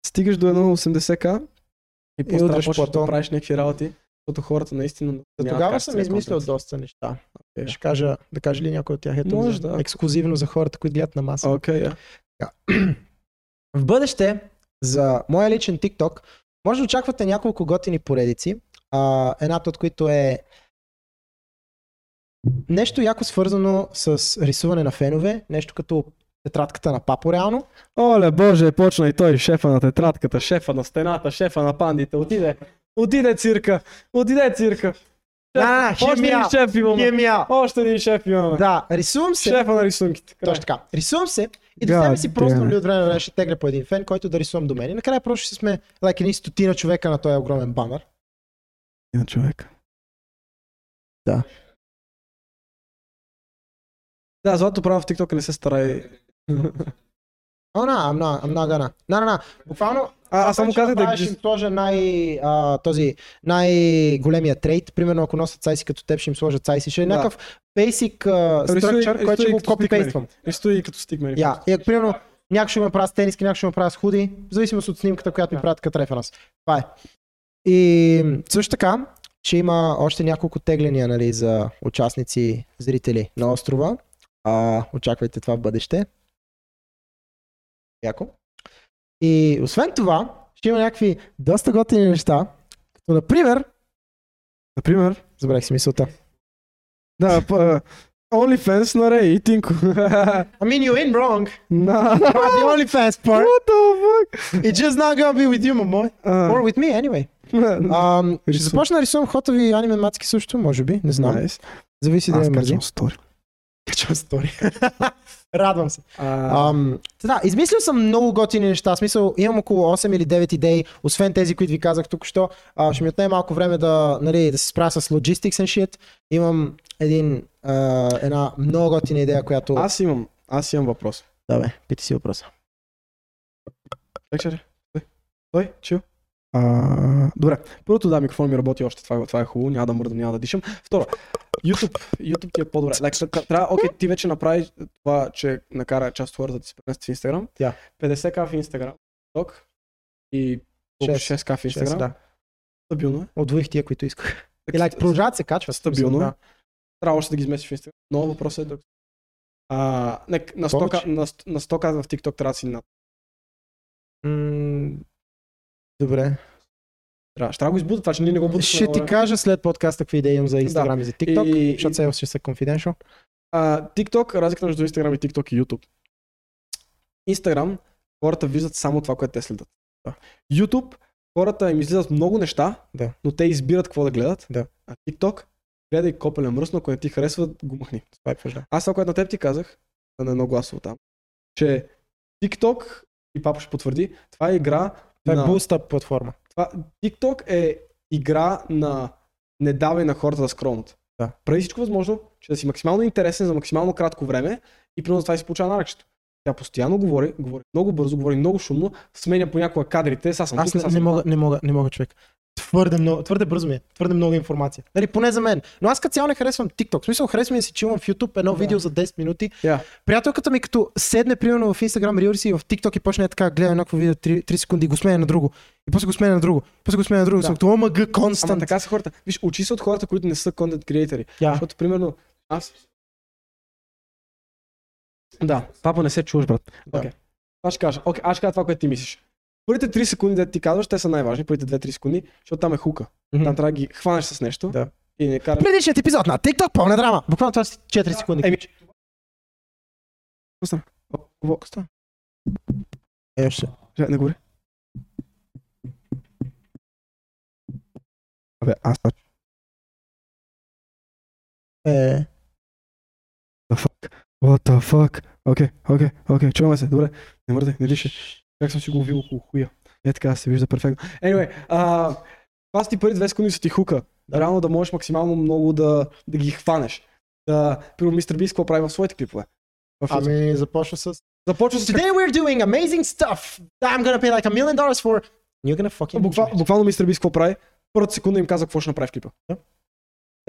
Speaker 1: стигаш до 1.80к и после
Speaker 2: удреш
Speaker 1: трябва почваш да
Speaker 2: платон.
Speaker 1: правиш някакви работи, защото хората наистина
Speaker 2: За
Speaker 1: нямат
Speaker 2: Е, тогава
Speaker 1: как
Speaker 2: съм
Speaker 1: с
Speaker 2: измислил
Speaker 1: контент.
Speaker 2: доста неща.
Speaker 1: Е.
Speaker 2: Ще кажа, да кажа ли някой от тях ето
Speaker 1: Може,
Speaker 2: за,
Speaker 1: да.
Speaker 2: ексклюзивно за хората, които гледат на маса.
Speaker 1: Окей, okay,
Speaker 2: В бъдеще, за моя личен TikTok, може да очаквате няколко готини поредици. А, едната от които е нещо яко свързано с рисуване на фенове, нещо като тетрадката на папо реално.
Speaker 1: Оле, боже, почна и той, шефа на тетрадката, шефа на стената, шефа на пандите, отиде, отиде цирка, отиде цирка.
Speaker 2: Да, да,
Speaker 1: Още един
Speaker 2: химия,
Speaker 1: шеф имаме, още един шеф имаме.
Speaker 2: Да, рисувам се.
Speaker 1: Шефа на рисунките. край.
Speaker 2: Точно така. Рисувам се и до
Speaker 1: God
Speaker 2: себе си просто
Speaker 1: damn it.
Speaker 2: ли от време на време ще тегля по един фен, който да рисувам до мен. И накрая просто ще сме лайк едни стотина човека на този огромен банър.
Speaker 1: На човека.
Speaker 2: Да.
Speaker 1: Да, злато право в TikTok не се старай.
Speaker 2: О, на, I'm not, I'm not gonna. На, на, на. Буквално,
Speaker 1: А, аз само
Speaker 2: вече
Speaker 1: казах да
Speaker 2: направя,
Speaker 1: ги-
Speaker 2: Ще им сложа най, а, този, най-големия трейд. Примерно, ако носят сайси като теб, ще им сложат сайси. Ще е
Speaker 1: Да.
Speaker 2: някакъв basic а, structure, който ще го копипействам.
Speaker 1: И стои като стигмери.
Speaker 2: Я, и ако примерно някой ще ме правя с тениски, някой ще ме правя с худи, в зависимост от снимката, която ми правят като референс. Това е. И м, също така, ще има още няколко тегления нали, за участници, зрители на острова. А, очаквайте това в бъдеще. Яко. И освен това, ще има някакви доста готини неща. Като, например,
Speaker 1: Например,
Speaker 2: забравих си мисълта.
Speaker 1: да, п- OnlyFans на Рей и Тинко. (laughs) На-
Speaker 2: I mean, you're in wrong.
Speaker 1: What
Speaker 2: But the only fans part,
Speaker 1: the fuck?
Speaker 2: it's just not gonna be with you, my boy. Or
Speaker 1: (laughs) А,
Speaker 2: with me, anyway. Ам, ще
Speaker 1: Рисувам.
Speaker 2: започна да рисувам хотови аниме мацки също, може би, не знам.
Speaker 1: Nice.
Speaker 2: Зависи да
Speaker 1: Аз
Speaker 2: ме мързи. (laughs)
Speaker 1: качвам стори.
Speaker 2: Качвам стори. (laughs) Радвам се.
Speaker 1: А,
Speaker 2: Ам, да, измислил съм много готини неща. В Смисъл, имам около 8 или 9 идеи, освен тези, които ви казах тук, що а, ще ми отнеме малко време да, нали, да се справя с logistics and shit. Имам един, а, една много готина идея, която...
Speaker 1: Аз имам, аз имам въпрос.
Speaker 2: Да бе, питай си въпроса. Е,
Speaker 1: Чакай, чакай. Стой. Стой, чил. А, Е, добре, първото да, микрофон ми работи още, това, е- това е хубаво, няма да мърдам, няма да дишам. Второ, YouTube, YouTube ти е по-добре. Like, след като трябва, окей, ти вече направи това, че накара част от хората да се пренесат в Instagram.
Speaker 2: Да.
Speaker 1: 50к в Instagram, TikTok и колко?
Speaker 2: Шест.
Speaker 1: 6к в Instagram.
Speaker 2: Шест, да.
Speaker 1: Стабилно е.
Speaker 2: Отвоих тия, които исках. И
Speaker 1: Така,
Speaker 2: like, продължават се качва.
Speaker 1: Стабилно е.
Speaker 2: Да.
Speaker 1: Трябва още да ги изместиш в Instagram. Но въпросът е друг. А, не, на 100к
Speaker 2: Повече?
Speaker 1: на, ст- на 100K в TikTok трябва да си над.
Speaker 2: М, добре.
Speaker 1: Трябва, ще трябва да го избуда това, че ние не го будим.
Speaker 2: Ще ти кажа след подкаста какви идеи имам за Instagram и за TikTok,
Speaker 1: И-
Speaker 2: защото сега ще са confidential.
Speaker 1: А, TikTok, разликата между Instagram и TikTok и YouTube. Instagram, хората виждат само това, което те следят.
Speaker 2: Да.
Speaker 1: YouTube, хората им излизат много неща,
Speaker 2: Да.
Speaker 1: но те избират какво да гледат.
Speaker 2: Да.
Speaker 1: А TikTok, гледай копеле мръсно, ако не ти харесва, го махни.
Speaker 2: Свайпваш, да.
Speaker 1: Аз това, е което на теб ти казах, на едно гласово там, че TikTok, и папа ще потвърди, това е игра
Speaker 2: Това
Speaker 1: на...
Speaker 2: е Boostup платформа.
Speaker 1: Това, TikTok е игра на не давай на хората да скромнат.
Speaker 2: Да.
Speaker 1: Прави всичко възможно, че да си максимално интересен за максимално кратко време и примерно за това и се получава наръчето. Тя постоянно говори, говори много бързо, говори много шумно, сменя понякога кадрите, сега съм
Speaker 2: Аз
Speaker 1: тук,
Speaker 2: не,
Speaker 1: сега
Speaker 2: не,
Speaker 1: съм...
Speaker 2: мога, не мога, не мога човек. Твърде, много, твърде бързо ми е. Твърде много информация. Нали, поне за мен. Но аз като цяло не харесвам TikTok. В смисъл, харесва ми да си чилвам в YouTube едно видео за 10 минути.
Speaker 1: Yeah.
Speaker 2: Приятелката ми като седне примерно в Instagram Reels и в TikTok и почне така, гледа еднакво видео 3, 3 секунди и го сменя на друго. И после го сменя на друго. И после го сменя на друго.
Speaker 1: Да.
Speaker 2: Съм като, омага, constant.
Speaker 1: Ама така са хората. Виж, учи се от хората, които не са контент креатори.
Speaker 2: Yeah.
Speaker 1: Защото, примерно, аз... Да, папа не се чуваш, брат.
Speaker 2: Да.
Speaker 1: Окей. Аз ще кажа. Окей, аз ще кажа това, което ти мислиш. Първите 3 секунди, да ти казваш, те са най-важни, първите 2-3 секунди, защото там е хука.
Speaker 2: Мгм.
Speaker 1: Там трябва да ги хванеш с нещо
Speaker 2: Да.
Speaker 1: и не караш.
Speaker 2: Предишният епизод на TikTok пълна драма. Буквално това са 4 секунди.
Speaker 1: Еми,
Speaker 2: Какво става? Е, ще.
Speaker 1: Чакай, не говори. Абе, аз това
Speaker 2: Е,
Speaker 1: the fuck? What the fuck? Окей, окей, окей, чуваме се, добре. Не мърдай, не лише. Как съм си го увил около хуя. Е така, се вижда перфектно. Anyway, а, това са ти първи две секунди са ти хука. Да. Реално да можеш максимално много да, да ги хванеш. Да, примерно мистер Бис, какво прави в своите клипове? В YouTube.
Speaker 2: ами започва с
Speaker 1: Започва с...
Speaker 2: Today we're doing amazing stuff. I'm gonna pay like a million dollars for... And You're gonna fucking...
Speaker 1: Буква, буквално мистер Бис какво прави? Първата секунда им каза какво ще направи в клипа.
Speaker 2: Да.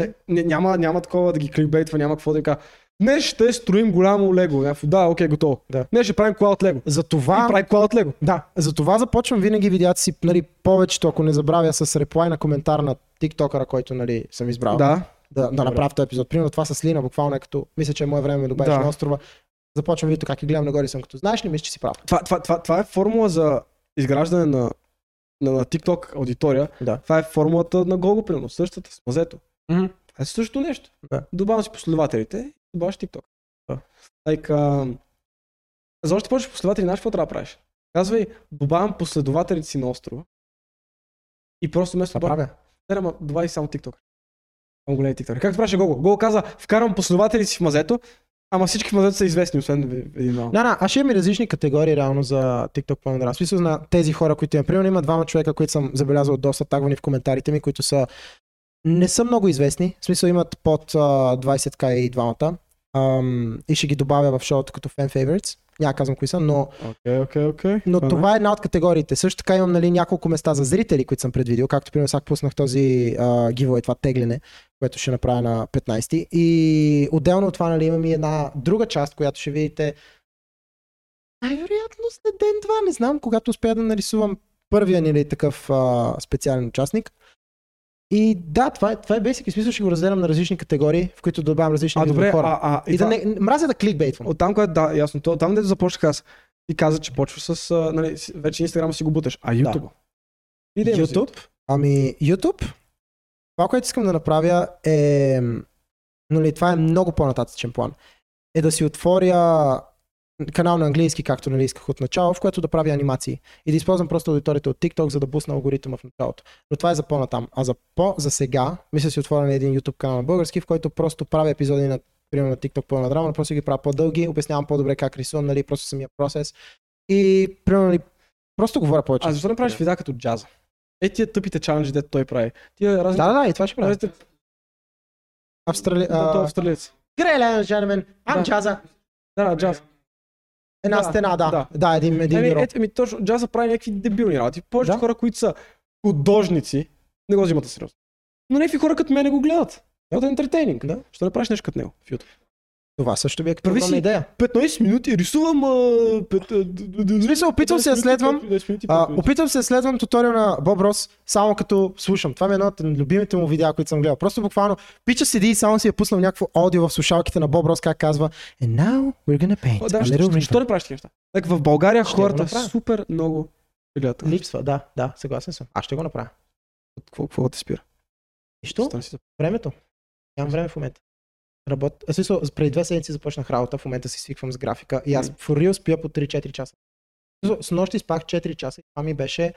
Speaker 1: Е, не, няма, няма такова да ги кликбейтва, няма какво да им кажа. Днес ще строим голямо лего. Някакво, Да, окей, готово.
Speaker 2: Да.
Speaker 1: Днес ще правим кола от лего.
Speaker 2: За това...
Speaker 1: И прави кола от лего.
Speaker 2: Да, за това започвам винаги видеята си, нали, повечето, ако не забравя, с реплай на коментар на тиктокъра, който, нали, съм избрал.
Speaker 1: Да.
Speaker 2: да, да направя този епизод. Примерно това с Лина, буквално е като, мисля, че е мое време ме добавиш
Speaker 1: Да.
Speaker 2: на острова. Започвам видеото как и гледам нагоре и съм като, знаеш ли, мисля, че си прав.
Speaker 1: Това, това, това, това е формула за изграждане на, на, на TikTok аудитория.
Speaker 2: Да.
Speaker 1: Това е формулата на Google, примерно, същата с мазето.
Speaker 2: Мгм.
Speaker 1: Това е също нещо.
Speaker 2: Да.
Speaker 1: Добавям си последователите и добавяш TikTok.
Speaker 2: Да.
Speaker 1: Like, а... За още повече последователи, знаеш какво трябва да правиш? Казвай, добавям последователите си на острова. И просто вместо
Speaker 2: Това
Speaker 1: това,
Speaker 2: правя.
Speaker 1: не, ама добави само TikTok. Само големи TikTok. Както правеше Google? Google каза, вкарвам последователите си в мазето, ама всички в мазето са известни, освен един малък.
Speaker 2: Да, да, аз ще имам и различни категории реално за TikTok пълна В смисъл на тези хора, които имам. Примерно има двама човека, които съм забелязал доста тагвани в коментарите ми, които са не са много известни. В смисъл имат под а, 20к и двамата. Ам, и ще ги добавя в шоуто като fan favorites. Няма да казвам кои са, но
Speaker 1: Окей, окей, окей.
Speaker 2: но
Speaker 1: не.
Speaker 2: това е една от категориите. Също така имам нали, няколко места за зрители, които съм предвидил, както примерно сега пуснах този а, гивой, това тегляне, което ще направя на 15 И отделно от това нали, имам и една друга част, която ще видите най-вероятно след ден-два, не знам, когато успея да нарисувам първия нали, такъв а, специален участник. И да, това е, това е basic. В смисъл ще го разделям на различни категории, в които добавям различни
Speaker 1: А,
Speaker 2: видове
Speaker 1: добре,
Speaker 2: хора.
Speaker 1: а, а,
Speaker 2: и да не, мразя да кликбейтвам.
Speaker 1: От там, което, да, ясно, то, там, дето започнах аз, ти каза, че почваш с, а, нали, с- вече Инстаграм си го буташ, а YouTube? Да.
Speaker 2: YouTube? Ами, YouTube, това, което искам да направя е, м, нали, това е много по-нататъчен план, е да си отворя канал на английски, както нали исках от начало, в което да правя анимации. И да използвам просто аудиторията от TikTok, за да бусна алгоритъма в началото. Но това е за по-натам. А за по, за сега, мисля си отворя на един YouTube канал на български, в който просто правя епизоди на примерно на TikTok пълна драма, но просто ги правя по-дълги, обяснявам по-добре как рисувам, нали, просто самия процес. И, примерно, нали, просто говоря повече.
Speaker 1: А защо не правиш видеа като джаза? Е, тия тъпите чаленджи, дето той прави. Тия разни...
Speaker 2: Да, да, да, и това ще правя.
Speaker 1: Разните...
Speaker 2: Австрали...
Speaker 1: Да, той е
Speaker 2: а,
Speaker 1: австралиец.
Speaker 2: Грей, леди gentlemen, I'm
Speaker 1: Да.
Speaker 2: Джаза.
Speaker 1: Да, да, джаз.
Speaker 2: Една
Speaker 1: Да,
Speaker 2: стена, да. Ами, е,
Speaker 1: да.
Speaker 2: Да, един, един
Speaker 1: Еми,
Speaker 2: мирон.
Speaker 1: ето, еми, точно, джаза прави някакви дебилни работи. Повечето
Speaker 2: Да.
Speaker 1: хора, които са художници, не го взимат на сериозно. Но някакви хора като мене го гледат. Защото е ентертейнинг.
Speaker 2: Да.
Speaker 1: Защо не правиш нещо като него в YouTube?
Speaker 2: Това също би е като
Speaker 1: Прави
Speaker 2: огромна
Speaker 1: си-
Speaker 2: идея.
Speaker 1: 15 минути рисувам... А, 5,
Speaker 2: смисъл, опитвам се да следвам, А, опитвам се да следвам туториал на Боб Рос, само като слушам. Това ми е едно от любимите му видеа, които съм гледал. Просто буквално, пича седи и само си е пуснал някакво аудио в слушалките на Боб Рос, как казва And now we're gonna paint
Speaker 1: О,
Speaker 2: a
Speaker 1: да, ще,
Speaker 2: little
Speaker 1: ще,
Speaker 2: river.
Speaker 1: ще не правиш такива неща? Так, в България
Speaker 2: е Ще го
Speaker 1: хората
Speaker 2: направя.
Speaker 1: супер много гледат.
Speaker 2: Липсва, да, да, съгласен съм. Аз ще го направя.
Speaker 1: Какво, какво те спира?
Speaker 2: Нищо,
Speaker 1: Стани си-
Speaker 2: времето. Нямам време в момента. Работ... А, смисъл, преди две седмици започнах работа, в момента си свиквам с графика и аз for real спя по 3-4 часа. Смисъл, С нощи спах 4 часа и това ми беше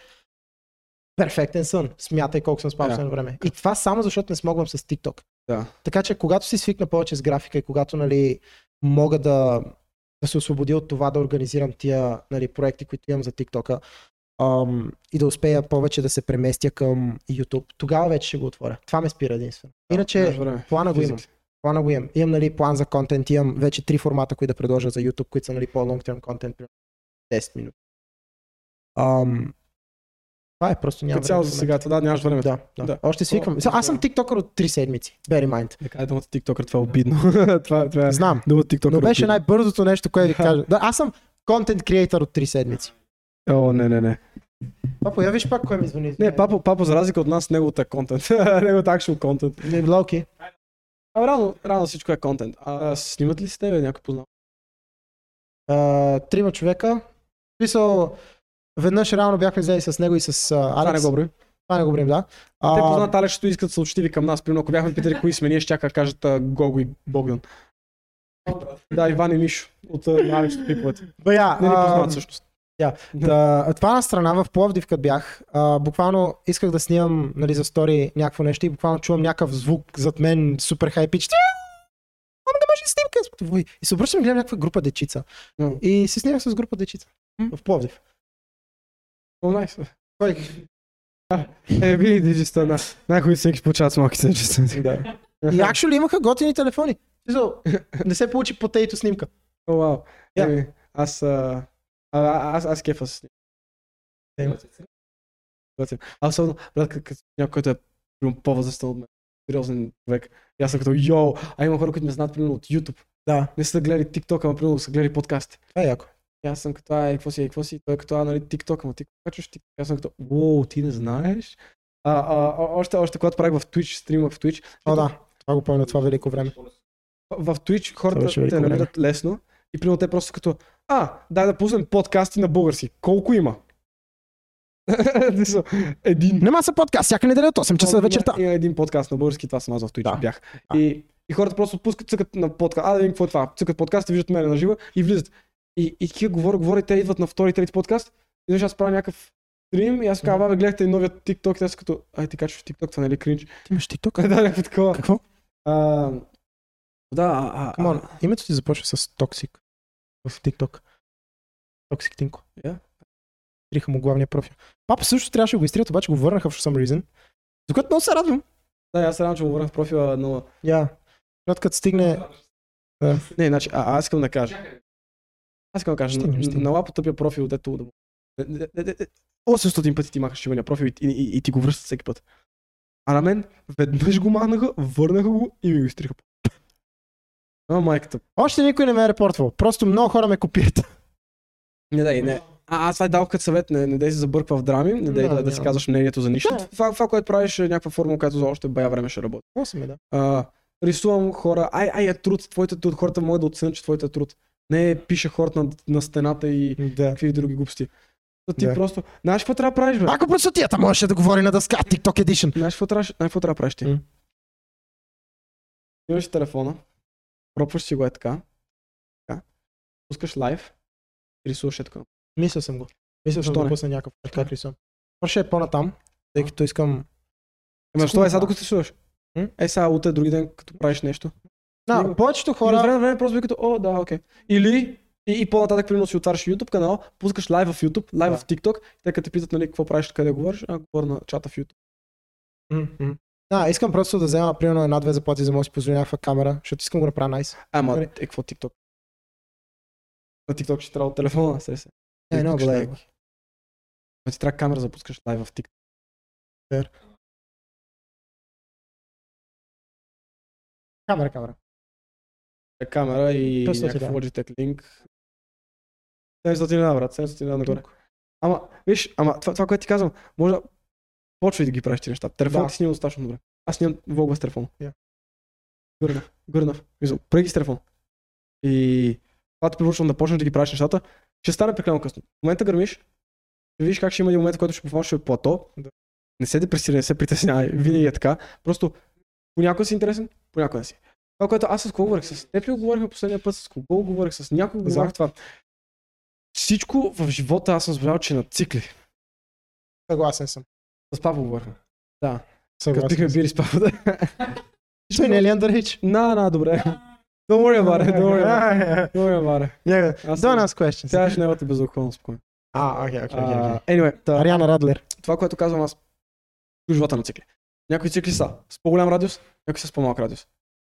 Speaker 2: перфектен сън. Смятай колко съм спал
Speaker 1: Да.
Speaker 2: yeah. време. И това само защото не смогвам с TikTok.
Speaker 1: Да.
Speaker 2: Така че когато си свикна повече с графика и когато нали, мога да, да се освободя от това да организирам тия нали, проекти, които имам за TikTok ам, и да успея повече да се преместя към YouTube, тогава вече ще го отворя. Това ме спира единствено.
Speaker 1: нямаш
Speaker 2: Иначе
Speaker 1: време.
Speaker 2: плана го имам.
Speaker 1: Физик.
Speaker 2: Плана го имам. Имам нали, план за контент, имам вече три формата, които да предложа за YouTube, които са нали, по-long term контент, примерно 10 минути. Ам, това е просто няма
Speaker 1: Като цяло
Speaker 2: време
Speaker 1: за
Speaker 2: в
Speaker 1: сега, това да, нямаш време.
Speaker 2: момента. Да, да.
Speaker 1: Да.
Speaker 2: да. Още свиквам.
Speaker 1: То-
Speaker 2: Аз съм тиктокър от 3 седмици. Bear in mind.
Speaker 1: Така е думата TikTok, това е
Speaker 2: (laughs)
Speaker 1: обидно. (laughs) това, това е
Speaker 2: Знам.
Speaker 1: думата TikTok.
Speaker 2: Но беше най-бързото нещо, което ви кажа. Да, аз съм контент креатор от 3 седмици.
Speaker 1: О, не, не, не.
Speaker 2: Папо, я виж пак кой ми звъни.
Speaker 1: Не, папо, папо, за разлика от нас, неговата е контент. (laughs) неговата е actual контент.
Speaker 2: Не, Локи.
Speaker 1: А, рано, рано всичко е контент. А, снимат ли сте, бе, някой познава?
Speaker 2: а, трима човека. В смисъл, веднъж реално бяхме взели с него и с а,
Speaker 1: Това
Speaker 2: Алекс.
Speaker 1: не го брои.
Speaker 2: Това не го брим, да. А,
Speaker 1: Те познат Алекс, защото искат да са учтиви към нас. Примерно, ако бяхме питали кои сме, ние ще чака да кажат а, Гого и Богдан. Да, Иван и Мишо от а, на Алекс от клиповете.
Speaker 2: Бая,
Speaker 1: Не ни
Speaker 2: а,
Speaker 1: познават всъщност.
Speaker 2: Да, а това на страна в Пловдив, като бях, а, буквално исках да снимам нали, за стори някакво нещо и буквално чувам някакъв звук зад мен, супер хайпич. Мама да може снимка. Вой. И се обръщам и гледам някаква група дечица.
Speaker 1: Да.
Speaker 2: И се снимах с група дечица.
Speaker 1: М.
Speaker 2: В Пловдив.
Speaker 1: О, найс.
Speaker 2: Кой?
Speaker 1: Е, винаги диджиста на. Някои всеки получават с малките диджиста. Да.
Speaker 2: И actually имаха готини телефони. В смисъл, Не се получи потейто снимка.
Speaker 1: О, вау.
Speaker 2: Я.
Speaker 1: Еми, аз, а, а, а- аз, аз кефа с него. Готин. А особено, брат, като като някой, който е примерно по-възрастен от мен, сериозен човек. И аз съм като, йоу, а има хора, които ме знаят примерно от YouTube.
Speaker 2: Да.
Speaker 1: Не са гледали TikTok, ама примерно са гледали подкасти.
Speaker 2: Това е яко.
Speaker 1: И аз съм като, ай, какво си, ай, какво си, той е като, а, нали, TikTok, ама ти качваш TikTok. Аз съм като, уоу, ти не знаеш. А, а, а, още, още когато правих в Twitch, стримах в Twitch,
Speaker 2: О, да. Това го помня, това велико време.
Speaker 1: в в Twitch хората
Speaker 2: беше велико
Speaker 1: те
Speaker 2: време.
Speaker 1: намират лесно и примерно те просто като, а, дай да пуснем подкасти на български. Колко има? (laughs) Не са, един.
Speaker 2: Нема са подкаст, всяка неделя от 8 часа
Speaker 1: Има-
Speaker 2: вечерта.
Speaker 1: Има един подкаст на български, това съм аз в Twitch
Speaker 2: Да.
Speaker 1: бях.
Speaker 2: Да.
Speaker 1: И, и хората просто пускат, цъкат на подкаст. А, да видим какво е това. Цъкат подкаст, и виждат мене на жива и влизат. И, и такива говоря, говоря, и те идват на втори, трети подкаст. И знаеш, аз правя някакъв стрим и аз казвам, бабе, гледахте новият TikTok, и те са като, ай, ти качваш в TikTok, това не е ли кринч? (laughs)
Speaker 2: Ти имаш TikTok?
Speaker 1: Да, някакво такова.
Speaker 2: Какво?
Speaker 1: А, да, а, а,
Speaker 2: Камон, името ти започва с токсик в TikTok. Токсик Тинко.
Speaker 1: Я.
Speaker 2: Триха му главния профил. Папа също трябваше да го изтрият, обаче го върнаха в some reason. За което много се радвам.
Speaker 1: Да, аз се радвам, че му върнах профила, но...
Speaker 2: Я. Брат, като стигне...
Speaker 1: Не, значи, а, аз искам да кажа. Аз искам да кажа,
Speaker 2: Стигнем,
Speaker 1: на,
Speaker 2: стигнем.
Speaker 1: на лапо тъпия профил, дето да му... де- де- де- де- 800 пъти ти махаш шивения профил и, и, и, и ти го връщат всеки път. А на мен веднъж го махнаха, върнаха го и ми го изтриха. А, майката.
Speaker 2: Още никой не ме е репортвал. Просто много хора ме (laughs) копират.
Speaker 1: Не, да, и не. А, аз това е дал като съвет, не, не дай се забърква в драми, не дай
Speaker 2: Да,
Speaker 1: да, да,
Speaker 2: няма.
Speaker 1: си казваш мнението за нищо.
Speaker 2: Да.
Speaker 1: Това, това, което правиш е някаква формула, която за още бая време ще работи.
Speaker 2: Какво сме, да?
Speaker 1: а, рисувам хора, ай, ай, е труд, твоите труд, хората могат да оценят, че твоите труд. Не пише хората на, на стената и
Speaker 2: Да.
Speaker 1: какви други глупости. Но ти
Speaker 2: Да.
Speaker 1: просто, знаеш какво трябва да правиш, бе?
Speaker 2: Ако просотията можеше да говори на дъска, TikTok Edition.
Speaker 1: Знаеш какво трябва, знаеш какво трябва да правиш ти?
Speaker 2: М.
Speaker 1: Имаш телефона, пропваш си го е така, така, пускаш лайв, и рисуваш е така.
Speaker 2: Мисля съм го. Мисля,
Speaker 1: Що
Speaker 2: че да
Speaker 1: не?
Speaker 2: пусна някакъв как рисувам. Проще е по-натам, тъй като искам...
Speaker 1: Ема, що е сега
Speaker 2: да.
Speaker 1: докато рисуваш?
Speaker 2: М?
Speaker 1: Е сега утре, други ден, като правиш нещо.
Speaker 2: Да, повечето
Speaker 1: Хора... И от
Speaker 2: хора...
Speaker 1: време на време просто би като, о, да, окей. Или и, и по-нататък, примерно, си отваряш YouTube канал, пускаш лайв в YouTube, лайв
Speaker 2: Да.
Speaker 1: в TikTok, и те като те питат, нали, какво правиш, къде говориш, а говоря на чата в YouTube.
Speaker 2: М-м. Да, искам просто да взема примерно една-две заплати, за да мога да си позволя някаква камера, защото искам да го направя найс.
Speaker 1: Ама,
Speaker 2: Добре.
Speaker 1: е, какво TikTok? На TikTok ще трябва от телефона, се се.
Speaker 2: Е, много
Speaker 1: Ще трябва.
Speaker 2: лайк.
Speaker 1: Ма ти Значи, трябва камера за пускаш лайв в TikTok.
Speaker 2: Камера, камера.
Speaker 1: Камера и
Speaker 2: 500
Speaker 1: някакъв
Speaker 2: лева.
Speaker 1: Logitech Link. 700 лева, брат, 700 лева нагоре. Ама, виж, ама това, това, което ти казвам, може да почвай да ги правиш ти неща. Телефон
Speaker 2: Да.
Speaker 1: ти снима достатъчно добре. Аз снимам влог с телефона.
Speaker 2: Я.
Speaker 1: Гърнав, гърнав. Мисъл, прави ги с телефон. И когато препоръчвам да почнеш да ги правиш нещата, ще стане прекалено късно. В момента гърмиш, ще видиш как ще има един момент, в който ще попаднеш в плато.
Speaker 2: Да.
Speaker 1: Не се депресирай, не се притеснявай, винаги е така. Просто понякога си интересен, понякога не си. Това, което аз с кого говорих, с теб ли говорихме последния път, с кого говорих, с някого
Speaker 2: Да.
Speaker 1: говорих това. Всичко в живота аз съм забравял, че е на цикли.
Speaker 2: Съгласен съм.
Speaker 1: С Папо говорихме. Като
Speaker 2: Съгласен
Speaker 1: бихме
Speaker 2: съм.
Speaker 1: били с Папо, да.
Speaker 2: Той не е ли Андърич?
Speaker 1: (laughs) На, на, добре. Don't worry about it, don't worry about it.
Speaker 2: е,
Speaker 1: Don't worry about it.
Speaker 2: Някъде.
Speaker 1: Аз
Speaker 2: Don't
Speaker 1: съм-
Speaker 2: ask questions.
Speaker 1: Тя ще неговата безалкохолно спокойно.
Speaker 2: А, окей, окей, окей, окей.
Speaker 1: А, Anyway, та,
Speaker 2: Ариана Радлер.
Speaker 1: това, което казвам аз, в живота на цикли. Някои цикли са с по-голям радиус, някои са с по-малък радиус.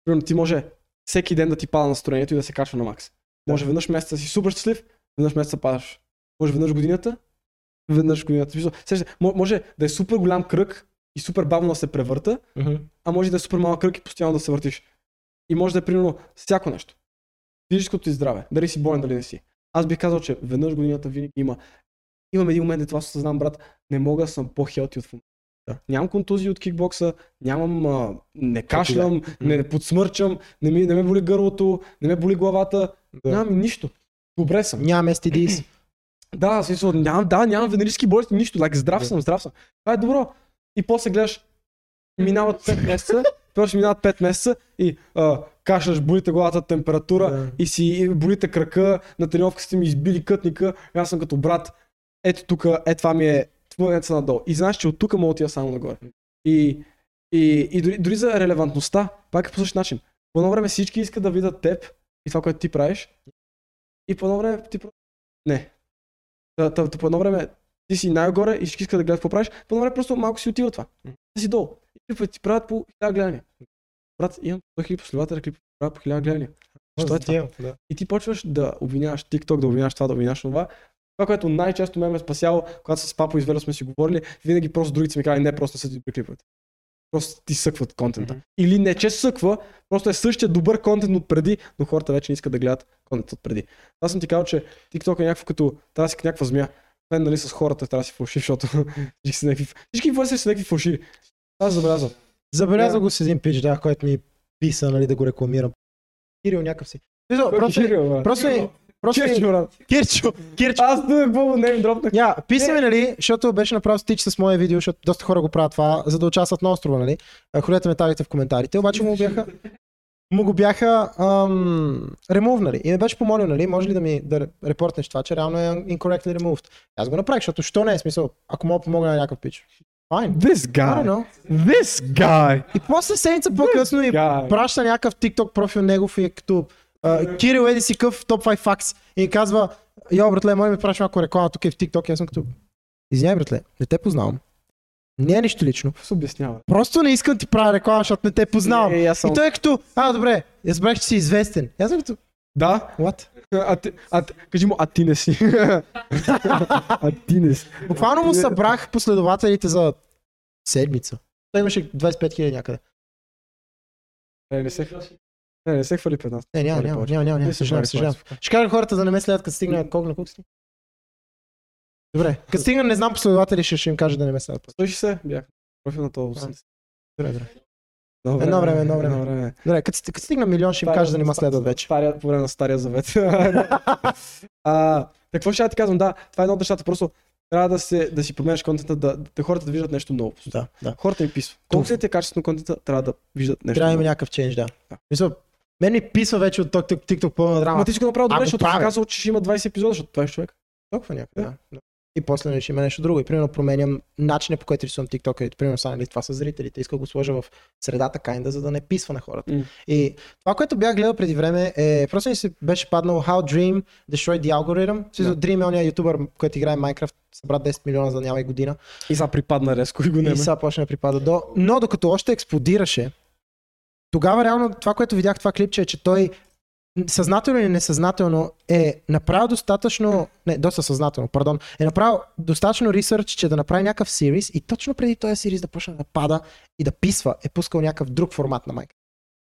Speaker 1: Примерно ти може всеки ден да ти пада настроението и да се качва на макс. Може веднъж месеца си супер щастлив, веднъж месеца падаш. Може веднъж годината, веднъж годината. В смисъл, сещаш, мо- Може да е супер голям кръг и супер бавно да се превърта, а може да е супер малък кръг и постоянно да се въртиш. И може да е примерно всяко нещо. Физическото ти здраве, дали си болен, дали не си. Аз бих казал, че веднъж годината винаги има. Имам един момент, това осъзнавам, брат, не мога да съм по-хелти от в момента. Нямам контузии от кикбокса, нямам, а, не кашлям, не подсмърчам, не, ми, не ме боли гърлото, не ме боли главата,
Speaker 2: Да.
Speaker 1: нямам нищо. Добре съм.
Speaker 2: Нямам (clears throat) STDs.
Speaker 1: Да, в смисъл, нямам, да, нямам венерически болести, нищо. Like, здрав съм, здрав съм. Това е добро. И после гледаш, минават 5 месеца, точно минават 5 месеца и а, кашляш, болите главата, температура
Speaker 2: Да.
Speaker 1: и си и болите крака, на тренировка сте ми избили кътника, и аз съм като брат, ето тук, е това ми е, твоят са надолу. И знаеш, че от тук мога да отида само нагоре. И, и, и дори, дори за релевантността, пак е по същия начин. По едно време всички искат да видят теб и това, което ти правиш. И по едно време ти просто... Не, Та, та, та, по едно време ти си най-горе и всички искат да гледат какво правиш, по едно време просто малко си отива това. Ти си долу. И клипът ти правят по 1000 гледания. Брат, имам 100 хиляди последователя, клипът ти правят по 1000 гледания. Що е това?
Speaker 2: Да.
Speaker 1: И ти почваш да обвиняваш TikTok, да обвиняваш това, да обвиняваш това. Това, което най-често ме ме е спасяло, когато с папа и с Велю сме си говорили, винаги просто другите са ми казали, не, просто не са ти добри клиповете. Просто ти съкват контента.
Speaker 2: Мгм.
Speaker 1: Или не, че съква, просто е същия добър контент от преди, но хората вече не искат да гледат контент от преди. Аз съм ти казал, че TikTok е някакво като, трябва да си като някаква змия. Освен нали с хората трябва да си фалшив, защото (laughs) всички са някакви, всички инфлуенсъри са някакви фалшиви. Аз забелязвам. Да.
Speaker 2: Забелязал го с един пич, да, който ми писа, нали, да го рекламирам. Кирил някакъв си. Мисъл, Просто, е- просто, е- просто, е-
Speaker 1: Кирчо, брат.
Speaker 2: Кирчо, Кирчо.
Speaker 1: Аз не какво не им дропнах.
Speaker 2: Я, писа ми, нали, защото беше направил стич с мое видео, защото доста хора го правят това, за да участват на острова, нали. А, Хорете ме тагайте в коментарите, обаче му бяха му го бяха ам, ремувнали. И ме беше помолил, нали, може ли да ми да репортнеш това, че реално е incorrectly removed. Аз го направих, защото що не е смисъл, ако мога да помогна на някакъв пич. Файн.
Speaker 1: This
Speaker 2: I don't
Speaker 1: guy.
Speaker 2: know.
Speaker 1: This guy.
Speaker 2: И после седмица по-късно и
Speaker 1: Guy.
Speaker 2: праща някакъв TikTok профил негов и е като а, Кирил еди си къв топ 5 факс и ми казва Йо, братле, може да ми правиш малко реклама тук е в TikTok и аз съм като Извинявай, братле, не те познавам. Не е нищо лично.
Speaker 1: Какво се обяснява?
Speaker 2: Просто не искам да ти правя реклама, защото не те познавам.
Speaker 1: Е, е, аз съм-
Speaker 2: И той е като, а, добре, разбрах, че си известен. И Аз съм като,
Speaker 1: Да,
Speaker 2: what?
Speaker 1: а ти, а, ти- кажи му, а ти не (laughs) си. а ти не си.
Speaker 2: Буквално му събрах последователите за седмица. Той имаше 25 хиляди някъде.
Speaker 1: Не, не се, не, не се хвали пред нас.
Speaker 2: Не, няма,
Speaker 1: Хвали
Speaker 2: няма,
Speaker 1: повече.
Speaker 2: няма, няма, няма.
Speaker 1: Не се
Speaker 2: Съжалявам,
Speaker 1: хвали
Speaker 2: съжалявам.
Speaker 1: повече.
Speaker 2: Ще кажа на хората да не ме следят, като стигна колко на колко стигна. Добре, като стигна не знам последователи, ще, ще им кажа да не ме следят.
Speaker 1: 160 бях. Профил на това 80.
Speaker 2: Добре, добре.
Speaker 1: Едно
Speaker 2: Едно време, едно време.
Speaker 1: време.
Speaker 2: Добре, като, сти- като стигна милион, ще им
Speaker 1: Стария-
Speaker 2: кажа да не ме следват вече.
Speaker 1: Стария, по време на Стария Завет. (laughs) а, какво ще ти казвам? Да, това е едно от нещата. Просто трябва да, се, да си променяш контента, да, да хората да виждат нещо ново.
Speaker 2: Да, да.
Speaker 1: Хората им писва. Колкото и да ти е качествено контента, трябва да виждат нещо
Speaker 2: Трябва да има
Speaker 1: ново.
Speaker 2: някакъв ченж, да.
Speaker 1: Да.
Speaker 2: Мисля, мен ми писва вече от TikTok, TikTok пълна драма.
Speaker 1: Ама ти си го направил
Speaker 2: Ако
Speaker 1: добре, защото си
Speaker 2: Ами, правя.
Speaker 1: казал, че ще има 20 епизода, защото това е човек.
Speaker 2: Толкова някъде.
Speaker 1: Да.
Speaker 2: Да. да. И после нали, ще има нещо друго. И примерно променям начина по който рисувам TikTok. И, примерно са, нали, това са зрителите. Искам да го сложа в средата кайнда, за да не писва на хората.
Speaker 1: М.
Speaker 2: И това, което бях гледал преди време е, просто ми се беше паднало How Dream Destroyed the Algorithm. Също Dream е ония ютубър, който играе Minecraft, събра 10 милиона за няма и година.
Speaker 1: И сега припадна резко и го
Speaker 2: и
Speaker 1: не
Speaker 2: сега почна да припада до... Но докато още експлодираше, тогава реално това, което видях в това клипче е, че той съзнателно или несъзнателно е направил достатъчно, не, доста съзнателно, пардон, е направил достатъчно ресърч, че да направи някакъв сириз и точно преди този сириз да почне да пада и да писва, е пускал някакъв друг формат на Minecraft.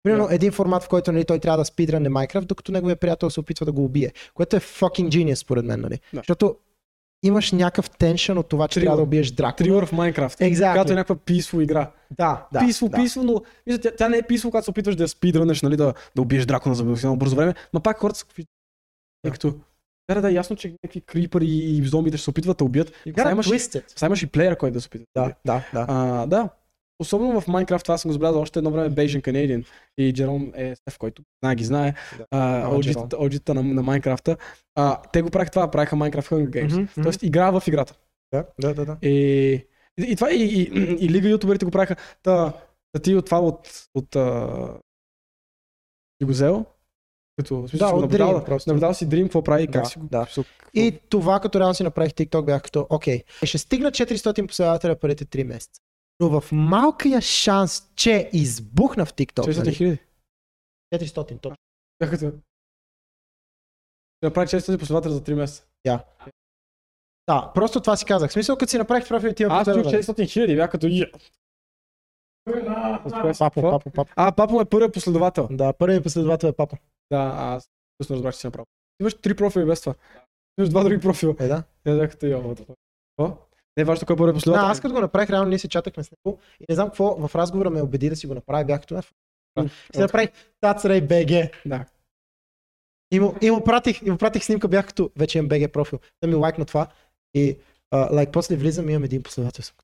Speaker 2: Примерно един формат, в който нали, той трябва да спидране Minecraft, докато неговия приятел се опитва да го убие, което е fucking genius според мен, нали?
Speaker 1: Да.
Speaker 2: Защото имаш някакъв теншън от това, че
Speaker 1: Трилър.
Speaker 2: трябва да убиеш драк.
Speaker 1: Трилър в Майнкрафт.
Speaker 2: Exactly.
Speaker 1: Когато е някаква писво игра.
Speaker 2: Да, да.
Speaker 1: писво,
Speaker 2: да.
Speaker 1: писво, но мисля, тя, тя, не е писво, когато се опитваш да я спидранеш, нали, да, да убиеш дракона за максимално бързо време, но пак хората са купи. Тъй като, да, да, да, ясно, че някакви крипъри и, и зомбите ще се опитват да убият. Сега имаш,
Speaker 2: Twisted.
Speaker 1: сега имаш и плеер, който да се опитва.
Speaker 2: Да, да, да.
Speaker 1: А, да. Особено в Minecraft, това съм го забелязал още едно време, Бейжен Canadian и Джером е в който знае ги знае,
Speaker 2: Да.
Speaker 1: а,
Speaker 2: Ама Джером.
Speaker 1: OG-та OG-та на, на Minecraft. А, те го правиха това, правиха Minecraft Hunger Games.
Speaker 2: Мгм, мгм.
Speaker 1: Тоест игра в играта.
Speaker 2: Да, да, да, да.
Speaker 1: Е, И, и, и това и, и, и лига ютуберите го правиха. Та, та ти от това от... от а... Ти го взел? Като, в смисъл,
Speaker 2: Да,
Speaker 1: си го
Speaker 2: от
Speaker 1: наблюдал,
Speaker 2: Dream просто.
Speaker 1: Наблюдал си Dream, какво прави, как
Speaker 2: Да,
Speaker 1: си го...
Speaker 2: да.
Speaker 1: смисъл, какво-
Speaker 2: И това, като реално си направих TikTok, бях като, окей, ще стигна 400 последователя първите 3 месеца. Но в малкия шанс, че избухна в TikTok,
Speaker 1: 400
Speaker 2: нали?
Speaker 1: хиляди.
Speaker 2: 400 точно.
Speaker 1: Бях като... Ще направи 400 последователя за 3 месеца.
Speaker 2: Да, просто това си казах. В смисъл, като си направих профил, ти
Speaker 1: Аз чух 600 хиляди, бях като... «Я». От кое си-
Speaker 2: Папо,
Speaker 1: какво?
Speaker 2: папо, папо.
Speaker 1: А, папа му е първият последовател.
Speaker 2: Да, първият последовател е папа.
Speaker 1: Да, аз късно разбрах, че си направил. Имаш три профила без това. Имаш два други профила.
Speaker 2: Е, да.
Speaker 1: Я бях като... «Я, what the fuck». Какво? Не е важно кой е първият
Speaker 2: Да,
Speaker 1: последовател.
Speaker 2: аз като го направих, реално ние се чатахме с него и не знам какво в разговора ме е, убеди да си го направя, бях като...
Speaker 1: М,
Speaker 2: Си направих Тацрей БГ.
Speaker 1: Да.
Speaker 2: И му, и му, пратих, и му пратих снимка, бях като вече имам BG профил. Да ми лайкна това. И а, лайк, после влизам и имам един последовател. съм.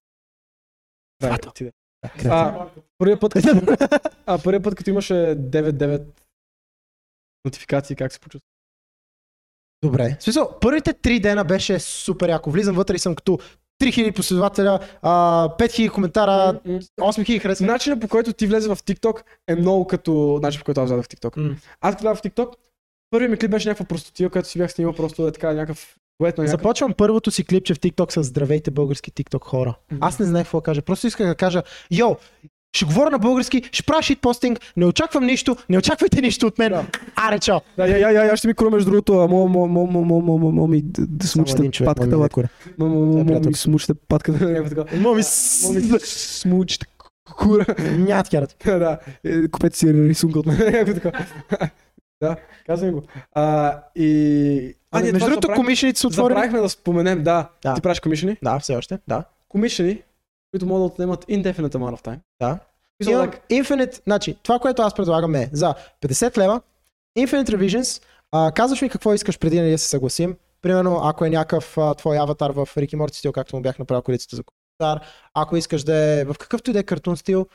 Speaker 1: Да,
Speaker 2: Ато.
Speaker 1: ти да.
Speaker 2: Да, красиво.
Speaker 1: А, първия път, като, (laughs) а, първия път, като имаше 9-9 нотификации, как се почувства?
Speaker 2: Добре. В смисъл, първите три дена беше супер яко. Влизам вътре и съм като 3000 последователя, а, 5000 коментара, 8000 харесва.
Speaker 1: Начинът по който ти влезе в TikTok е много като начин по който аз влязох в TikTok.
Speaker 2: М.
Speaker 1: Аз като влязох в TikTok, първият ми клип беше някаква простотия, която си бях снимал просто е така някакъв дуетно. Някакъв...
Speaker 2: Започвам първото си клипче в TikTok с Здравейте български TikTok хора. Аз не знаех какво да кажа. Просто исках да кажа, йо, ще говоря на български, ще правя шитпостинг, не очаквам нищо, не очаквайте нищо от мен.
Speaker 1: Да.
Speaker 2: Аре, чао.
Speaker 1: Да, я, я, я, я ще ми кура между другото, а мо, мо, мо, мо, мо, мо, мо, мо, ми да- да
Speaker 2: един
Speaker 1: смучите
Speaker 2: човек
Speaker 1: патката,
Speaker 2: може да
Speaker 1: лад.
Speaker 2: кура.
Speaker 1: Мо, мо, мо,
Speaker 2: Това е
Speaker 1: мо, ми
Speaker 2: приятелката.
Speaker 1: смучите (laughs) патката, някакво така.
Speaker 2: Моми,
Speaker 1: Мо, ми смучите кура.
Speaker 2: няма ти карат.
Speaker 1: (laughs) да, е, купете си рисунка от мен, (laughs) някакво така. да, казвам го. А, и...
Speaker 2: А,
Speaker 1: ние
Speaker 2: Ами, между
Speaker 1: това
Speaker 2: другото,
Speaker 1: забрах-
Speaker 2: комишените са отворени.
Speaker 1: Забравихме да споменем, да.
Speaker 2: Да.
Speaker 1: Ти правиш комишени?
Speaker 2: Да, все още, да.
Speaker 1: комишени, които могат да отнемат indefinite amount of time.
Speaker 2: Да.
Speaker 1: Мисля,
Speaker 2: Имам
Speaker 1: like,
Speaker 2: Infinite, значи, това, което аз предлагам е за 50 лева, Infinite Revisions, а, казваш ми какво искаш преди нали да се съгласим. Примерно, ако е някакъв а, твой аватар в Рики Морти стил, както му бях направил корицата за коментар, ако искаш да е в какъвто и да е картун стил,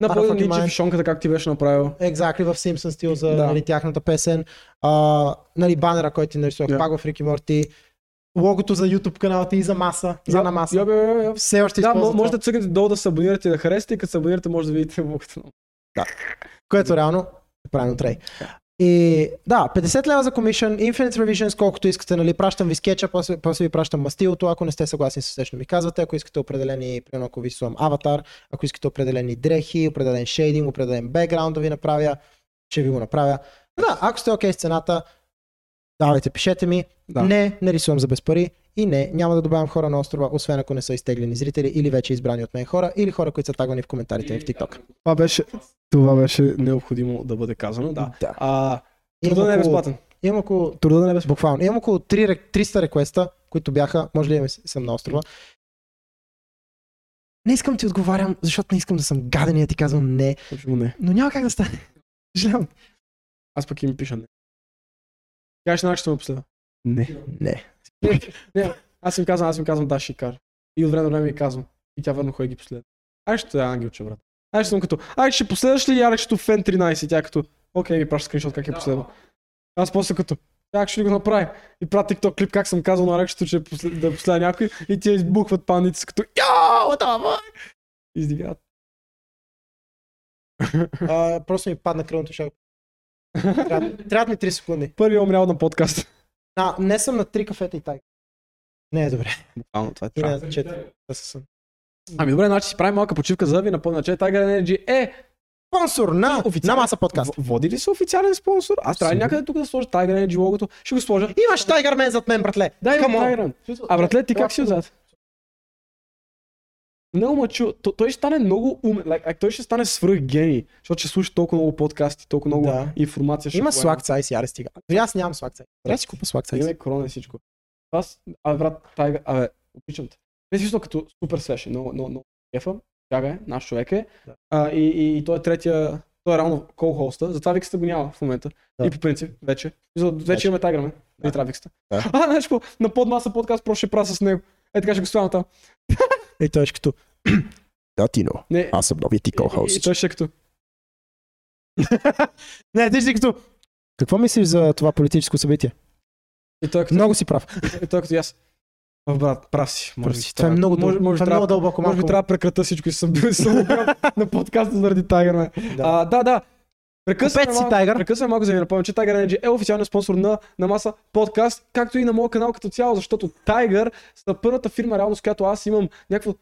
Speaker 1: на Бойден
Speaker 2: fucking
Speaker 1: Ничев
Speaker 2: mind.
Speaker 1: и шонката, как ти беше направил.
Speaker 2: exactly в Simpson стил за
Speaker 1: Да.
Speaker 2: нали, тяхната песен, а, нали, банера, който ти нарисувах,
Speaker 1: Да.
Speaker 2: пак в Рики Морти, логото за YouTube канала ти и за маса, за на маса.
Speaker 1: Йо, йо, йо, йо.
Speaker 2: Все още
Speaker 1: Да,
Speaker 2: използвам
Speaker 1: мо- може
Speaker 2: това,
Speaker 1: да цъкнете долу да се абонирате и да харесате и като се абонирате може да видите муката.
Speaker 2: което реално е правилно трей. И да, 50 лева за commission, Infinite Revisions, колкото искате, нали, пращам ви скетча, после, после ви пращам мастилото, ако не сте съгласни с срещно ми казвате, ако искате определени, примерно ако ви слам аватар, ако искате определени дрехи, определен шейдинг, определен бекграунд да ви направя, ще ви го направя. Да, ако сте окей с цената, давайте, пишете ми.
Speaker 1: Да.
Speaker 2: Не, не рисувам за без пари и не, няма да добавям хора на острова, освен ако не са изтеглени зрители или вече избрани от мен хора, или хора, които са тагвани в коментарите ми в TikTok.
Speaker 1: Това беше, това беше необходимо да бъде казано, да.
Speaker 2: Да.
Speaker 1: А,
Speaker 2: Имам
Speaker 1: труда не е
Speaker 2: около-
Speaker 1: безплатен.
Speaker 2: Имам около
Speaker 1: Труда не е безплатен.
Speaker 2: Буквално. Имам около 3, рек- 300 реквеста, които бяха, може ли да съм на острова. Не искам да ти отговарям, защото не искам да съм гаден и да ти казвам не,
Speaker 1: Почему не?
Speaker 2: но няма как да стане. (laughs) Съжалявам.
Speaker 1: Аз пък им пиша не. Кажеш на ще ме последва. Не.
Speaker 2: Не.
Speaker 1: Аз им казвам, аз им казвам, да, ще й кажа. И от време на време ми казвам. И тя върна хой ги последва. Ай ще е ангелче, брат. Ай ще съм като, ай ще последваш ли Ярек, като фен 13? И Тя е като, окей, ми праща скриншот как е последва. Аз после като, как ще ли го направим? И прати TikTok клип, как съм казал на Ярекчето, че е послед- да е последва някой. И тя избухват паници като, йоу, what the fuck? Издигават.
Speaker 2: А, просто ми падна кръвното шоу. Трябва, трябват ми 3 секунди.
Speaker 1: Първият е умрял на подкаст.
Speaker 2: А, не съм на 3 кафета и тайка. Не е добре.
Speaker 1: Ано, това е
Speaker 2: И не е за 4. Да се съм.
Speaker 1: Ами добре, значи си правим малка почивка, за да ви напомня, че Tiger Energy е
Speaker 2: Спонсор на,
Speaker 1: Официален.
Speaker 2: на маса подкаст.
Speaker 1: в- води ли се официален спонсор? Аз трябва ли някъде тук да сложа Tiger Energy логото? Ще го сложа.
Speaker 2: Имаш тайгър мен зад мен, братле.
Speaker 1: Да, има
Speaker 2: Come on.
Speaker 1: Tiger. А братле, ти как си отзад? Много мачу. То- Той ще стане много умен. Like, like, той ще стане свръх гений, защото ще слуша толкова много подкасти, толкова много
Speaker 2: Да.
Speaker 1: информация. ще
Speaker 2: Има
Speaker 1: поема.
Speaker 2: слаг цай си, аре стига. Аз нямам слаг цай. Трябва да си купа слаг цай.
Speaker 1: Имаме корона и всичко. Аз, а брат, Tiger, абе, обичам те. Не смисъл като супер свеж, е, много, много, много кефа. Тяга е, наш човек е.
Speaker 2: Да.
Speaker 1: А, и, и, и той е третия, той е реално кол-хоста, затова викста го няма в момента.
Speaker 2: Да.
Speaker 1: И по принцип, вече. Мисъл, Вече,
Speaker 2: Вече.
Speaker 1: имаме Tiger, ме. Не трябва викста.
Speaker 2: Да.
Speaker 1: (laughs) А, знаеш какво, на подмаса подкаст просто ще правя с него. Е, така ще го ставам там.
Speaker 2: И той ще като... Да, Тино.
Speaker 1: Не,
Speaker 2: Аз съм новият ти
Speaker 1: и, и той ще е като.
Speaker 2: Не, ти си като... Какво мислиш за това политическо събитие?
Speaker 1: И той е като.
Speaker 2: Много си прав.
Speaker 1: И той е като и аз. О, брат, прав си. Може
Speaker 2: Прав
Speaker 1: би
Speaker 2: си. Това е
Speaker 1: трябва-
Speaker 2: много дъл-
Speaker 1: може, може,
Speaker 2: това е
Speaker 1: трябва,
Speaker 2: много дълбоко
Speaker 1: Може би
Speaker 2: малко.
Speaker 1: трябва да прекратя всичко и съм бил и съм убил на подкаста заради Tiger, ме.
Speaker 2: Да.
Speaker 1: А, да, да. Прекъсваме
Speaker 2: Купете си
Speaker 1: малко-
Speaker 2: Tiger.
Speaker 1: Прекъсваме малко за да ви напомня, че Tiger Energy е официалният спонсор на, на Маса подкаст, както и на моя канал като цяло, защото Tiger са първата фирма, реално с която аз имам някакво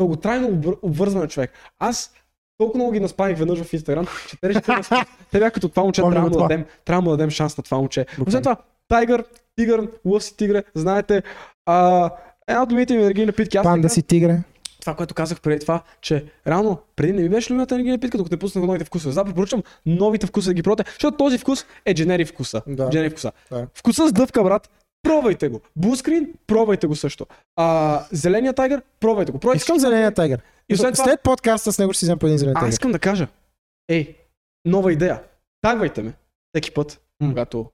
Speaker 1: дълготрайно обвър- обвързване човек. Аз толкова много ги наспаних веднъж в Инстаграм, че те решиха, да- (laughs) те бяха като това момче,
Speaker 2: Помня
Speaker 1: трябва да,
Speaker 2: го това.
Speaker 1: дадем, трябва да му дадем шанс на това момче. Освен това, Тайгър, Тигър, Лъв си тигре, знаете, а, една от любимите ми енергийни напитки. Аз
Speaker 2: Панда
Speaker 1: така-
Speaker 2: си тигре.
Speaker 1: това, което казах преди това, че реално преди не ми беше любимата енергийна напитка, докато не пуснах новите вкусове. Затова препоръчвам новите вкуса да ги пробвате, защото този вкус е дженери вкуса.
Speaker 2: Да.
Speaker 1: Дженери вкуса.
Speaker 2: Да.
Speaker 1: Вкуса с дъвка, брат, пробвайте го. Блускрин, пробвайте го също. А, зеления тайгър, пробвайте го. Пробвайте
Speaker 2: Искам
Speaker 1: всички.
Speaker 2: зеления тайгър.
Speaker 1: И освен това-
Speaker 2: Е, След подкаста с него ще си взема по един зелен
Speaker 1: А,
Speaker 2: тайгър.
Speaker 1: искам да кажа. Ей, нова идея. Тагвайте ме. Всеки път,
Speaker 2: М.
Speaker 1: когато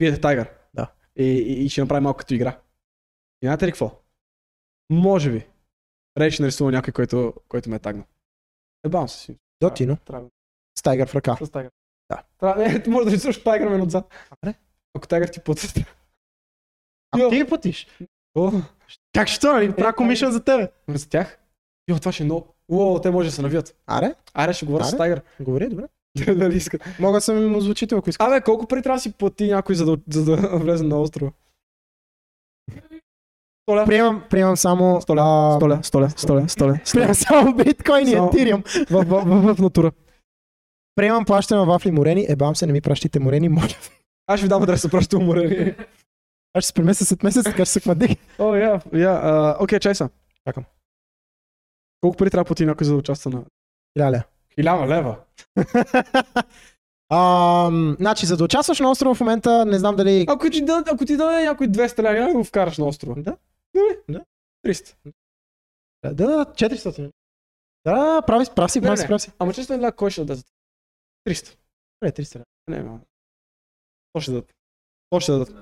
Speaker 1: биете тайгър.
Speaker 2: Да.
Speaker 1: И, и, и ще направи малко като игра. И знаете ли какво? Може би. Рейш нарисува някой, който, който ме е тагнал. Ебавам се си.
Speaker 2: Дотино.
Speaker 1: Трябва.
Speaker 2: С тайгър в ръка.
Speaker 1: С тайгър.
Speaker 2: Да.
Speaker 1: Трябва. (laughs) Е, може да рисуваш тайгър мен отзад.
Speaker 2: Добре.
Speaker 1: Ако тайгър ти потъсtra.
Speaker 2: А
Speaker 1: Йо.
Speaker 2: ти ги платиш.
Speaker 1: (laughs) О,
Speaker 2: Как ще нали? Правя комишън за тебе.
Speaker 1: ме за тях. Йо, това ще е много. Уо, те може да се навият.
Speaker 2: Аре,
Speaker 1: Аре, ще говоря
Speaker 2: Аре.
Speaker 1: с тайгър. (laughs)
Speaker 2: говори, добре.
Speaker 1: Дали искат.
Speaker 2: Мога да съм им озвучител, ако искаш.
Speaker 1: Абе, колко пари трябва да си плати някой, за да, за да (laughs) влезе на острова? Столя.
Speaker 2: Приемам, приемам само... а,
Speaker 1: Столя, столя, столя, столя.
Speaker 2: Приемам само биткоин и
Speaker 1: Само-
Speaker 2: етириум.
Speaker 1: В, в, в, в натура.
Speaker 2: Приемам плащане на вафли морени. Ебам се, не ми пращите морени, моля. ви.
Speaker 1: Аз ще ви дам адреса, просто уморени.
Speaker 2: Аз ще се премеся след месец, така ще се хвадих.
Speaker 1: О, я, я. Окей, чай са.
Speaker 2: Чакам.
Speaker 1: Колко пари трябва да плати някой, за да участва на...
Speaker 2: Ляля.
Speaker 1: Хиляда лева.
Speaker 2: Ам, значи, за да участваш на острова в момента, не знам дали...
Speaker 1: Ако ти, даде, ако ти даде някой 200 лева, няма да го вкараш на острова.
Speaker 2: Да.
Speaker 1: Нали?
Speaker 2: Да.
Speaker 1: 300.
Speaker 2: Да, да, 400. Да, прави, прав си,
Speaker 1: Не,
Speaker 2: прав си,
Speaker 1: не.
Speaker 2: прав си.
Speaker 1: Ама честно е кой ще даде за това? 300.
Speaker 2: Добре, 300.
Speaker 1: Не, ма. То ще дадат. То ще дадат.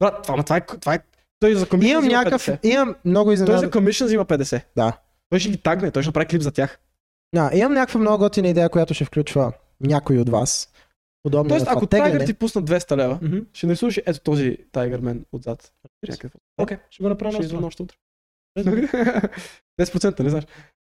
Speaker 1: Брат, това, ама това е... Това е... Той за комисия
Speaker 2: Имам
Speaker 1: взима
Speaker 2: някакъв...
Speaker 1: 50.
Speaker 2: Имам много
Speaker 1: Той
Speaker 2: изненада.
Speaker 1: за commission взима 50.
Speaker 2: Да.
Speaker 1: Той ще ги тагне, той ще направи клип за тях.
Speaker 2: Да, имам някаква много готина идея, която ще включва някой от вас. Подобно
Speaker 1: Тоест,
Speaker 2: на това
Speaker 1: ако Тайгър
Speaker 2: тегляне.
Speaker 1: ти пусна 200 лева,
Speaker 2: Мгм.
Speaker 1: ще нарисуваш ето този Тайгър мен отзад. Някакъв. Окей,
Speaker 2: Ще го направя
Speaker 1: ще
Speaker 2: на
Speaker 1: извън
Speaker 2: страна.
Speaker 1: още утре. 10% не знаеш.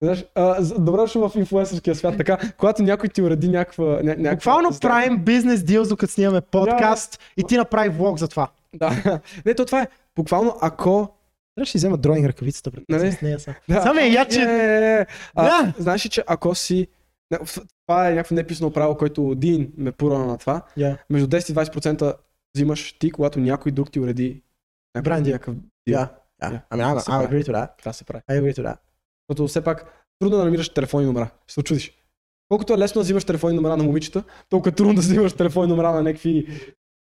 Speaker 1: Не знаеш. А, за- добре дошъл в инфлуенсърския свят. Така, когато някой ти уреди някаква... ня- някаква
Speaker 2: Буквално
Speaker 1: сделка.
Speaker 2: правим бизнес дил, докато снимаме подкаст и ти направи влог за това.
Speaker 1: Да. (laughs) Не, то това е. Буквално ако...
Speaker 2: Трябва ще си взема дроинг ръкавицата, брат.
Speaker 1: Нали?
Speaker 2: С нея са.
Speaker 1: Да.
Speaker 2: Само е яче.
Speaker 1: Е, е, е. А,
Speaker 2: Да.
Speaker 1: Знаеш ли, че ако си... не, в- Това е някакво неписано правило, което Дин ме пура на това.
Speaker 2: Я.
Speaker 1: Между 10 и 20% взимаш ти, когато някой друг ти уреди някакъв-
Speaker 2: Брандинг.
Speaker 1: някакъв дил.
Speaker 2: Я.
Speaker 1: Я.
Speaker 2: I mean, I'm,
Speaker 1: Се
Speaker 2: I
Speaker 1: прави.
Speaker 2: agree to that.
Speaker 1: Това се прави.
Speaker 2: I agree to that.
Speaker 1: Защото все пак трудно да намираш телефонни номера. Ще се очудиш. Колкото е лесно да взимаш телефонни номера на момичета, толкова е трудно да взимаш телефонни номера на някакви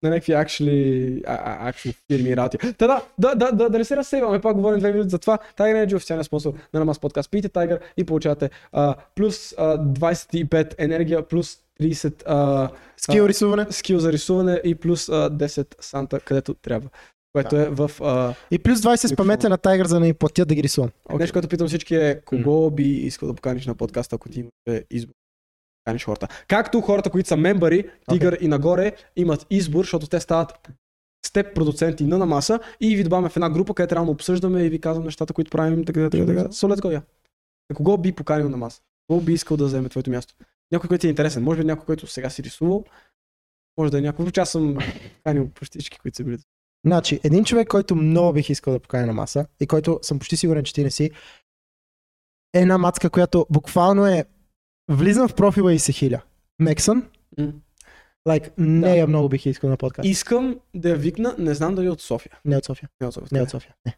Speaker 1: на някакви actually, а- а- actually фирми и работи. Та да, да, да, да, да не се разсейваме, пак говорим две минути за това. Tiger Energy е официалният спонсор на Намаз подкаст. Пийте Tiger и получавате а, плюс а, 25 енергия, плюс 30 а,
Speaker 2: Скил рисуване.
Speaker 1: а, скил за е рисуване и плюс а, 10 санта, където трябва. Което е в... А,
Speaker 2: И плюс 20
Speaker 1: е
Speaker 2: спамете на Тайгър, за да ни платят да ги рисувам.
Speaker 1: Okay. Нещо, което питам всички е, кого би искал да поканиш на подкаста, ако ти имате избор? Поканиш хората. Както хората, които са мембари, Тигър и нагоре, имат избор, защото те стават степ продуценти на намаса и ви добавяме в една група, където реално обсъждаме и ви казвам нещата, които правим. Така, така, така. So let's go, yeah. На кого би поканил на маса? Кого би искал да вземе твоето място? Някой, който ти е интересен. Може би някой, който сега си рисувал. Може да е някой. Въобще аз съм канил почти всички, които са били.
Speaker 2: Значи, един човек, който много бих искал да поканя на маса и който съм почти сигурен, че ти не си, е една мацка, която буквално е влизам в профила и се хиля. Мексън.
Speaker 1: М.
Speaker 2: Лайк, нея много бих искал на подкаст.
Speaker 1: Искам да я викна, не знам дали е от София.
Speaker 2: Не от София.
Speaker 1: Не от София.
Speaker 2: Не от София. Не.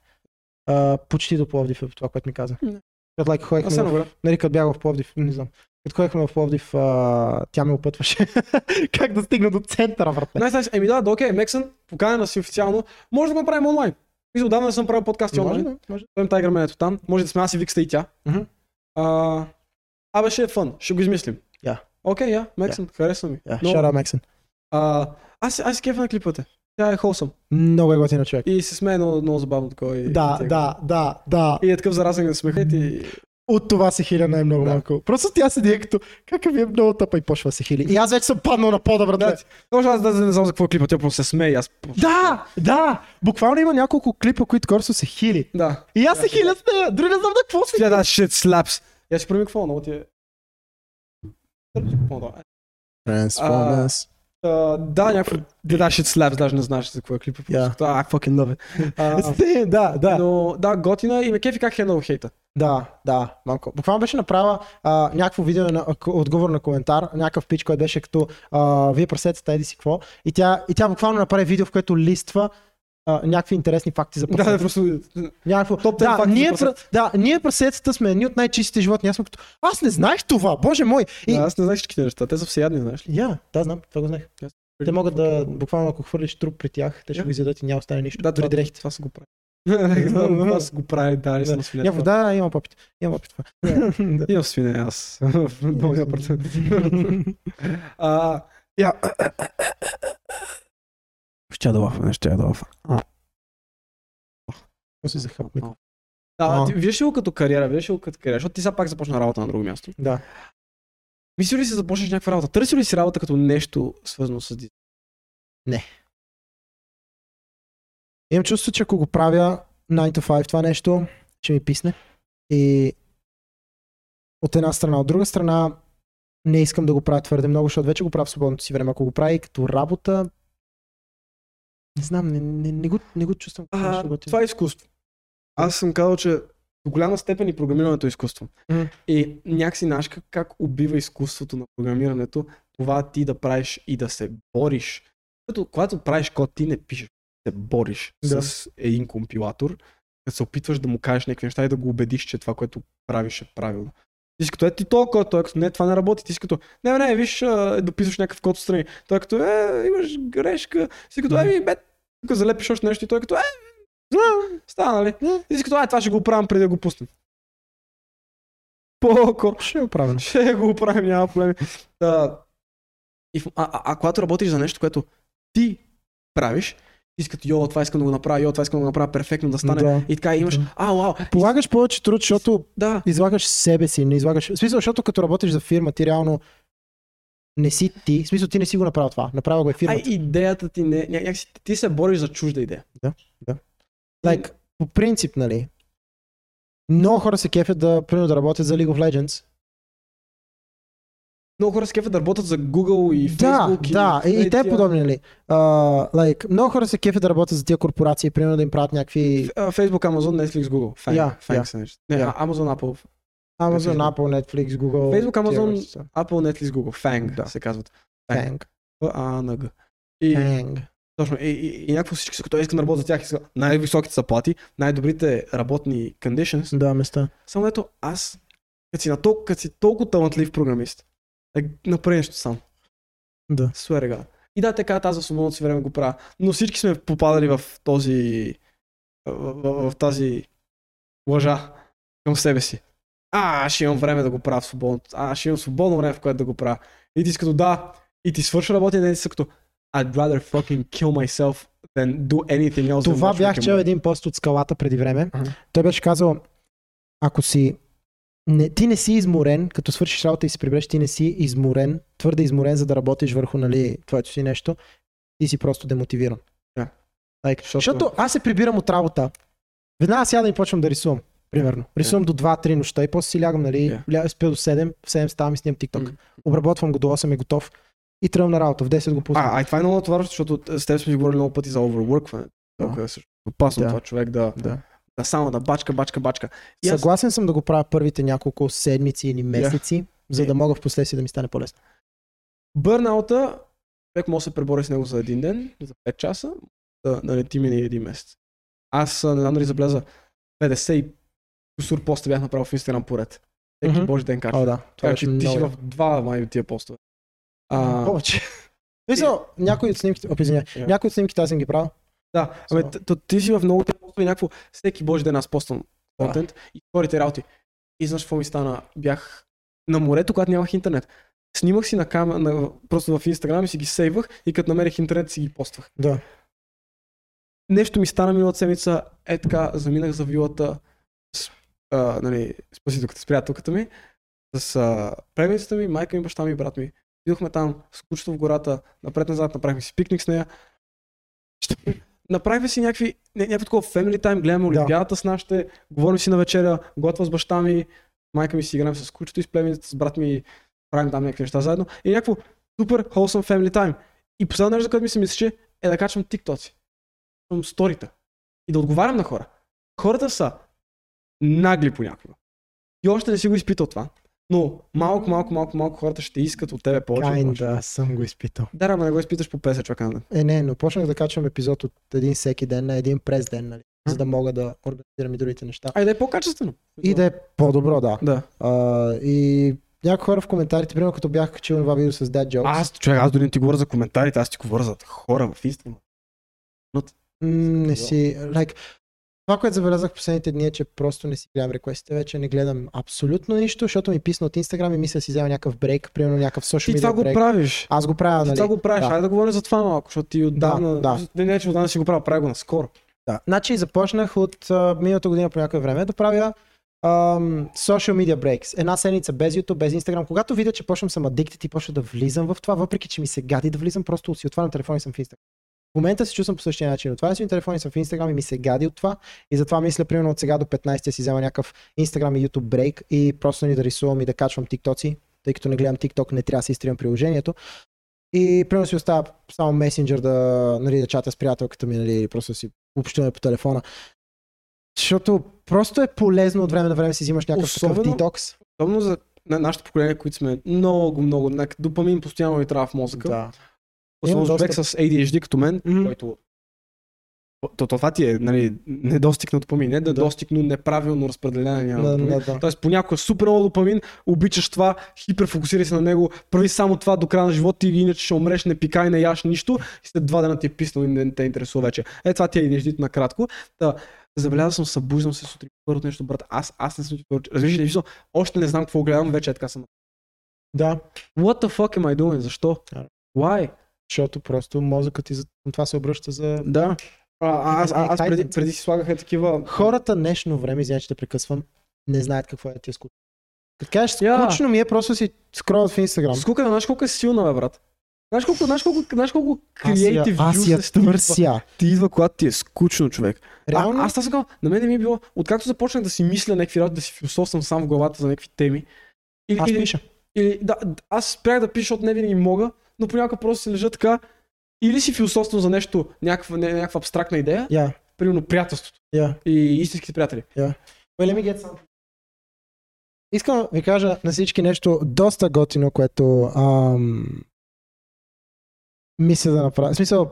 Speaker 2: А, почти до Пловдив е това, което ми каза.
Speaker 1: Не.
Speaker 2: Защото лайк
Speaker 1: Аз
Speaker 2: ходихме,
Speaker 1: се
Speaker 2: в, нали, като бях в Пловдив, не знам. Като ходихме в Пловдив, а, тя ме опътваше (laughs) как да стигна до центъра, брат.
Speaker 1: Най-знаеш, еми да, да, окей, Мексън, поканена си официално. Може да го направим онлайн. Мисля, отдавна не съм правил подкаст и онлайн.
Speaker 2: да, може.
Speaker 1: Правим Тайгър Менето там. Може да сме аз и Викста и тя.
Speaker 2: Мгм.
Speaker 1: А, Абе, ще е фън. Ще го измислим.
Speaker 2: Я.
Speaker 1: Окей, я, Мексън, харесва ми.
Speaker 2: Yeah,
Speaker 1: Но,
Speaker 2: shout out, Мексън.
Speaker 1: а, аз, аз се кефа на клипът. е. Тя е холсъм.
Speaker 2: Много е готина човек.
Speaker 1: И се смее много, много забавно такова. И,
Speaker 2: Да,
Speaker 1: и-
Speaker 2: да, да, да.
Speaker 1: И е такъв заразен смех. И...
Speaker 2: От това се хиля най-много
Speaker 1: Да.
Speaker 2: малко. Просто тя седи е като, какъв ви е много тъпа и почва да се хили. И аз вече съм паднал на пода,
Speaker 1: Да,
Speaker 2: брат.
Speaker 1: може аз да не знам за какво е клипът, тя просто се смее. и Аз...
Speaker 2: Да, да. Буквално има няколко клипа, които Корсо се хили.
Speaker 1: Да.
Speaker 2: И аз се хиля с нея. Дори не знам на какво се
Speaker 1: Тя да, shit slaps. Я ще проми какво, много ти е. По-надолу. Transformers. Та, да, някакво... Да, shit slaps, даже не знаеш за какво е клипа.
Speaker 2: Я.
Speaker 1: просто. I fucking love it. А,
Speaker 2: Сте, да, (laughs) да.
Speaker 1: но да, готина и ме кефи как хендъл хейта.
Speaker 2: Да, да, малко. Буквално беше направила а, някакво видео на, к- отговор на коментар, някакъв пич, който беше като а, вие прасете еди си какво. И тя, и тя буквално направи видео, в което листва а, някакви интересни факти за
Speaker 1: Да,
Speaker 2: прасетата.
Speaker 1: да, просто...
Speaker 2: Някакво...
Speaker 1: Топ тен
Speaker 2: да,
Speaker 1: факти за
Speaker 2: ние, пра...
Speaker 1: прасетата.
Speaker 2: да, ние прасетата сме едни от най-чистите животни. Аз съм като, аз не знаех това, боже мой. И...
Speaker 1: Да, аз не знаех всичките неща, те са всеядни, знаеш ли?
Speaker 2: Я, да, знам, това го знаех.
Speaker 1: Yes.
Speaker 2: Те могат да, буквално ако хвърлиш труп при тях, те ще
Speaker 1: Yeah.
Speaker 2: го изядат и няма остане нищо.
Speaker 1: Да,
Speaker 2: дори
Speaker 1: това,
Speaker 2: дрехите.
Speaker 1: това се го прави. (laughs)
Speaker 2: (laughs)
Speaker 1: това се го прави, да, не съм свине.
Speaker 2: Някакво, да, имам опит. Имам
Speaker 1: (laughs)
Speaker 2: опит това. Да. (laughs)
Speaker 1: Имам свине, аз. (laughs) В Долния процент. А, я, Ще я да лафам, не ще я да лафам.
Speaker 2: Какво си захапник?
Speaker 1: Да,
Speaker 2: А.
Speaker 1: ти виждаш ли го като кариера, виждаш ли го като кариера, защото ти сега пак започна работа на друго място.
Speaker 2: Да.
Speaker 1: Мислил ли си да започнеш някаква работа? Търсил ли си работа като нещо свързано с дизайн?
Speaker 2: Имам чувство, че ако го правя 9 to 5 това нещо, ще ми писне. И от една страна. От друга страна, не искам да го правя твърде много, защото вече го правя в свободното си време. Ако го правя и като работа, не знам, не, не, не, го, не го чувствам. като нещо
Speaker 1: А,
Speaker 2: готино.
Speaker 1: това е изкуство. Аз съм казал, че до голяма степен и програмирането е изкуство.
Speaker 2: Мгм.
Speaker 1: И някакси знаеш как, как убива изкуството на програмирането, това ти да правиш и да се бориш. Като, когато правиш код, ти не пишеш, се бориш
Speaker 2: Да.
Speaker 1: с един компилатор, като се опитваш да му кажеш някакви неща и да го убедиш, че това, което правиш е правилно. Ти си като е ти то код, той е като не, това не работи, ти си като не, бе, не, виж, а, дописваш някакъв код отстрани. Той е като е, имаш грешка, си като е, бе, тук залепиш още нещо и той е като е, знам, стана нали? Ти си като е, това ще го правим преди да го пуснем. Поко.
Speaker 2: ще го правя.
Speaker 1: (laughs) е Ще го оправим, няма проблеми. Та, и, в- а, а, а когато работиш за нещо, което ти правиш, ти си като, йо, това искам да го направя, йо, това искам да го направя перфектно, да стане.
Speaker 2: Да.
Speaker 1: И така и имаш,
Speaker 2: Да.
Speaker 1: а, вау,
Speaker 2: Полагаш повече труд, защото
Speaker 1: да,
Speaker 2: излагаш себе си, не излагаш. В смисъл, защото като работиш за фирма, ти реално не си ти. В смисъл, ти не си го направил това. Направила го е фирма.
Speaker 1: а идеята ти не, ня- някакси, ти се бориш за чужда идея.
Speaker 2: Like, по принцип, нали, много хора се кефят да, примерно, да работят за League of Legends.
Speaker 1: Много хора се кефят да работят за Google и
Speaker 2: да,
Speaker 1: Facebook.
Speaker 2: да, и, и те
Speaker 1: тия-
Speaker 2: подобни, нали. Uh, like, много хора се кефят да работят за тия корпорации, примерно да им правят някакви
Speaker 1: Ф- а, Facebook, Amazon, Netflix, Google. Fang,
Speaker 2: Я,
Speaker 1: Fang
Speaker 2: я,
Speaker 1: се нарича. Не,
Speaker 2: я.
Speaker 1: а, Amazon, Apple.
Speaker 2: Amazon,
Speaker 1: Facebook.
Speaker 2: Apple, Netflix, Google.
Speaker 1: Facebook, Amazon,
Speaker 2: тия са.
Speaker 1: Apple, Netflix, Google. Fang
Speaker 2: Да.
Speaker 1: се казват.
Speaker 2: Fang.
Speaker 1: А, на Г. И,
Speaker 2: Fang.
Speaker 1: Точно. И, и, и някакво всички са като "Е, искам да работя за тях, искам най-високите заплати, най-добрите работни conditions.
Speaker 2: Да, места.
Speaker 1: Само ето аз, като си, на тол- като си толкова талантлив програмист, е, направи нещо сам.
Speaker 2: Да.
Speaker 1: Суерега. И да, така, аз в свободното си време го правя. Но всички сме попадали в този... в, в, в тази лъжа към себе си. А, аз ще имам време да го правя в свободното. А, аз ще имам свободно време, в което да го правя. И ти си като да, и ти свърши работа и не си като I'd rather fucking kill myself than do anything else. than
Speaker 2: Това
Speaker 1: watch
Speaker 2: бях
Speaker 1: Rick and
Speaker 2: чел
Speaker 1: Morty."
Speaker 2: един пост от скалата преди време.
Speaker 1: Ага.
Speaker 2: Той беше казал, ако си не, ти не си изморен, като свършиш работа и се прибереш, ти не си изморен, твърде изморен, за да работиш върху нали, твоето си нещо, ти си просто демотивиран.
Speaker 1: Да.
Speaker 2: Like,
Speaker 1: Защото-
Speaker 2: защото... защото аз се прибирам от работа, веднага сядам и почвам да рисувам. Примерно. Рисувам до 2-3 нощта и после си лягам, нали,
Speaker 1: Да.
Speaker 2: ля, спя до 7, в 7 ставам и снимам TikTok.
Speaker 1: Мгм.
Speaker 2: Обработвам го до 8 и готов. И тръгвам на работа. В 10 го пускам.
Speaker 1: А, а и това е много натоварващо, защото с теб сме си говорили много пъти за овърворкване. Толкова е също опасно
Speaker 2: Да.
Speaker 1: това човек да,
Speaker 2: Да.
Speaker 1: да само да бачка, бачка, бачка. И аз,
Speaker 2: Съгласен съм да го правя първите няколко седмици или месеци, за
Speaker 1: Е.
Speaker 2: да мога в последствие да ми стане по-лесно.
Speaker 1: бърнаута, човек може да се пребори с него за един ден, за 5 часа, да, да не ти мине и един месец. Аз а, не знам дали забеляза 50 и кусур поста бях направил в Инстаграм поред. Всеки
Speaker 2: Мгм.
Speaker 1: божи ден
Speaker 2: О,
Speaker 1: качвам.
Speaker 2: да. Това
Speaker 1: Така
Speaker 2: беше
Speaker 1: че ти си
Speaker 2: много.
Speaker 1: в два май от тия постове. А,
Speaker 2: Повече. Мисля, някои от снимките, опи, извиня,
Speaker 1: Я.
Speaker 2: някои от снимките аз съм ги правил.
Speaker 1: Да, ами,
Speaker 2: So-
Speaker 1: т- т- ти си в много те постове някакво, всеки божи ден аз постам
Speaker 2: Да.
Speaker 1: контент и хорите работи. И знаеш какво ми стана? Бях на морето, когато нямах интернет. Снимах си на камера, на, просто в Инстаграм и си ги сейвах и като намерих интернет си ги поствах.
Speaker 2: Да.
Speaker 1: Нещо ми стана миналата седмица, е така, заминах за вилата с, а, нали, с пасителката, с приятелката ми, с а, племеницата ми, майка ми, баща ми и брат ми. Идохме там с кучето в гората, напред-назад, направихме си пикник с нея. Направихме си някакви, ня- някакво такова family time, гледаме
Speaker 2: Да.
Speaker 1: олимпиадата с нашите, говорим си на вечеря, готва с баща ми, майка ми си играем с кучето и с племеницата, с брат ми правим там някакви неща заедно. И някакво супер wholesome family time. И последно нещо, за което ми се мислеше, е да качвам тиктоци. Качвам сторита. И да отговарям на хора. Хората са нагли понякога. И още не си го изпитал това. Но малко, малко, малко, малко хората ще искат от тебе повече. и повече.
Speaker 2: Kinda съм го изпитал.
Speaker 1: Да, ама не го изпиташ по 50 човека. на ден.
Speaker 2: Е, не, но почнах да качвам епизод от един всеки ден на един през ден, нали? За да мога да организирам и другите неща.
Speaker 1: А и да е по-качествено.
Speaker 2: И да е по-добро, да.
Speaker 1: Да.
Speaker 2: А, и някои хора в коментарите, примерно като бях качил това видео с Dead Jokes.
Speaker 1: Аз, човек, аз дори не ти говоря за коментарите, аз ти говоря за хора в Instagram.
Speaker 2: М, не си. Like, Това, което забелязах последните дни е, че просто не си гледам реквестите, вече не гледам абсолютно нищо, защото ми писна от Instagram и мисля да си взема някакъв брейк, примерно някакъв social
Speaker 1: Ти
Speaker 2: media
Speaker 1: това го
Speaker 2: брейк.
Speaker 1: правиш.
Speaker 2: Аз го правя,
Speaker 1: Ти
Speaker 2: нали?
Speaker 1: това го правиш.
Speaker 2: Да.
Speaker 1: Айде да говорим за това малко, защото ти отдавна...
Speaker 2: да.
Speaker 1: Не, не, че отдавна си го правя, правя го наскоро.
Speaker 2: Да. Значи започнах от а, миналата година по някое време да правя ам, social media breaks. Една седмица без YouTube, без Instagram. Когато видя, че почвам съм addicted и почна да влизам в това, въпреки че ми се гади да влизам, просто си отварям телефон и съм в Instagram. В момента се чувствам по същия начин. Отварям си телефон и съм в Instagram и ми се гади от това. И затова мисля, примерно от сега до 15 да си взема някакъв Instagram и YouTube break и просто ни да рисувам и да качвам TikTok-ци, тъй като не гледам TikTok, не трябва да си изтривам приложението. И примерно си оставя само месенджер да, нали, да чата с приятелката ми, нали, или просто си общуваме по телефона. Защото просто е полезно от време на време си взимаш някакъв такъв
Speaker 1: Особено-
Speaker 2: детокс.
Speaker 1: Особено за на нашето поколение, които сме много, много, нак- допамин постоянно ни трябва в мозъка.
Speaker 2: Да.
Speaker 1: Особено
Speaker 2: Имам
Speaker 1: за човек
Speaker 2: доста-
Speaker 1: с ADHD като мен,
Speaker 2: Мгм.
Speaker 1: който... То, то, това ти е, нали, недостиг на допамин, не недостиг, но неправилно разпределение на
Speaker 2: На-
Speaker 1: допамин.
Speaker 2: на- да.
Speaker 1: Тоест понякога е супер много допамин, обичаш това, хиперфокусирай се на него, прави само това до края на живота и иначе ще умреш, не пикай, не яш нищо и след два дена ти е писнал и не те интересува вече. Е, това ти е ADHD накратко. Та, забелязал съм, събуждам се сутрин, първото нещо, брат, аз, аз не съм ти Разбираш ли, нещо? още не знам какво гледам, вече е така съм.
Speaker 2: да,
Speaker 1: What the fuck am I doing? Защо?
Speaker 2: Да.
Speaker 1: Why?
Speaker 2: защото просто мозъкът ти за към това се обръща за...
Speaker 1: Да. А, аз, а, аз
Speaker 2: Е, Хайде.
Speaker 1: преди, преди си слагах е такива...
Speaker 2: Хората днешно време, извиня, че те прекъсвам, не знаят какво е да ти е скучно. Като кажеш,
Speaker 1: Я.
Speaker 2: скучно ми е, просто си скролът в Instagram.
Speaker 1: Скука, знаеш колко е силна, бе, брат? Знаеш колко, знаеш колко, знаеш колко
Speaker 2: Аз я,
Speaker 1: creative
Speaker 2: аз я
Speaker 1: juices ти идва-
Speaker 2: търся.
Speaker 1: Ти идва, когато ти е скучно, човек.
Speaker 2: Реално,
Speaker 1: А, аз това сега, на мен не ми е било, откакто започнах да си мисля някакви работи, да си философствам сам в главата за някакви теми. Или,
Speaker 2: аз
Speaker 1: или,
Speaker 2: пиша.
Speaker 1: или, да, аз спрях да пиша, защото не винаги мога, но понякога просто се лежа така. Или си философствам за нещо, някаква, не, някаква абстрактна идея,
Speaker 2: Я,
Speaker 1: примерно приятелството
Speaker 2: я.
Speaker 1: и истинските приятели.
Speaker 2: Well, let me get some. Искам да ви кажа на всички нещо доста готино, което ам, мисля да направя. В смисъл,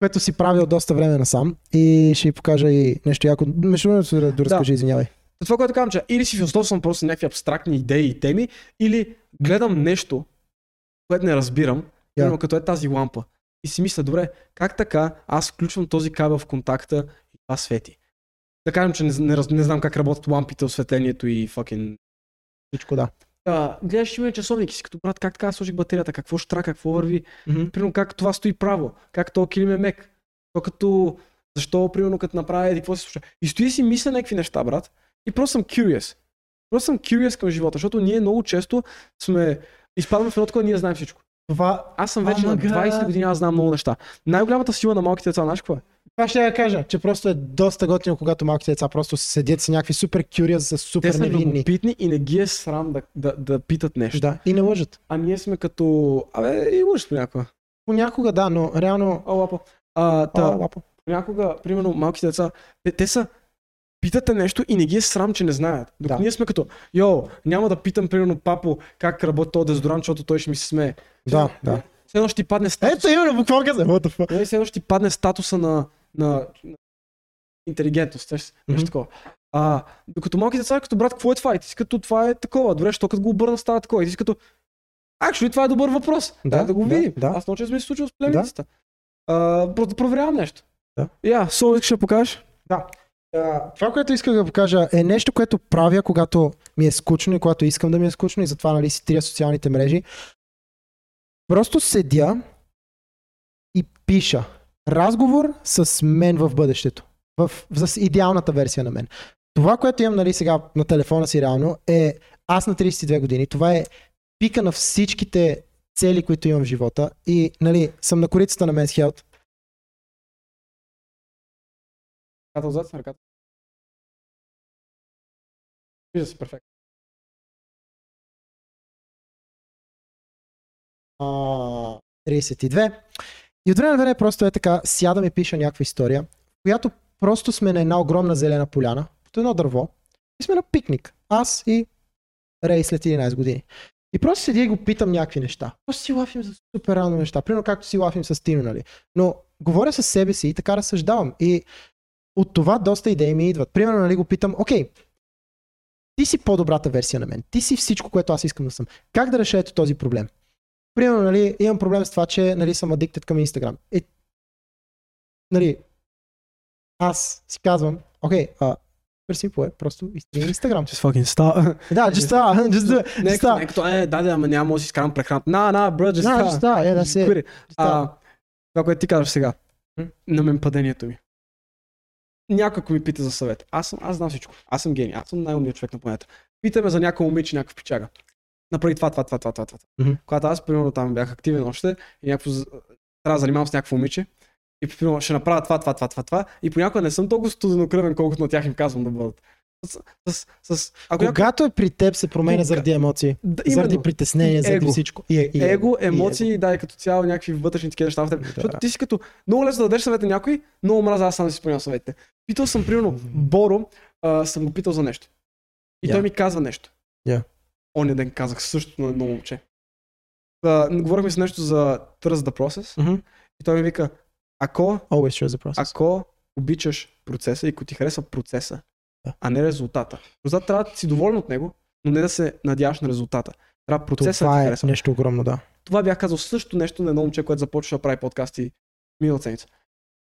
Speaker 2: което си правил доста време насам и ще ви покажа и нещо яко. Между другото, да доразкажи, извинявай.
Speaker 1: Та Това, което казвам, че или си философствам просто някакви абстрактни идеи и теми, или гледам нещо, което не разбирам, примерно като е тази лампа. И си мисля, добре, как така аз включвам този кабел в контакта и това свети? Да кажем, че не, не, раз- не знам как работят лампите, осветлението и fucking...
Speaker 2: Всичко да.
Speaker 1: А, гледаш има часовник и си като брат, как така аз сложих батерията, какво ще тра, какво върви,
Speaker 2: Mm-hmm.
Speaker 1: примерно как това стои право, как то килим е мек, то като защо, примерно като направя еди, какво се случва. И стои и си мисля някакви неща, брат, и просто съм curious. Просто съм curious към живота, защото ние много често сме изпадаме в едно такова, ние знаем всичко.
Speaker 2: Това,
Speaker 1: Аз съм вече
Speaker 2: Ама
Speaker 1: на 20
Speaker 2: гад.
Speaker 1: години, аз знам много неща. Най-голямата сила на малките деца, знаеш какво е?
Speaker 2: това ще я кажа, че просто е доста готино, когато малките деца просто седят си някакви супер кюриоз, са
Speaker 1: Те
Speaker 2: супер
Speaker 1: са
Speaker 2: невинни.
Speaker 1: любопитни и не ги е срам да, да, да питат нещо.
Speaker 2: Да, и не лъжат.
Speaker 1: А ние сме като... Абе, и лъжеш понякога.
Speaker 2: Понякога да, но реално...
Speaker 1: О, лапо. А, та,
Speaker 2: О, лапо.
Speaker 1: понякога, примерно, малките деца, те, те са питате нещо и не ги е срам, че не знаят. Докато
Speaker 2: Да.
Speaker 1: ние сме като, йо, няма да питам, примерно, папо, как работи този дезодорант, защото той ще ми се смее.
Speaker 2: Да, да.
Speaker 1: Все едно ще ти падне статус,
Speaker 2: Ето именно буквално каза. What the fuck?
Speaker 1: нали, все едно ще ти падне статуса на, на, на интелигентност, нещо, mm-hmm.
Speaker 2: Мгм.
Speaker 1: нещо такова. А, докато малки деца, е като брат, какво е това? И ти си като това е такова. Добре, що като го обърна става такова? И ти си като, actually, това е добър въпрос.
Speaker 2: Да,
Speaker 1: Да, да го
Speaker 2: да,
Speaker 1: видим.
Speaker 2: да.
Speaker 1: Аз много често ми се случва с племеницата. А, просто проверявам нещо.
Speaker 2: Да.
Speaker 1: Я, yeah, so, ще покажеш?
Speaker 2: Да. А, това, което исках да покажа е нещо, което правя, когато ми е скучно и когато искам да ми е скучно и затова нали, си трия социалните мрежи. Просто седя и пиша разговор с мен в бъдещето. В, с идеалната версия на мен. Това, което имам нали, сега на телефона си реално е аз на 32 години. Това е пика на всичките цели, които имам в живота и нали, съм на корицата на Men's Health.
Speaker 1: Ръката отзад, с ръката. Вижда се, перфект.
Speaker 2: а, 32. И от време на време просто е така, сядам и пиша някаква история, в която просто сме на една огромна зелена поляна, под едно дърво, и сме на пикник. Аз и Рей след 11 години. И просто седя и го питам някакви неща. Просто си лафим за супер рано неща. Примерно както си лафим с Тино, нали? Но говоря с себе си и така разсъждавам. И от това доста идеи ми идват. Примерно, нали, го питам, окей, ти си по-добрата версия на мен. Ти си всичко, което аз искам да съм. Как да решете този проблем? примерно, нали, имам проблем с това, че нали, съм addicted към Instagram. Е, нали, аз си казвам, Окей, а, принципо е просто изтрия Инстаграм.
Speaker 1: Just fucking stop.
Speaker 2: Да, just that, just do it.
Speaker 1: Нека,
Speaker 2: Just that.
Speaker 1: нека, то- е, да, да, ама няма да си изкарам прехраната. На, на, бро, just
Speaker 2: е Да,
Speaker 1: stop.
Speaker 2: just that, yeah, that's it.
Speaker 1: Quit it.
Speaker 2: Just
Speaker 1: А, това, което ти казваш сега.
Speaker 2: М?
Speaker 1: На мен падението ми. Някой ако ми пита за съвет. Аз, съм, аз знам всичко. Аз съм гений. Аз съм най-умният човек на планета. Питаме за някой момиче, някакъв пичага. Направи това, това, това, това, това. това.
Speaker 2: Мгм.
Speaker 1: Когато аз, примерно, там бях активен още и някакво... з- Трябва да занимавам с някакво момиче. И примерно, ще направя това, това, това, това, това. И понякога не съм толкова студенокръвен, колкото на тях им казвам да бъдат. С, с, с, ако някой...
Speaker 2: Когато е при теб се променя
Speaker 1: Кога-
Speaker 2: заради емоции,
Speaker 1: Да,
Speaker 2: заради
Speaker 1: именно.
Speaker 2: притеснение,
Speaker 1: И
Speaker 2: заради
Speaker 1: его.
Speaker 2: всичко. И, е, и,
Speaker 1: Его, емоции, да, и като цяло някакви вътрешни такива неща в теб.
Speaker 2: Да.
Speaker 1: Защото ти си като много лесно да дадеш съвет на някой, много мраза, аз сам да си изпълнявам съветите. Питал съм, примерно, Боро, а, съм го питал за нещо. И
Speaker 2: Я.
Speaker 1: той ми казва нещо.
Speaker 2: Я.
Speaker 1: Оня ден казах същото на едно момче. А, говорихме с нещо за Trust the Process.
Speaker 2: Мгм.
Speaker 1: И той ми вика, ако,
Speaker 2: Always trust the process.
Speaker 1: ако обичаш процеса и ако ти харесва процеса,
Speaker 2: Да.
Speaker 1: а не резултата. Резултат трябва да си доволен от него, но не да се надяваш на резултата. Трябва процесът да ти
Speaker 2: Това е
Speaker 1: харесва
Speaker 2: нещо огромно, да.
Speaker 1: това бях казал също нещо на едно момче, което започва да прави подкасти миналата седмица.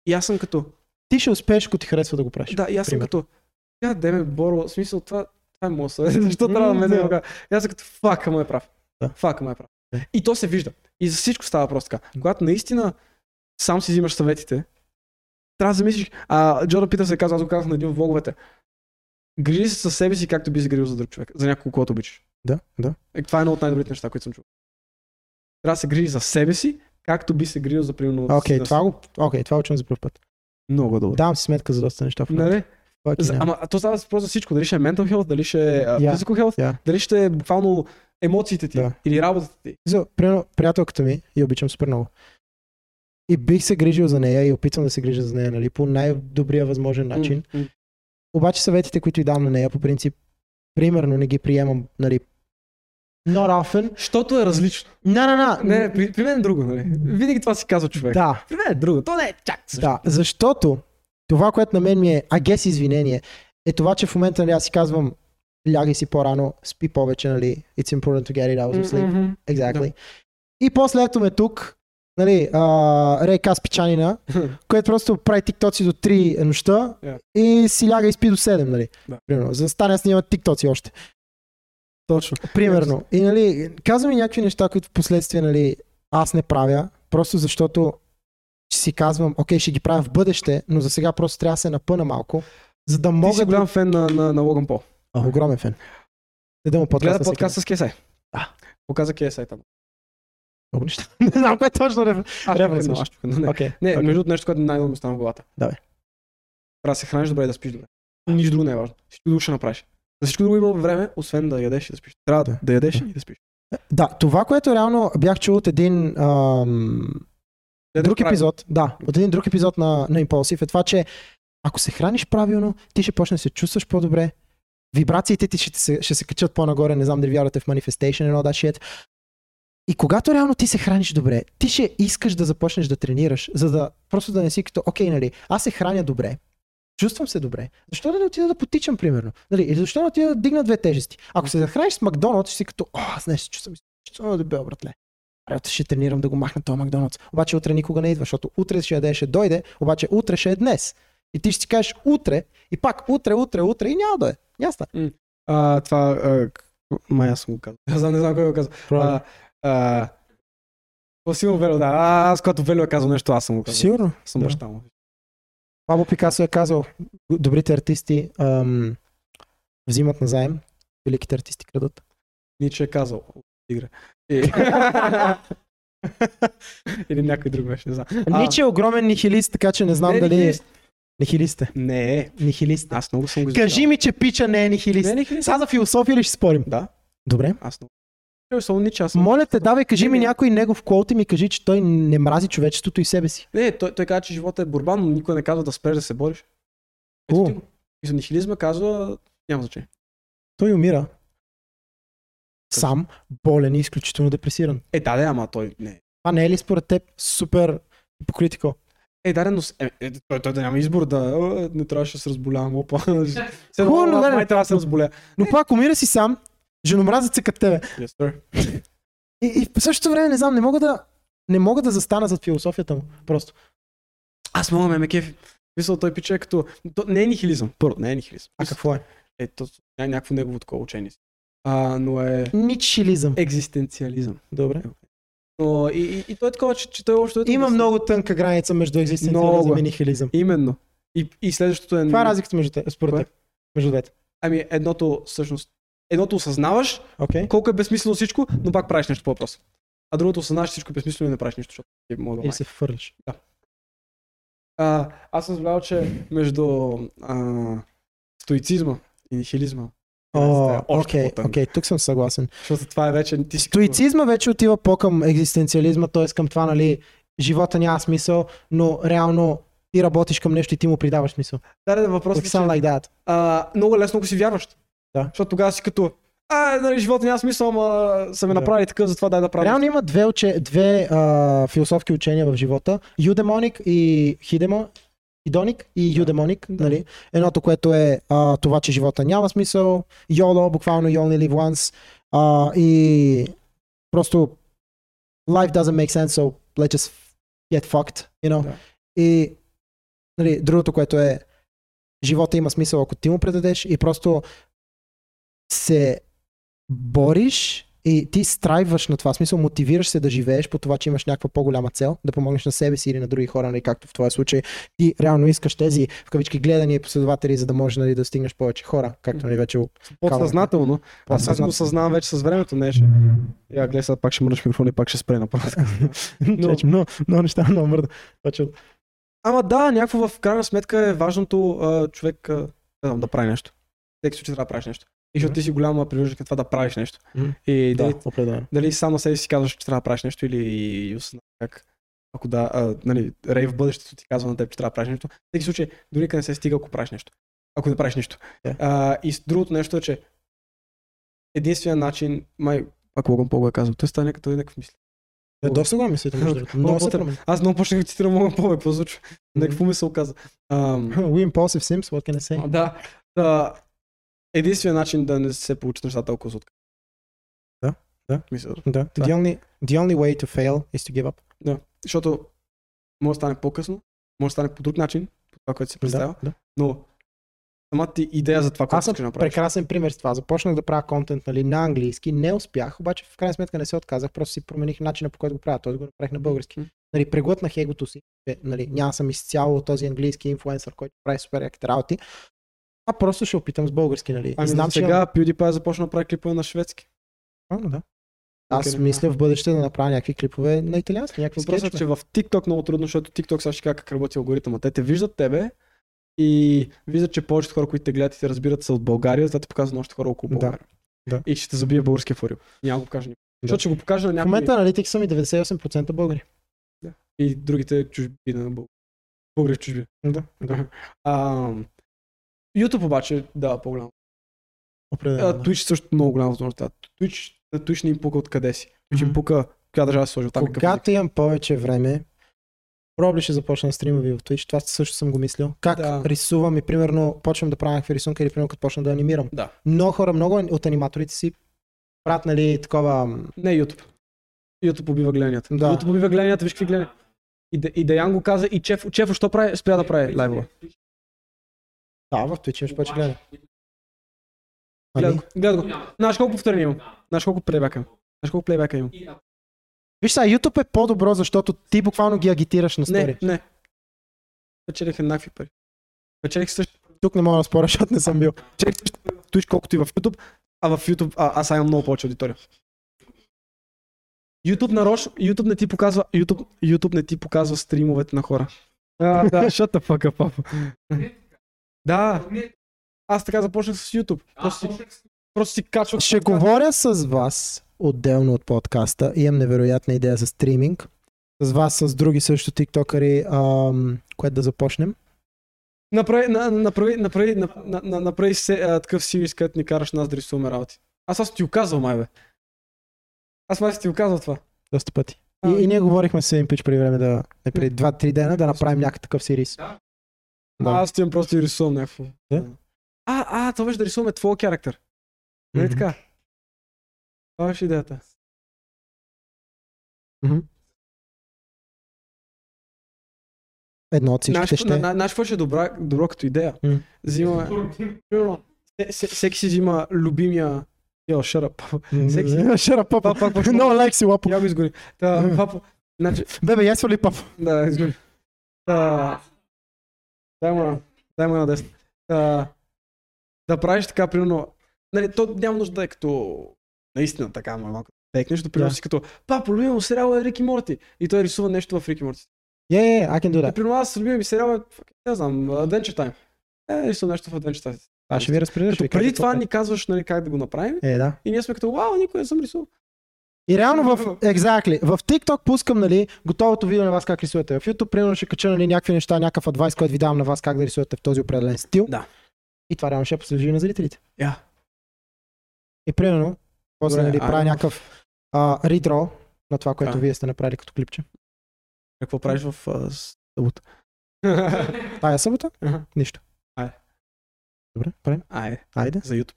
Speaker 1: И аз съм като,
Speaker 2: Ти ще успееш, ако ти харесва да го правиш.
Speaker 1: да, и аз съм
Speaker 2: Пример.
Speaker 1: като, я деме, Боро, в смисъл това, това е моят съвет, (laughs) защо
Speaker 2: М,
Speaker 1: трябва да ме
Speaker 2: да.
Speaker 1: да. го И аз съм като, фака му е прав.
Speaker 2: Да.
Speaker 1: Фака му е прав.
Speaker 2: Да.
Speaker 1: И то се вижда. И за всичко става просто така. Когато наистина сам си взимаш съветите, трябва да замислиш, а Джордан Питър се казва, аз го казах на един от влоговете, грижи се със себе си, както би се грижил за друг човек, за някого, когато обичаш.
Speaker 2: Да, да.
Speaker 1: Е, Това е едно от най-добрите неща, които съм чувал. Трябва да се грижи за себе си, както би се грижил за примерно...
Speaker 2: Окей,
Speaker 1: за-
Speaker 2: това го, окей, това учим за първ път.
Speaker 1: Много добре.
Speaker 2: Давам си сметка за доста неща в момента.
Speaker 1: Нали?
Speaker 2: Fucking
Speaker 1: За,
Speaker 2: hell.
Speaker 1: ама а то става въпрос за всичко. Дали ще е mental health, дали ще е а,
Speaker 2: Я,
Speaker 1: physical health,
Speaker 2: я.
Speaker 1: дали ще е буквално емоциите ти
Speaker 2: Да.
Speaker 1: или работата ти.
Speaker 2: За, примерно, приятелката ми я обичам супер много. И бих се грижил за нея и опитвам да се грижа за нея, нали, по най-добрия възможен начин.
Speaker 1: М, м.
Speaker 2: Обаче съветите, които й дам на нея, по принцип, примерно не ги приемам, нали, not often.
Speaker 1: Щото е различно.
Speaker 2: Не, не, не.
Speaker 1: Не, при, при мен е друго, нали? Винаги това си казва човек.
Speaker 2: Да,
Speaker 1: При мен е друго. То не е чак. също.
Speaker 2: Да, защото това, което на мен ми е, а гес извинение, е това, че в момента нали, аз си казвам, лягай си по-рано, спи повече, нали, it's important to get it out of
Speaker 1: М,
Speaker 2: sleep.
Speaker 1: мгм.
Speaker 2: Exactly. И после ето ме тук, нали, а, Рей Каспичанина, който просто прави тиктоци до 3 нощта
Speaker 1: Yeah.
Speaker 2: и си ляга и спи до 7, нали.
Speaker 1: Да.
Speaker 2: Примерно, за да стане да снима тиктоци още.
Speaker 1: (laughs) Точно.
Speaker 2: Примерно. И нали, казвам и някакви неща, които в последствие нали, аз не правя, просто защото си казвам, окей, ще ги правя в бъдеще, но за сега просто трябва да се напъна малко, за да
Speaker 1: Мога ти си
Speaker 2: мога
Speaker 1: голям фен на, на, на Логан Пол.
Speaker 2: А, огромен фен. Да му подкаст.
Speaker 1: Гледа подкаст с KSI. Да. Показа KSI там.
Speaker 2: Много неща. (laughs) не знам кое е точно реф.
Speaker 1: Аз
Speaker 2: Трябва да
Speaker 1: чух едно,
Speaker 2: слушаш.
Speaker 1: аз чух едно, не.
Speaker 2: Окей.
Speaker 1: Не,
Speaker 2: окей.
Speaker 1: между другото нещо, което най-много ми стана в главата.
Speaker 2: Давай.
Speaker 1: Трябва да се храниш добре и да спиш добре. Нищо друго не е важно. Всичко друго ще направиш. За всичко друго има време, освен да ядеш и да спиш. Трябва да,
Speaker 2: Да.
Speaker 1: да ядеш и да спиш.
Speaker 2: Да, това, което реално бях чул от един ам,
Speaker 1: Да ядеш
Speaker 2: Е, друг
Speaker 1: правилно.
Speaker 2: епизод, да, от един друг епизод на, на Impulsive е това, че ако се храниш правилно, ти ще почнеш да се чувстваш по-добре, вибрациите ти ще се, ще се качат по-нагоре, не знам дали вярвате в Manifestation and all that shit. И когато реално ти се храниш добре, ти ще искаш да започнеш да тренираш, за да просто да не си като, окей, нали, аз се храня добре, чувствам се добре, защо да не отида да потичам, примерно? Нали, или защо да не отида да дигна две тежести? Ако се захраниш с Макдоналдс, ще си като, о, аз не се чувствам изключително добре, братле. Аре, утре ще тренирам да го махна този Макдоналдс. Обаче утре никога не идва, защото утре ще яде, ще дойде, обаче утре ще е днес. И ти ще си кажеш утре, и пак утре, утре, утре, и няма да е. Ясно.
Speaker 1: А, това... А, к- май аз съм го казал. (laughs) Аз не знам кой го казва. А, а, Силно Вело, да. А, аз когато Вело е казал нещо, аз съм го казал.
Speaker 2: Сигурно.
Speaker 1: Съм
Speaker 2: да.
Speaker 1: баща му.
Speaker 2: Пабло Пикасо е казал, добрите артисти ам, взимат назаем, великите артисти крадат.
Speaker 1: Ниче е казал. Игра. И...
Speaker 2: (laughs)
Speaker 1: Или някой друг беше, не знам.
Speaker 2: А, Ниче е огромен нихилист, така че не знам
Speaker 1: Не,
Speaker 2: дали... е.
Speaker 1: нихилист.
Speaker 2: Нихилист е.
Speaker 1: Не, е.
Speaker 2: Нихилист е.
Speaker 1: аз много съм го
Speaker 2: Кажи ми, че пича не е нихилист.
Speaker 1: Не, не,
Speaker 2: Сега за философия ли ще спорим?
Speaker 1: Да.
Speaker 2: Добре.
Speaker 1: Аз много. Той е само Ниче, аз съм
Speaker 2: Моля те, давай, кажи
Speaker 1: Не,
Speaker 2: ми
Speaker 1: не.
Speaker 2: някой негов колт и ми кажи, че той не мрази човечеството и себе си.
Speaker 1: Не, той, той казва, че живота е борба, но никой не казва да спреш да се бориш.
Speaker 2: О.
Speaker 1: Ето ти го. И за нихилизма казва, няма значение.
Speaker 2: Той умира. Сам, болен и изключително депресиран.
Speaker 1: Е, да, да, ама той не.
Speaker 2: Това не е ли според теб супер hypocritical?
Speaker 1: Е, да, да, но с- е, е, той, той да няма избор, да е, не трябваше да се разболявам.
Speaker 2: (laughs)
Speaker 1: Опа. Сега,
Speaker 2: Хубаво,
Speaker 1: май,
Speaker 2: да, да.
Speaker 1: май трябва да се разболя.
Speaker 2: Но пак умира си сам, женомразът се към тебе.
Speaker 1: Yes, sir.
Speaker 2: И, и в същото време, не знам, не мога да, не мога да застана зад философията му. Просто.
Speaker 1: Аз мога ме ме кефи. Мисъл, той пиче е като... То, не е нихилизъм. Първо, не е нихилизъм.
Speaker 2: А какво е?
Speaker 1: Е, то, ня- някакво негово такова учение. си. А, но е
Speaker 2: Ничилизъм.
Speaker 1: екзистенциализъм.
Speaker 2: Добре.
Speaker 1: Но и, и, и той е такова, че, че той още... е-
Speaker 2: Има много тънка граница между екзистенциализъм
Speaker 1: Много е.
Speaker 2: и нихилизъм.
Speaker 1: Именно. И, и следващото е...
Speaker 2: Каква е разликата между те, според
Speaker 1: Кое?
Speaker 2: теб? Между двете.
Speaker 1: Ами едното всъщност... Едното осъзнаваш,
Speaker 2: Окей.
Speaker 1: колко е безсмислено всичко, но пак правиш нещо по-въпрос. А другото осъзнаваш че всичко е безсмислено и не правиш нищо, защото е мога да
Speaker 2: Или се фърлиш.
Speaker 1: А, аз съм забелязал, че между а, стоицизма и нихилизма.
Speaker 2: О,
Speaker 1: Разликата е още
Speaker 2: окей,
Speaker 1: по-тънка.
Speaker 2: окей, тук съм съгласен.
Speaker 1: Защото това е вече... Ти си като-
Speaker 2: Стоицизма вече отива по-към екзистенциализма, т.е. към това, нали, живота няма смисъл, но реално ти работиш към нещо и ти му придаваш смисъл.
Speaker 1: Да, да, да,
Speaker 2: Like
Speaker 1: въпросът е, че
Speaker 2: sound like that.
Speaker 1: а, много е лесно, ако си вярващ.
Speaker 2: Да.
Speaker 1: Защото тогава си като... А, нали, живота няма смисъл, ама са ме
Speaker 2: Да.
Speaker 1: направили такъв, затова дай да правя.
Speaker 2: Реално има две, уче, две а, философски учения в живота. Юдемоник и хидемо, Идоник и юдемоник, нали? Едното, което е а, това, че живота няма смисъл, YOLO, буквално you only live once, а, и просто life doesn't make sense, so let's just get fucked, you know?
Speaker 1: Да.
Speaker 2: И нали, другото, което е живота има смисъл, ако ти му предадеш и просто се бориш и ти страйваш на това. В смисъл, мотивираш се да живееш по това, че имаш някаква по-голяма цел, да помогнеш на себе си или на други хора, нали, както в твоя случай. Ти реално искаш тези, в кавички, гледания и последователи, за да можеш нали, да достигнеш повече хора, както нали, вече
Speaker 1: Подсъзнателно. Аз, аз
Speaker 2: Подсъзнателно.
Speaker 1: го съзнавам вече с времето, не ще... Я, гледай, сега пак ще мръдаш микрофон и пак ще спре направо.
Speaker 2: но... много, много неща, много мърда. Точно.
Speaker 1: Ама да, някакво в крайна сметка е важното а, човек а, не знам, да прави нещо. Всеки случай трябва да правиш нещо. И защото ти си голяма привърженик на това да правиш нещо.
Speaker 2: Мгм.
Speaker 1: И
Speaker 2: Да,
Speaker 1: дали,
Speaker 2: определено.
Speaker 1: дали сам на себе си казваш, че трябва да правиш нещо или и осъзнаваш как ако да, а, нали, Рей в бъдещето ти казва на теб, че трябва да правиш нещо. В всеки случай, до никъде не се стига, ако правиш нещо. Ако не правиш нищо.
Speaker 2: Да.
Speaker 1: А, и с- другото нещо е, че единственият начин, май, ако Логан Пол го е казал, той стане като някакъв мисли.
Speaker 2: Е, доста го мислите, между другото.
Speaker 1: Много
Speaker 2: Много се
Speaker 1: по-тъп.
Speaker 2: промени.
Speaker 1: Аз много почнах да цитирам Логан Пол, е прозвучва. Някакво мисъл каза. Ам,
Speaker 2: (laughs) We impulsive sims, what can I say?
Speaker 1: Да. да. Единственият начин да не се получат нещата толкова сутка.
Speaker 2: Да, да.
Speaker 1: Мисля.
Speaker 2: Да. The only, the only way to fail is to give up.
Speaker 1: Защото може да стане по-късно, може да стане по друг начин, по това, което си представя,
Speaker 2: Да, да.
Speaker 1: но самата ти идея за това,
Speaker 2: Аз
Speaker 1: което
Speaker 2: съм
Speaker 1: искаш да направиш.
Speaker 2: прекрасен пример с това. Започнах да правя контент нали, на английски, не успях, обаче в крайна сметка не се отказах, просто си промених начина по който го правя. Той го направих на български.
Speaker 1: Мгм.
Speaker 2: Нали, преглътнах егото си, че нали, няма съм изцяло този английски инфлуенсър, който прави супер яките работи. А просто ще опитам с български, нали?
Speaker 1: Ами знам, сега PewDiePie започна да прави клипове на шведски.
Speaker 2: Имам... А, да. Аз
Speaker 1: Окей, да.
Speaker 2: мисля в бъдеще да направя някакви клипове на италиански, някакви
Speaker 1: Въпросът е,
Speaker 2: скетчове.
Speaker 1: че в TikTok много трудно, защото TikTok сега ще кажа как работи алгоритъма. Те те виждат тебе и виждат, че повечето хора, които те гледат и те разбират са от България, затова те показват на още хора около
Speaker 2: Да.
Speaker 1: България.
Speaker 2: Да.
Speaker 1: И ще те забие българския форил. Няма да го кажа никой.
Speaker 2: Да.
Speaker 1: Защото ще го покажа на
Speaker 2: В
Speaker 1: някой.
Speaker 2: момента аналитик са ми 98% българи.
Speaker 1: и другите чужбина, бу- българи в чужбина.
Speaker 2: Да, да.
Speaker 1: А, YouTube обаче дава по-голямо.
Speaker 2: Определено.
Speaker 1: А, Twitch също много голяма възможност. дава. Twitch, на Twitch не им пука откъде си. Twitch им
Speaker 2: Мгм.
Speaker 1: пука коя държава се сложи там. и какъв език.
Speaker 2: Когато имам повече време, Проби ще започна да стримвам и в Twitch. Това също съм го мислил. Как
Speaker 1: Да.
Speaker 2: рисувам и примерно почвам да правя някакви рисунки или примерно като почна да анимирам.
Speaker 1: Да.
Speaker 2: Много хора, много от аниматорите си правят нали такова... м,
Speaker 1: Не YouTube. YouTube убива гледанията.
Speaker 2: Да.
Speaker 1: YouTube убива гледанията, виж какви гледания. И, Да- и Даян го каза, и Чеф, Чефо, що прави? Спря да прави лайвове.
Speaker 2: Да, в Twitch имаш повече гледане.
Speaker 1: Гледа
Speaker 2: Ами,
Speaker 1: го. Гледа го. Знаеш колко повторения имам? Знаеш колко плейбека имам? Знаеш колко плейбека имам?
Speaker 2: виж сега, YouTube е по-добро, защото ти буквално ги агитираш на стори.
Speaker 1: Не, не. Печелих еднакви пари. Печелих също
Speaker 2: Тук не мога да споря, защото не съм бил.
Speaker 1: Чек Twitch, колкото и в YouTube, а в YouTube а, аз имам много повече аудитория. YouTube нарочно, YouTube не ти показва, YouTube, YouTube не ти показва стримовете на хора. (laughs) А, да, shut the fuck up, папа. да, аз така започнах с YouTube. Просто, си- просто си качвах.
Speaker 2: Ще говоря с вас отделно от подкаста. Имам невероятна идея за стриминг. С вас, с други също тиктокъри, ам, което да започнем.
Speaker 1: Направи, на, направи, направи, на, на, на, направи се, а, такъв сирис, където ни караш нас да рисуваме работи. Аз аз ти го казвал, май бе. Аз май си ти го казвал това.
Speaker 2: Доста пъти. И, и ние говорихме с един пич преди време да, не преди 2-3 дена, да направим някакъв такъв сириз. Да. Е?
Speaker 1: Да. А, аз отивам просто и рисувам някакво.
Speaker 2: Да.
Speaker 1: А, а, това беше да рисуваме твоя характер. Нали
Speaker 2: Мгм.
Speaker 1: така? Това беше идеята.
Speaker 2: Мгм. едно от
Speaker 1: Знаеш
Speaker 2: всичките
Speaker 1: какво- на-
Speaker 2: ще.
Speaker 1: на- знаеш какво ще е добра, добро като идея?
Speaker 2: М.
Speaker 1: Взима... Примерно, се- се- Всеки си взима любимия... Йо, shut up. (laughs) всеки си-
Speaker 2: (laughs) Шара папа.
Speaker 1: Папа, папа, папа.
Speaker 2: No лайк си лапо.
Speaker 1: Я го изгори. Та,
Speaker 2: М.
Speaker 1: папо... Значи,
Speaker 2: Бебе, я свали папа.
Speaker 1: да, изгори. Та... Дай му на... Дай му на десна. Та... Да правиш така, примерно... Нали, то няма нужда да е като... Наистина така, ама малко. Тек нещо, примерно
Speaker 2: Да.
Speaker 1: си като... Папо, любим сериал е Рики Морти. И той рисува нещо в Рики Морти.
Speaker 2: Yeah, yeah, Е, I can
Speaker 1: Да.
Speaker 2: do that.
Speaker 1: Примерно аз любим ми сериал, е, fuck, не знам, Adventure Time. Е, рисувам нещо в Adventure Time.
Speaker 2: Аз ще ви разпределя.
Speaker 1: Като преди това ни казваш нали, как да го направим
Speaker 2: Е, да.
Speaker 1: и ние сме като, вау, никой не съм рисувал.
Speaker 2: И реално в... Exactly. В TikTok пускам, нали, готовото видео на вас как рисувате. В YouTube, примерно, ще кача, нали, някакви неща, някакъв адвайс, който ви давам на вас как да рисувате в този определен стил.
Speaker 1: Да.
Speaker 2: И това реално ще послужи на зрителите.
Speaker 1: Я.
Speaker 2: И примерно, после,
Speaker 1: Добре,
Speaker 2: нали,
Speaker 1: а-
Speaker 2: правя някакъв а, редро на това, което
Speaker 1: Да.
Speaker 2: вие сте направили като клипче.
Speaker 1: Какво правиш в а, (laughs) събота?
Speaker 2: Тая събота?
Speaker 1: Аха.
Speaker 2: Нищо.
Speaker 1: Айде.
Speaker 2: Добре, правим.
Speaker 1: Айде,
Speaker 2: Айде.
Speaker 1: за YouTube.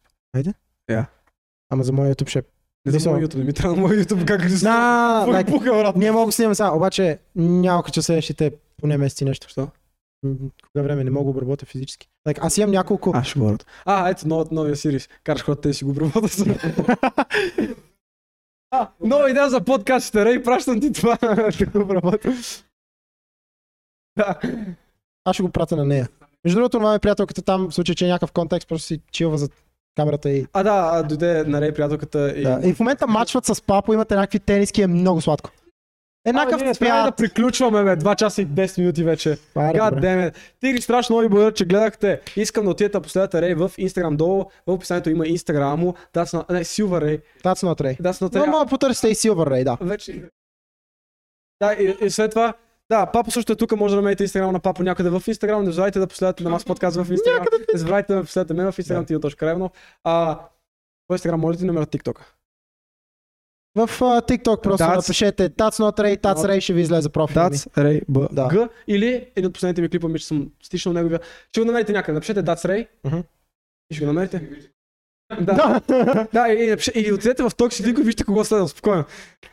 Speaker 2: Ама за моя YouTube ще...
Speaker 1: Не за
Speaker 2: Мисъл-
Speaker 1: моя YouTube, не ми трябва моя YouTube как рисувам.
Speaker 2: На,
Speaker 1: Фу,
Speaker 2: like,
Speaker 1: е пука, брат.
Speaker 2: ние мога да снимаме сега, обаче няколко часа следващите поне месеци нещо.
Speaker 1: Що?
Speaker 2: М, Кога време не мога да обработя физически. Like, аз имам няколко...
Speaker 1: А, ще говорят. А, ето новата, новия сирис. Караш хората те си го обработят. (laughs) А, нова идея за подкастите, Рей, пращам ти това. (laughs) Да го обработя. Да.
Speaker 2: Аз ще го пратя на нея. Между другото, маме приятелката там, в случай, че е някакъв контекст, просто си чилва за камерата и...
Speaker 1: А, да, а, дойде на Рей приятелката и...
Speaker 2: Да. И в момента мачват с папо, имате някакви тениски, е много сладко. Еднакъв
Speaker 1: Абе, ние трябва да
Speaker 2: цвят.
Speaker 1: приключваме, бе. 2 часа и 10 минути вече.
Speaker 2: Аре,
Speaker 1: God
Speaker 2: е добре.
Speaker 1: damn it. Тигри, страшно много ви благодаря, че гледахте. Искам да отидете да последвате Рей в Instagram долу. В описанието има Instagram му. Да, са, не, Silver Ray.
Speaker 2: That's not Ray.
Speaker 1: Да, са,
Speaker 2: Но
Speaker 1: трябва.
Speaker 2: мога да потърсите и Silver Ray, да.
Speaker 1: Вече. Да, и, и, след това. Да, папо също е тук, може да намерите Instagram на папо някъде в Instagram. Не забравяйте да последвате на Мас подкаст в Instagram. Не забравяйте да ме последвате мен в Instagram, ти точка Ревно. А, по Instagram може ли ти номер от TikTok?
Speaker 2: В а, TikTok просто
Speaker 1: That's-
Speaker 2: напишете That's not Ray, That's
Speaker 1: Not-
Speaker 2: Ray ще ви излезе профил. ми.
Speaker 1: That's Ray B.
Speaker 2: Да.
Speaker 1: G. Или един от последните ми клипа ми, че съм стичнал неговия. Ще го намерите някъде. Напишете That's Ray.
Speaker 2: Мгм.
Speaker 1: И ще го намерите. Да,
Speaker 2: (laughs)
Speaker 1: да, и, и, напиш- и отидете в Toxic Link и вижте кого следвам. Спокойно.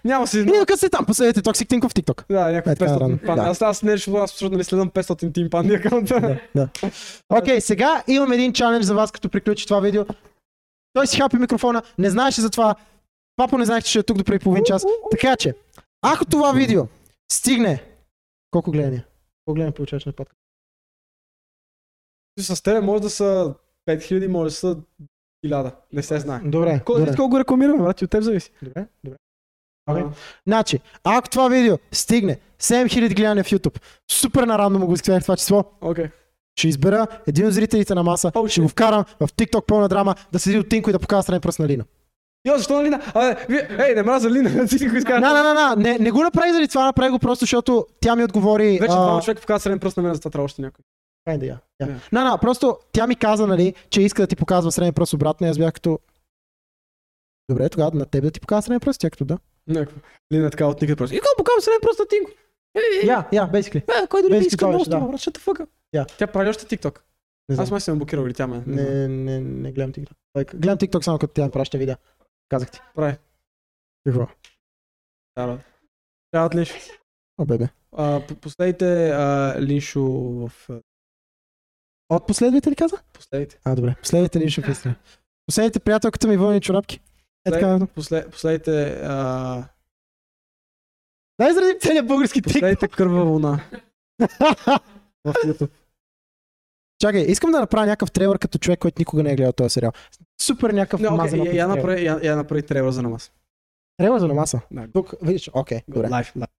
Speaker 1: Няма си.
Speaker 2: И докато сте там, последете Toxic Tinko в TikTok.
Speaker 1: Да, някакъв
Speaker 2: Е, така,
Speaker 1: 500
Speaker 2: да.
Speaker 1: пан.
Speaker 2: Да.
Speaker 1: Аз, аз не ще аз защото нали следвам 500 тим панди акаунта.
Speaker 2: Да. Окей, сега имам един чалендж за вас, като приключи това видео. Той си хапи микрофона, не знаеше за това. Папо не знаех, че ще е тук до преди половин час. Така че, ако това видео стигне... Колко гледания? Колко гледания е получаваш на подкаст?
Speaker 1: С тебе може да са 5000, може да са 1000. Не се знае.
Speaker 2: Добре,
Speaker 1: Колко
Speaker 2: добре.
Speaker 1: колко го рекламираме, брат, и от теб зависи.
Speaker 2: Добре, добре.
Speaker 1: Окей.
Speaker 2: Значи, ако това видео стигне 7000 гледания в YouTube, супер нарадно му го изкривях това число,
Speaker 1: Окей.
Speaker 2: ще избера един от зрителите на маса,
Speaker 1: Oh,
Speaker 2: ще
Speaker 1: shit.
Speaker 2: го вкарам в TikTok пълна драма, да седи от Тинко и да е показва страни пръст на Лина.
Speaker 1: Йо, защо нали на Лина? Абе, вие, ей, не мраза Лина, (laughs) ти го изкара.
Speaker 2: Не, не, не, не, не, не го направи заради това, направи го просто, защото тя ми отговори...
Speaker 1: Вече
Speaker 2: а,
Speaker 1: двама човека показва среден пръст на мен, за това трябва още някой.
Speaker 2: хайде, я, я.
Speaker 1: Не.
Speaker 2: Не, не, просто тя ми каза, нали, че иска да ти показва среден пръст обратно и аз бях като... Добре, тогава на теб да ти показва среден пръст, тя като да.
Speaker 1: Някакво. Лина е така от никъде просто. Искам да покажа среден пръст на Тинко. Е, е, е,
Speaker 2: Я, я, basically.
Speaker 1: е, Кой дори
Speaker 2: Без
Speaker 1: не иска
Speaker 2: китове
Speaker 1: много
Speaker 2: ще
Speaker 1: това,
Speaker 2: дава.
Speaker 1: брат, ще те фъка.
Speaker 2: Я.
Speaker 1: Тя прави още TikTok.
Speaker 2: Не знам.
Speaker 1: Аз май съм я блокирал или тя ме. не знам.
Speaker 2: Не, не, не гледам TikTok. Like, гледам TikTok само като тя ми праща видеа. Казах ти.
Speaker 1: Прави.
Speaker 2: Какво?
Speaker 1: Да, брат. Трябва да лиш.
Speaker 2: О, бебе.
Speaker 1: А, по- Последите а, линшо в... а,
Speaker 2: От последвите ли каза?
Speaker 1: Последите.
Speaker 2: А, добре. Последвите ли ще писна? Последните приятелката ми вълни чорапки. Е така.
Speaker 1: Послед- Последите... а,
Speaker 2: Дай изразим целият български TikTok.
Speaker 1: Последите кърва
Speaker 2: (laughs)
Speaker 1: вълна в YouTube.
Speaker 2: Чакай, искам да направя някакъв трейлър като човек, който никога не е гледал този сериал. Супер някакъв
Speaker 1: Не,
Speaker 2: no, мазен
Speaker 1: окей,
Speaker 2: okay,
Speaker 1: я- я направи- я- я направи трейлър за намаз.
Speaker 2: Трейлър за намаса.
Speaker 1: Да.
Speaker 2: Тук, видиш, окей, okay, добре.
Speaker 1: Лайф, лайф.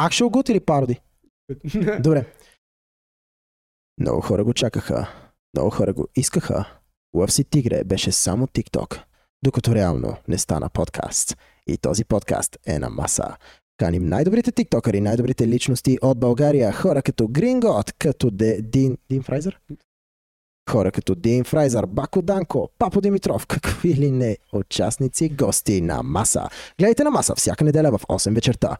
Speaker 2: Actual good или пароди? (laughs) Добре. Много хора го чакаха. Много хора го искаха. Лъв си тигре беше само TikTok, докато реално не стана подкаст. И този подкаст е на маса. Каним най-добрите тиктокъри, най-добрите личности от България, хора като Грингот, като Де, Дин, Дин Фрайзър? Хора като Дин Фрайзър, Бако Данко, Папо Димитров, какви ли не участници, гости на маса. Гледайте на маса всяка неделя в 8 вечерта.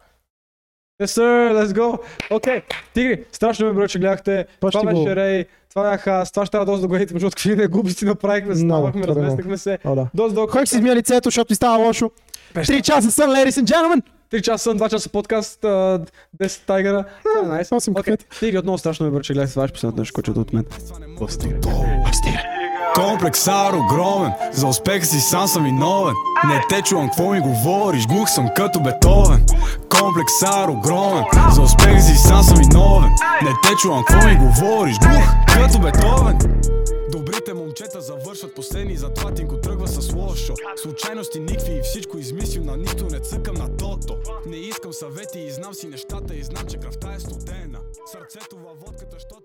Speaker 1: Yes, sir, let's go. Окей, тигри, страшно ме броя, че гледахте.
Speaker 2: Почти
Speaker 1: това беше
Speaker 2: го-
Speaker 1: Рей, това бях аз, това ще трябва доста да го едите, защото какви не глупости направихме,
Speaker 2: Много,
Speaker 1: ставахме,
Speaker 2: трудно.
Speaker 1: разместихме се.
Speaker 2: О, да.
Speaker 1: Доста дълго.
Speaker 2: Кой ще си измия лицето, защото ти става лошо?
Speaker 1: Пеш-
Speaker 2: Три часа сън, ladies and gentlemen!
Speaker 1: 3 часа сън, 2 часа подкаст, а, 10 тайгера. Това е най-
Speaker 2: 8
Speaker 1: Окей, Тиги, отново страшно ме бърче, гледай, това е последното нещо, което чета от мен. Бъсти.
Speaker 5: Комплексар огромен, за успеха си сам съм виновен Не те чувам, какво ми говориш, глух съм като Бетовен Комплексар огромен, за успеха си сам съм виновен Не те чувам, какво ми говориш, глух като Бетовен Добрите момчета завършват последни, затова Тинко тръгва с лошо Случайности никви и всичко измислим, на нищо не цъкам на тото Не искам съвети и знам си нещата и знам, че кръвта е студена Сърцето във водката, щото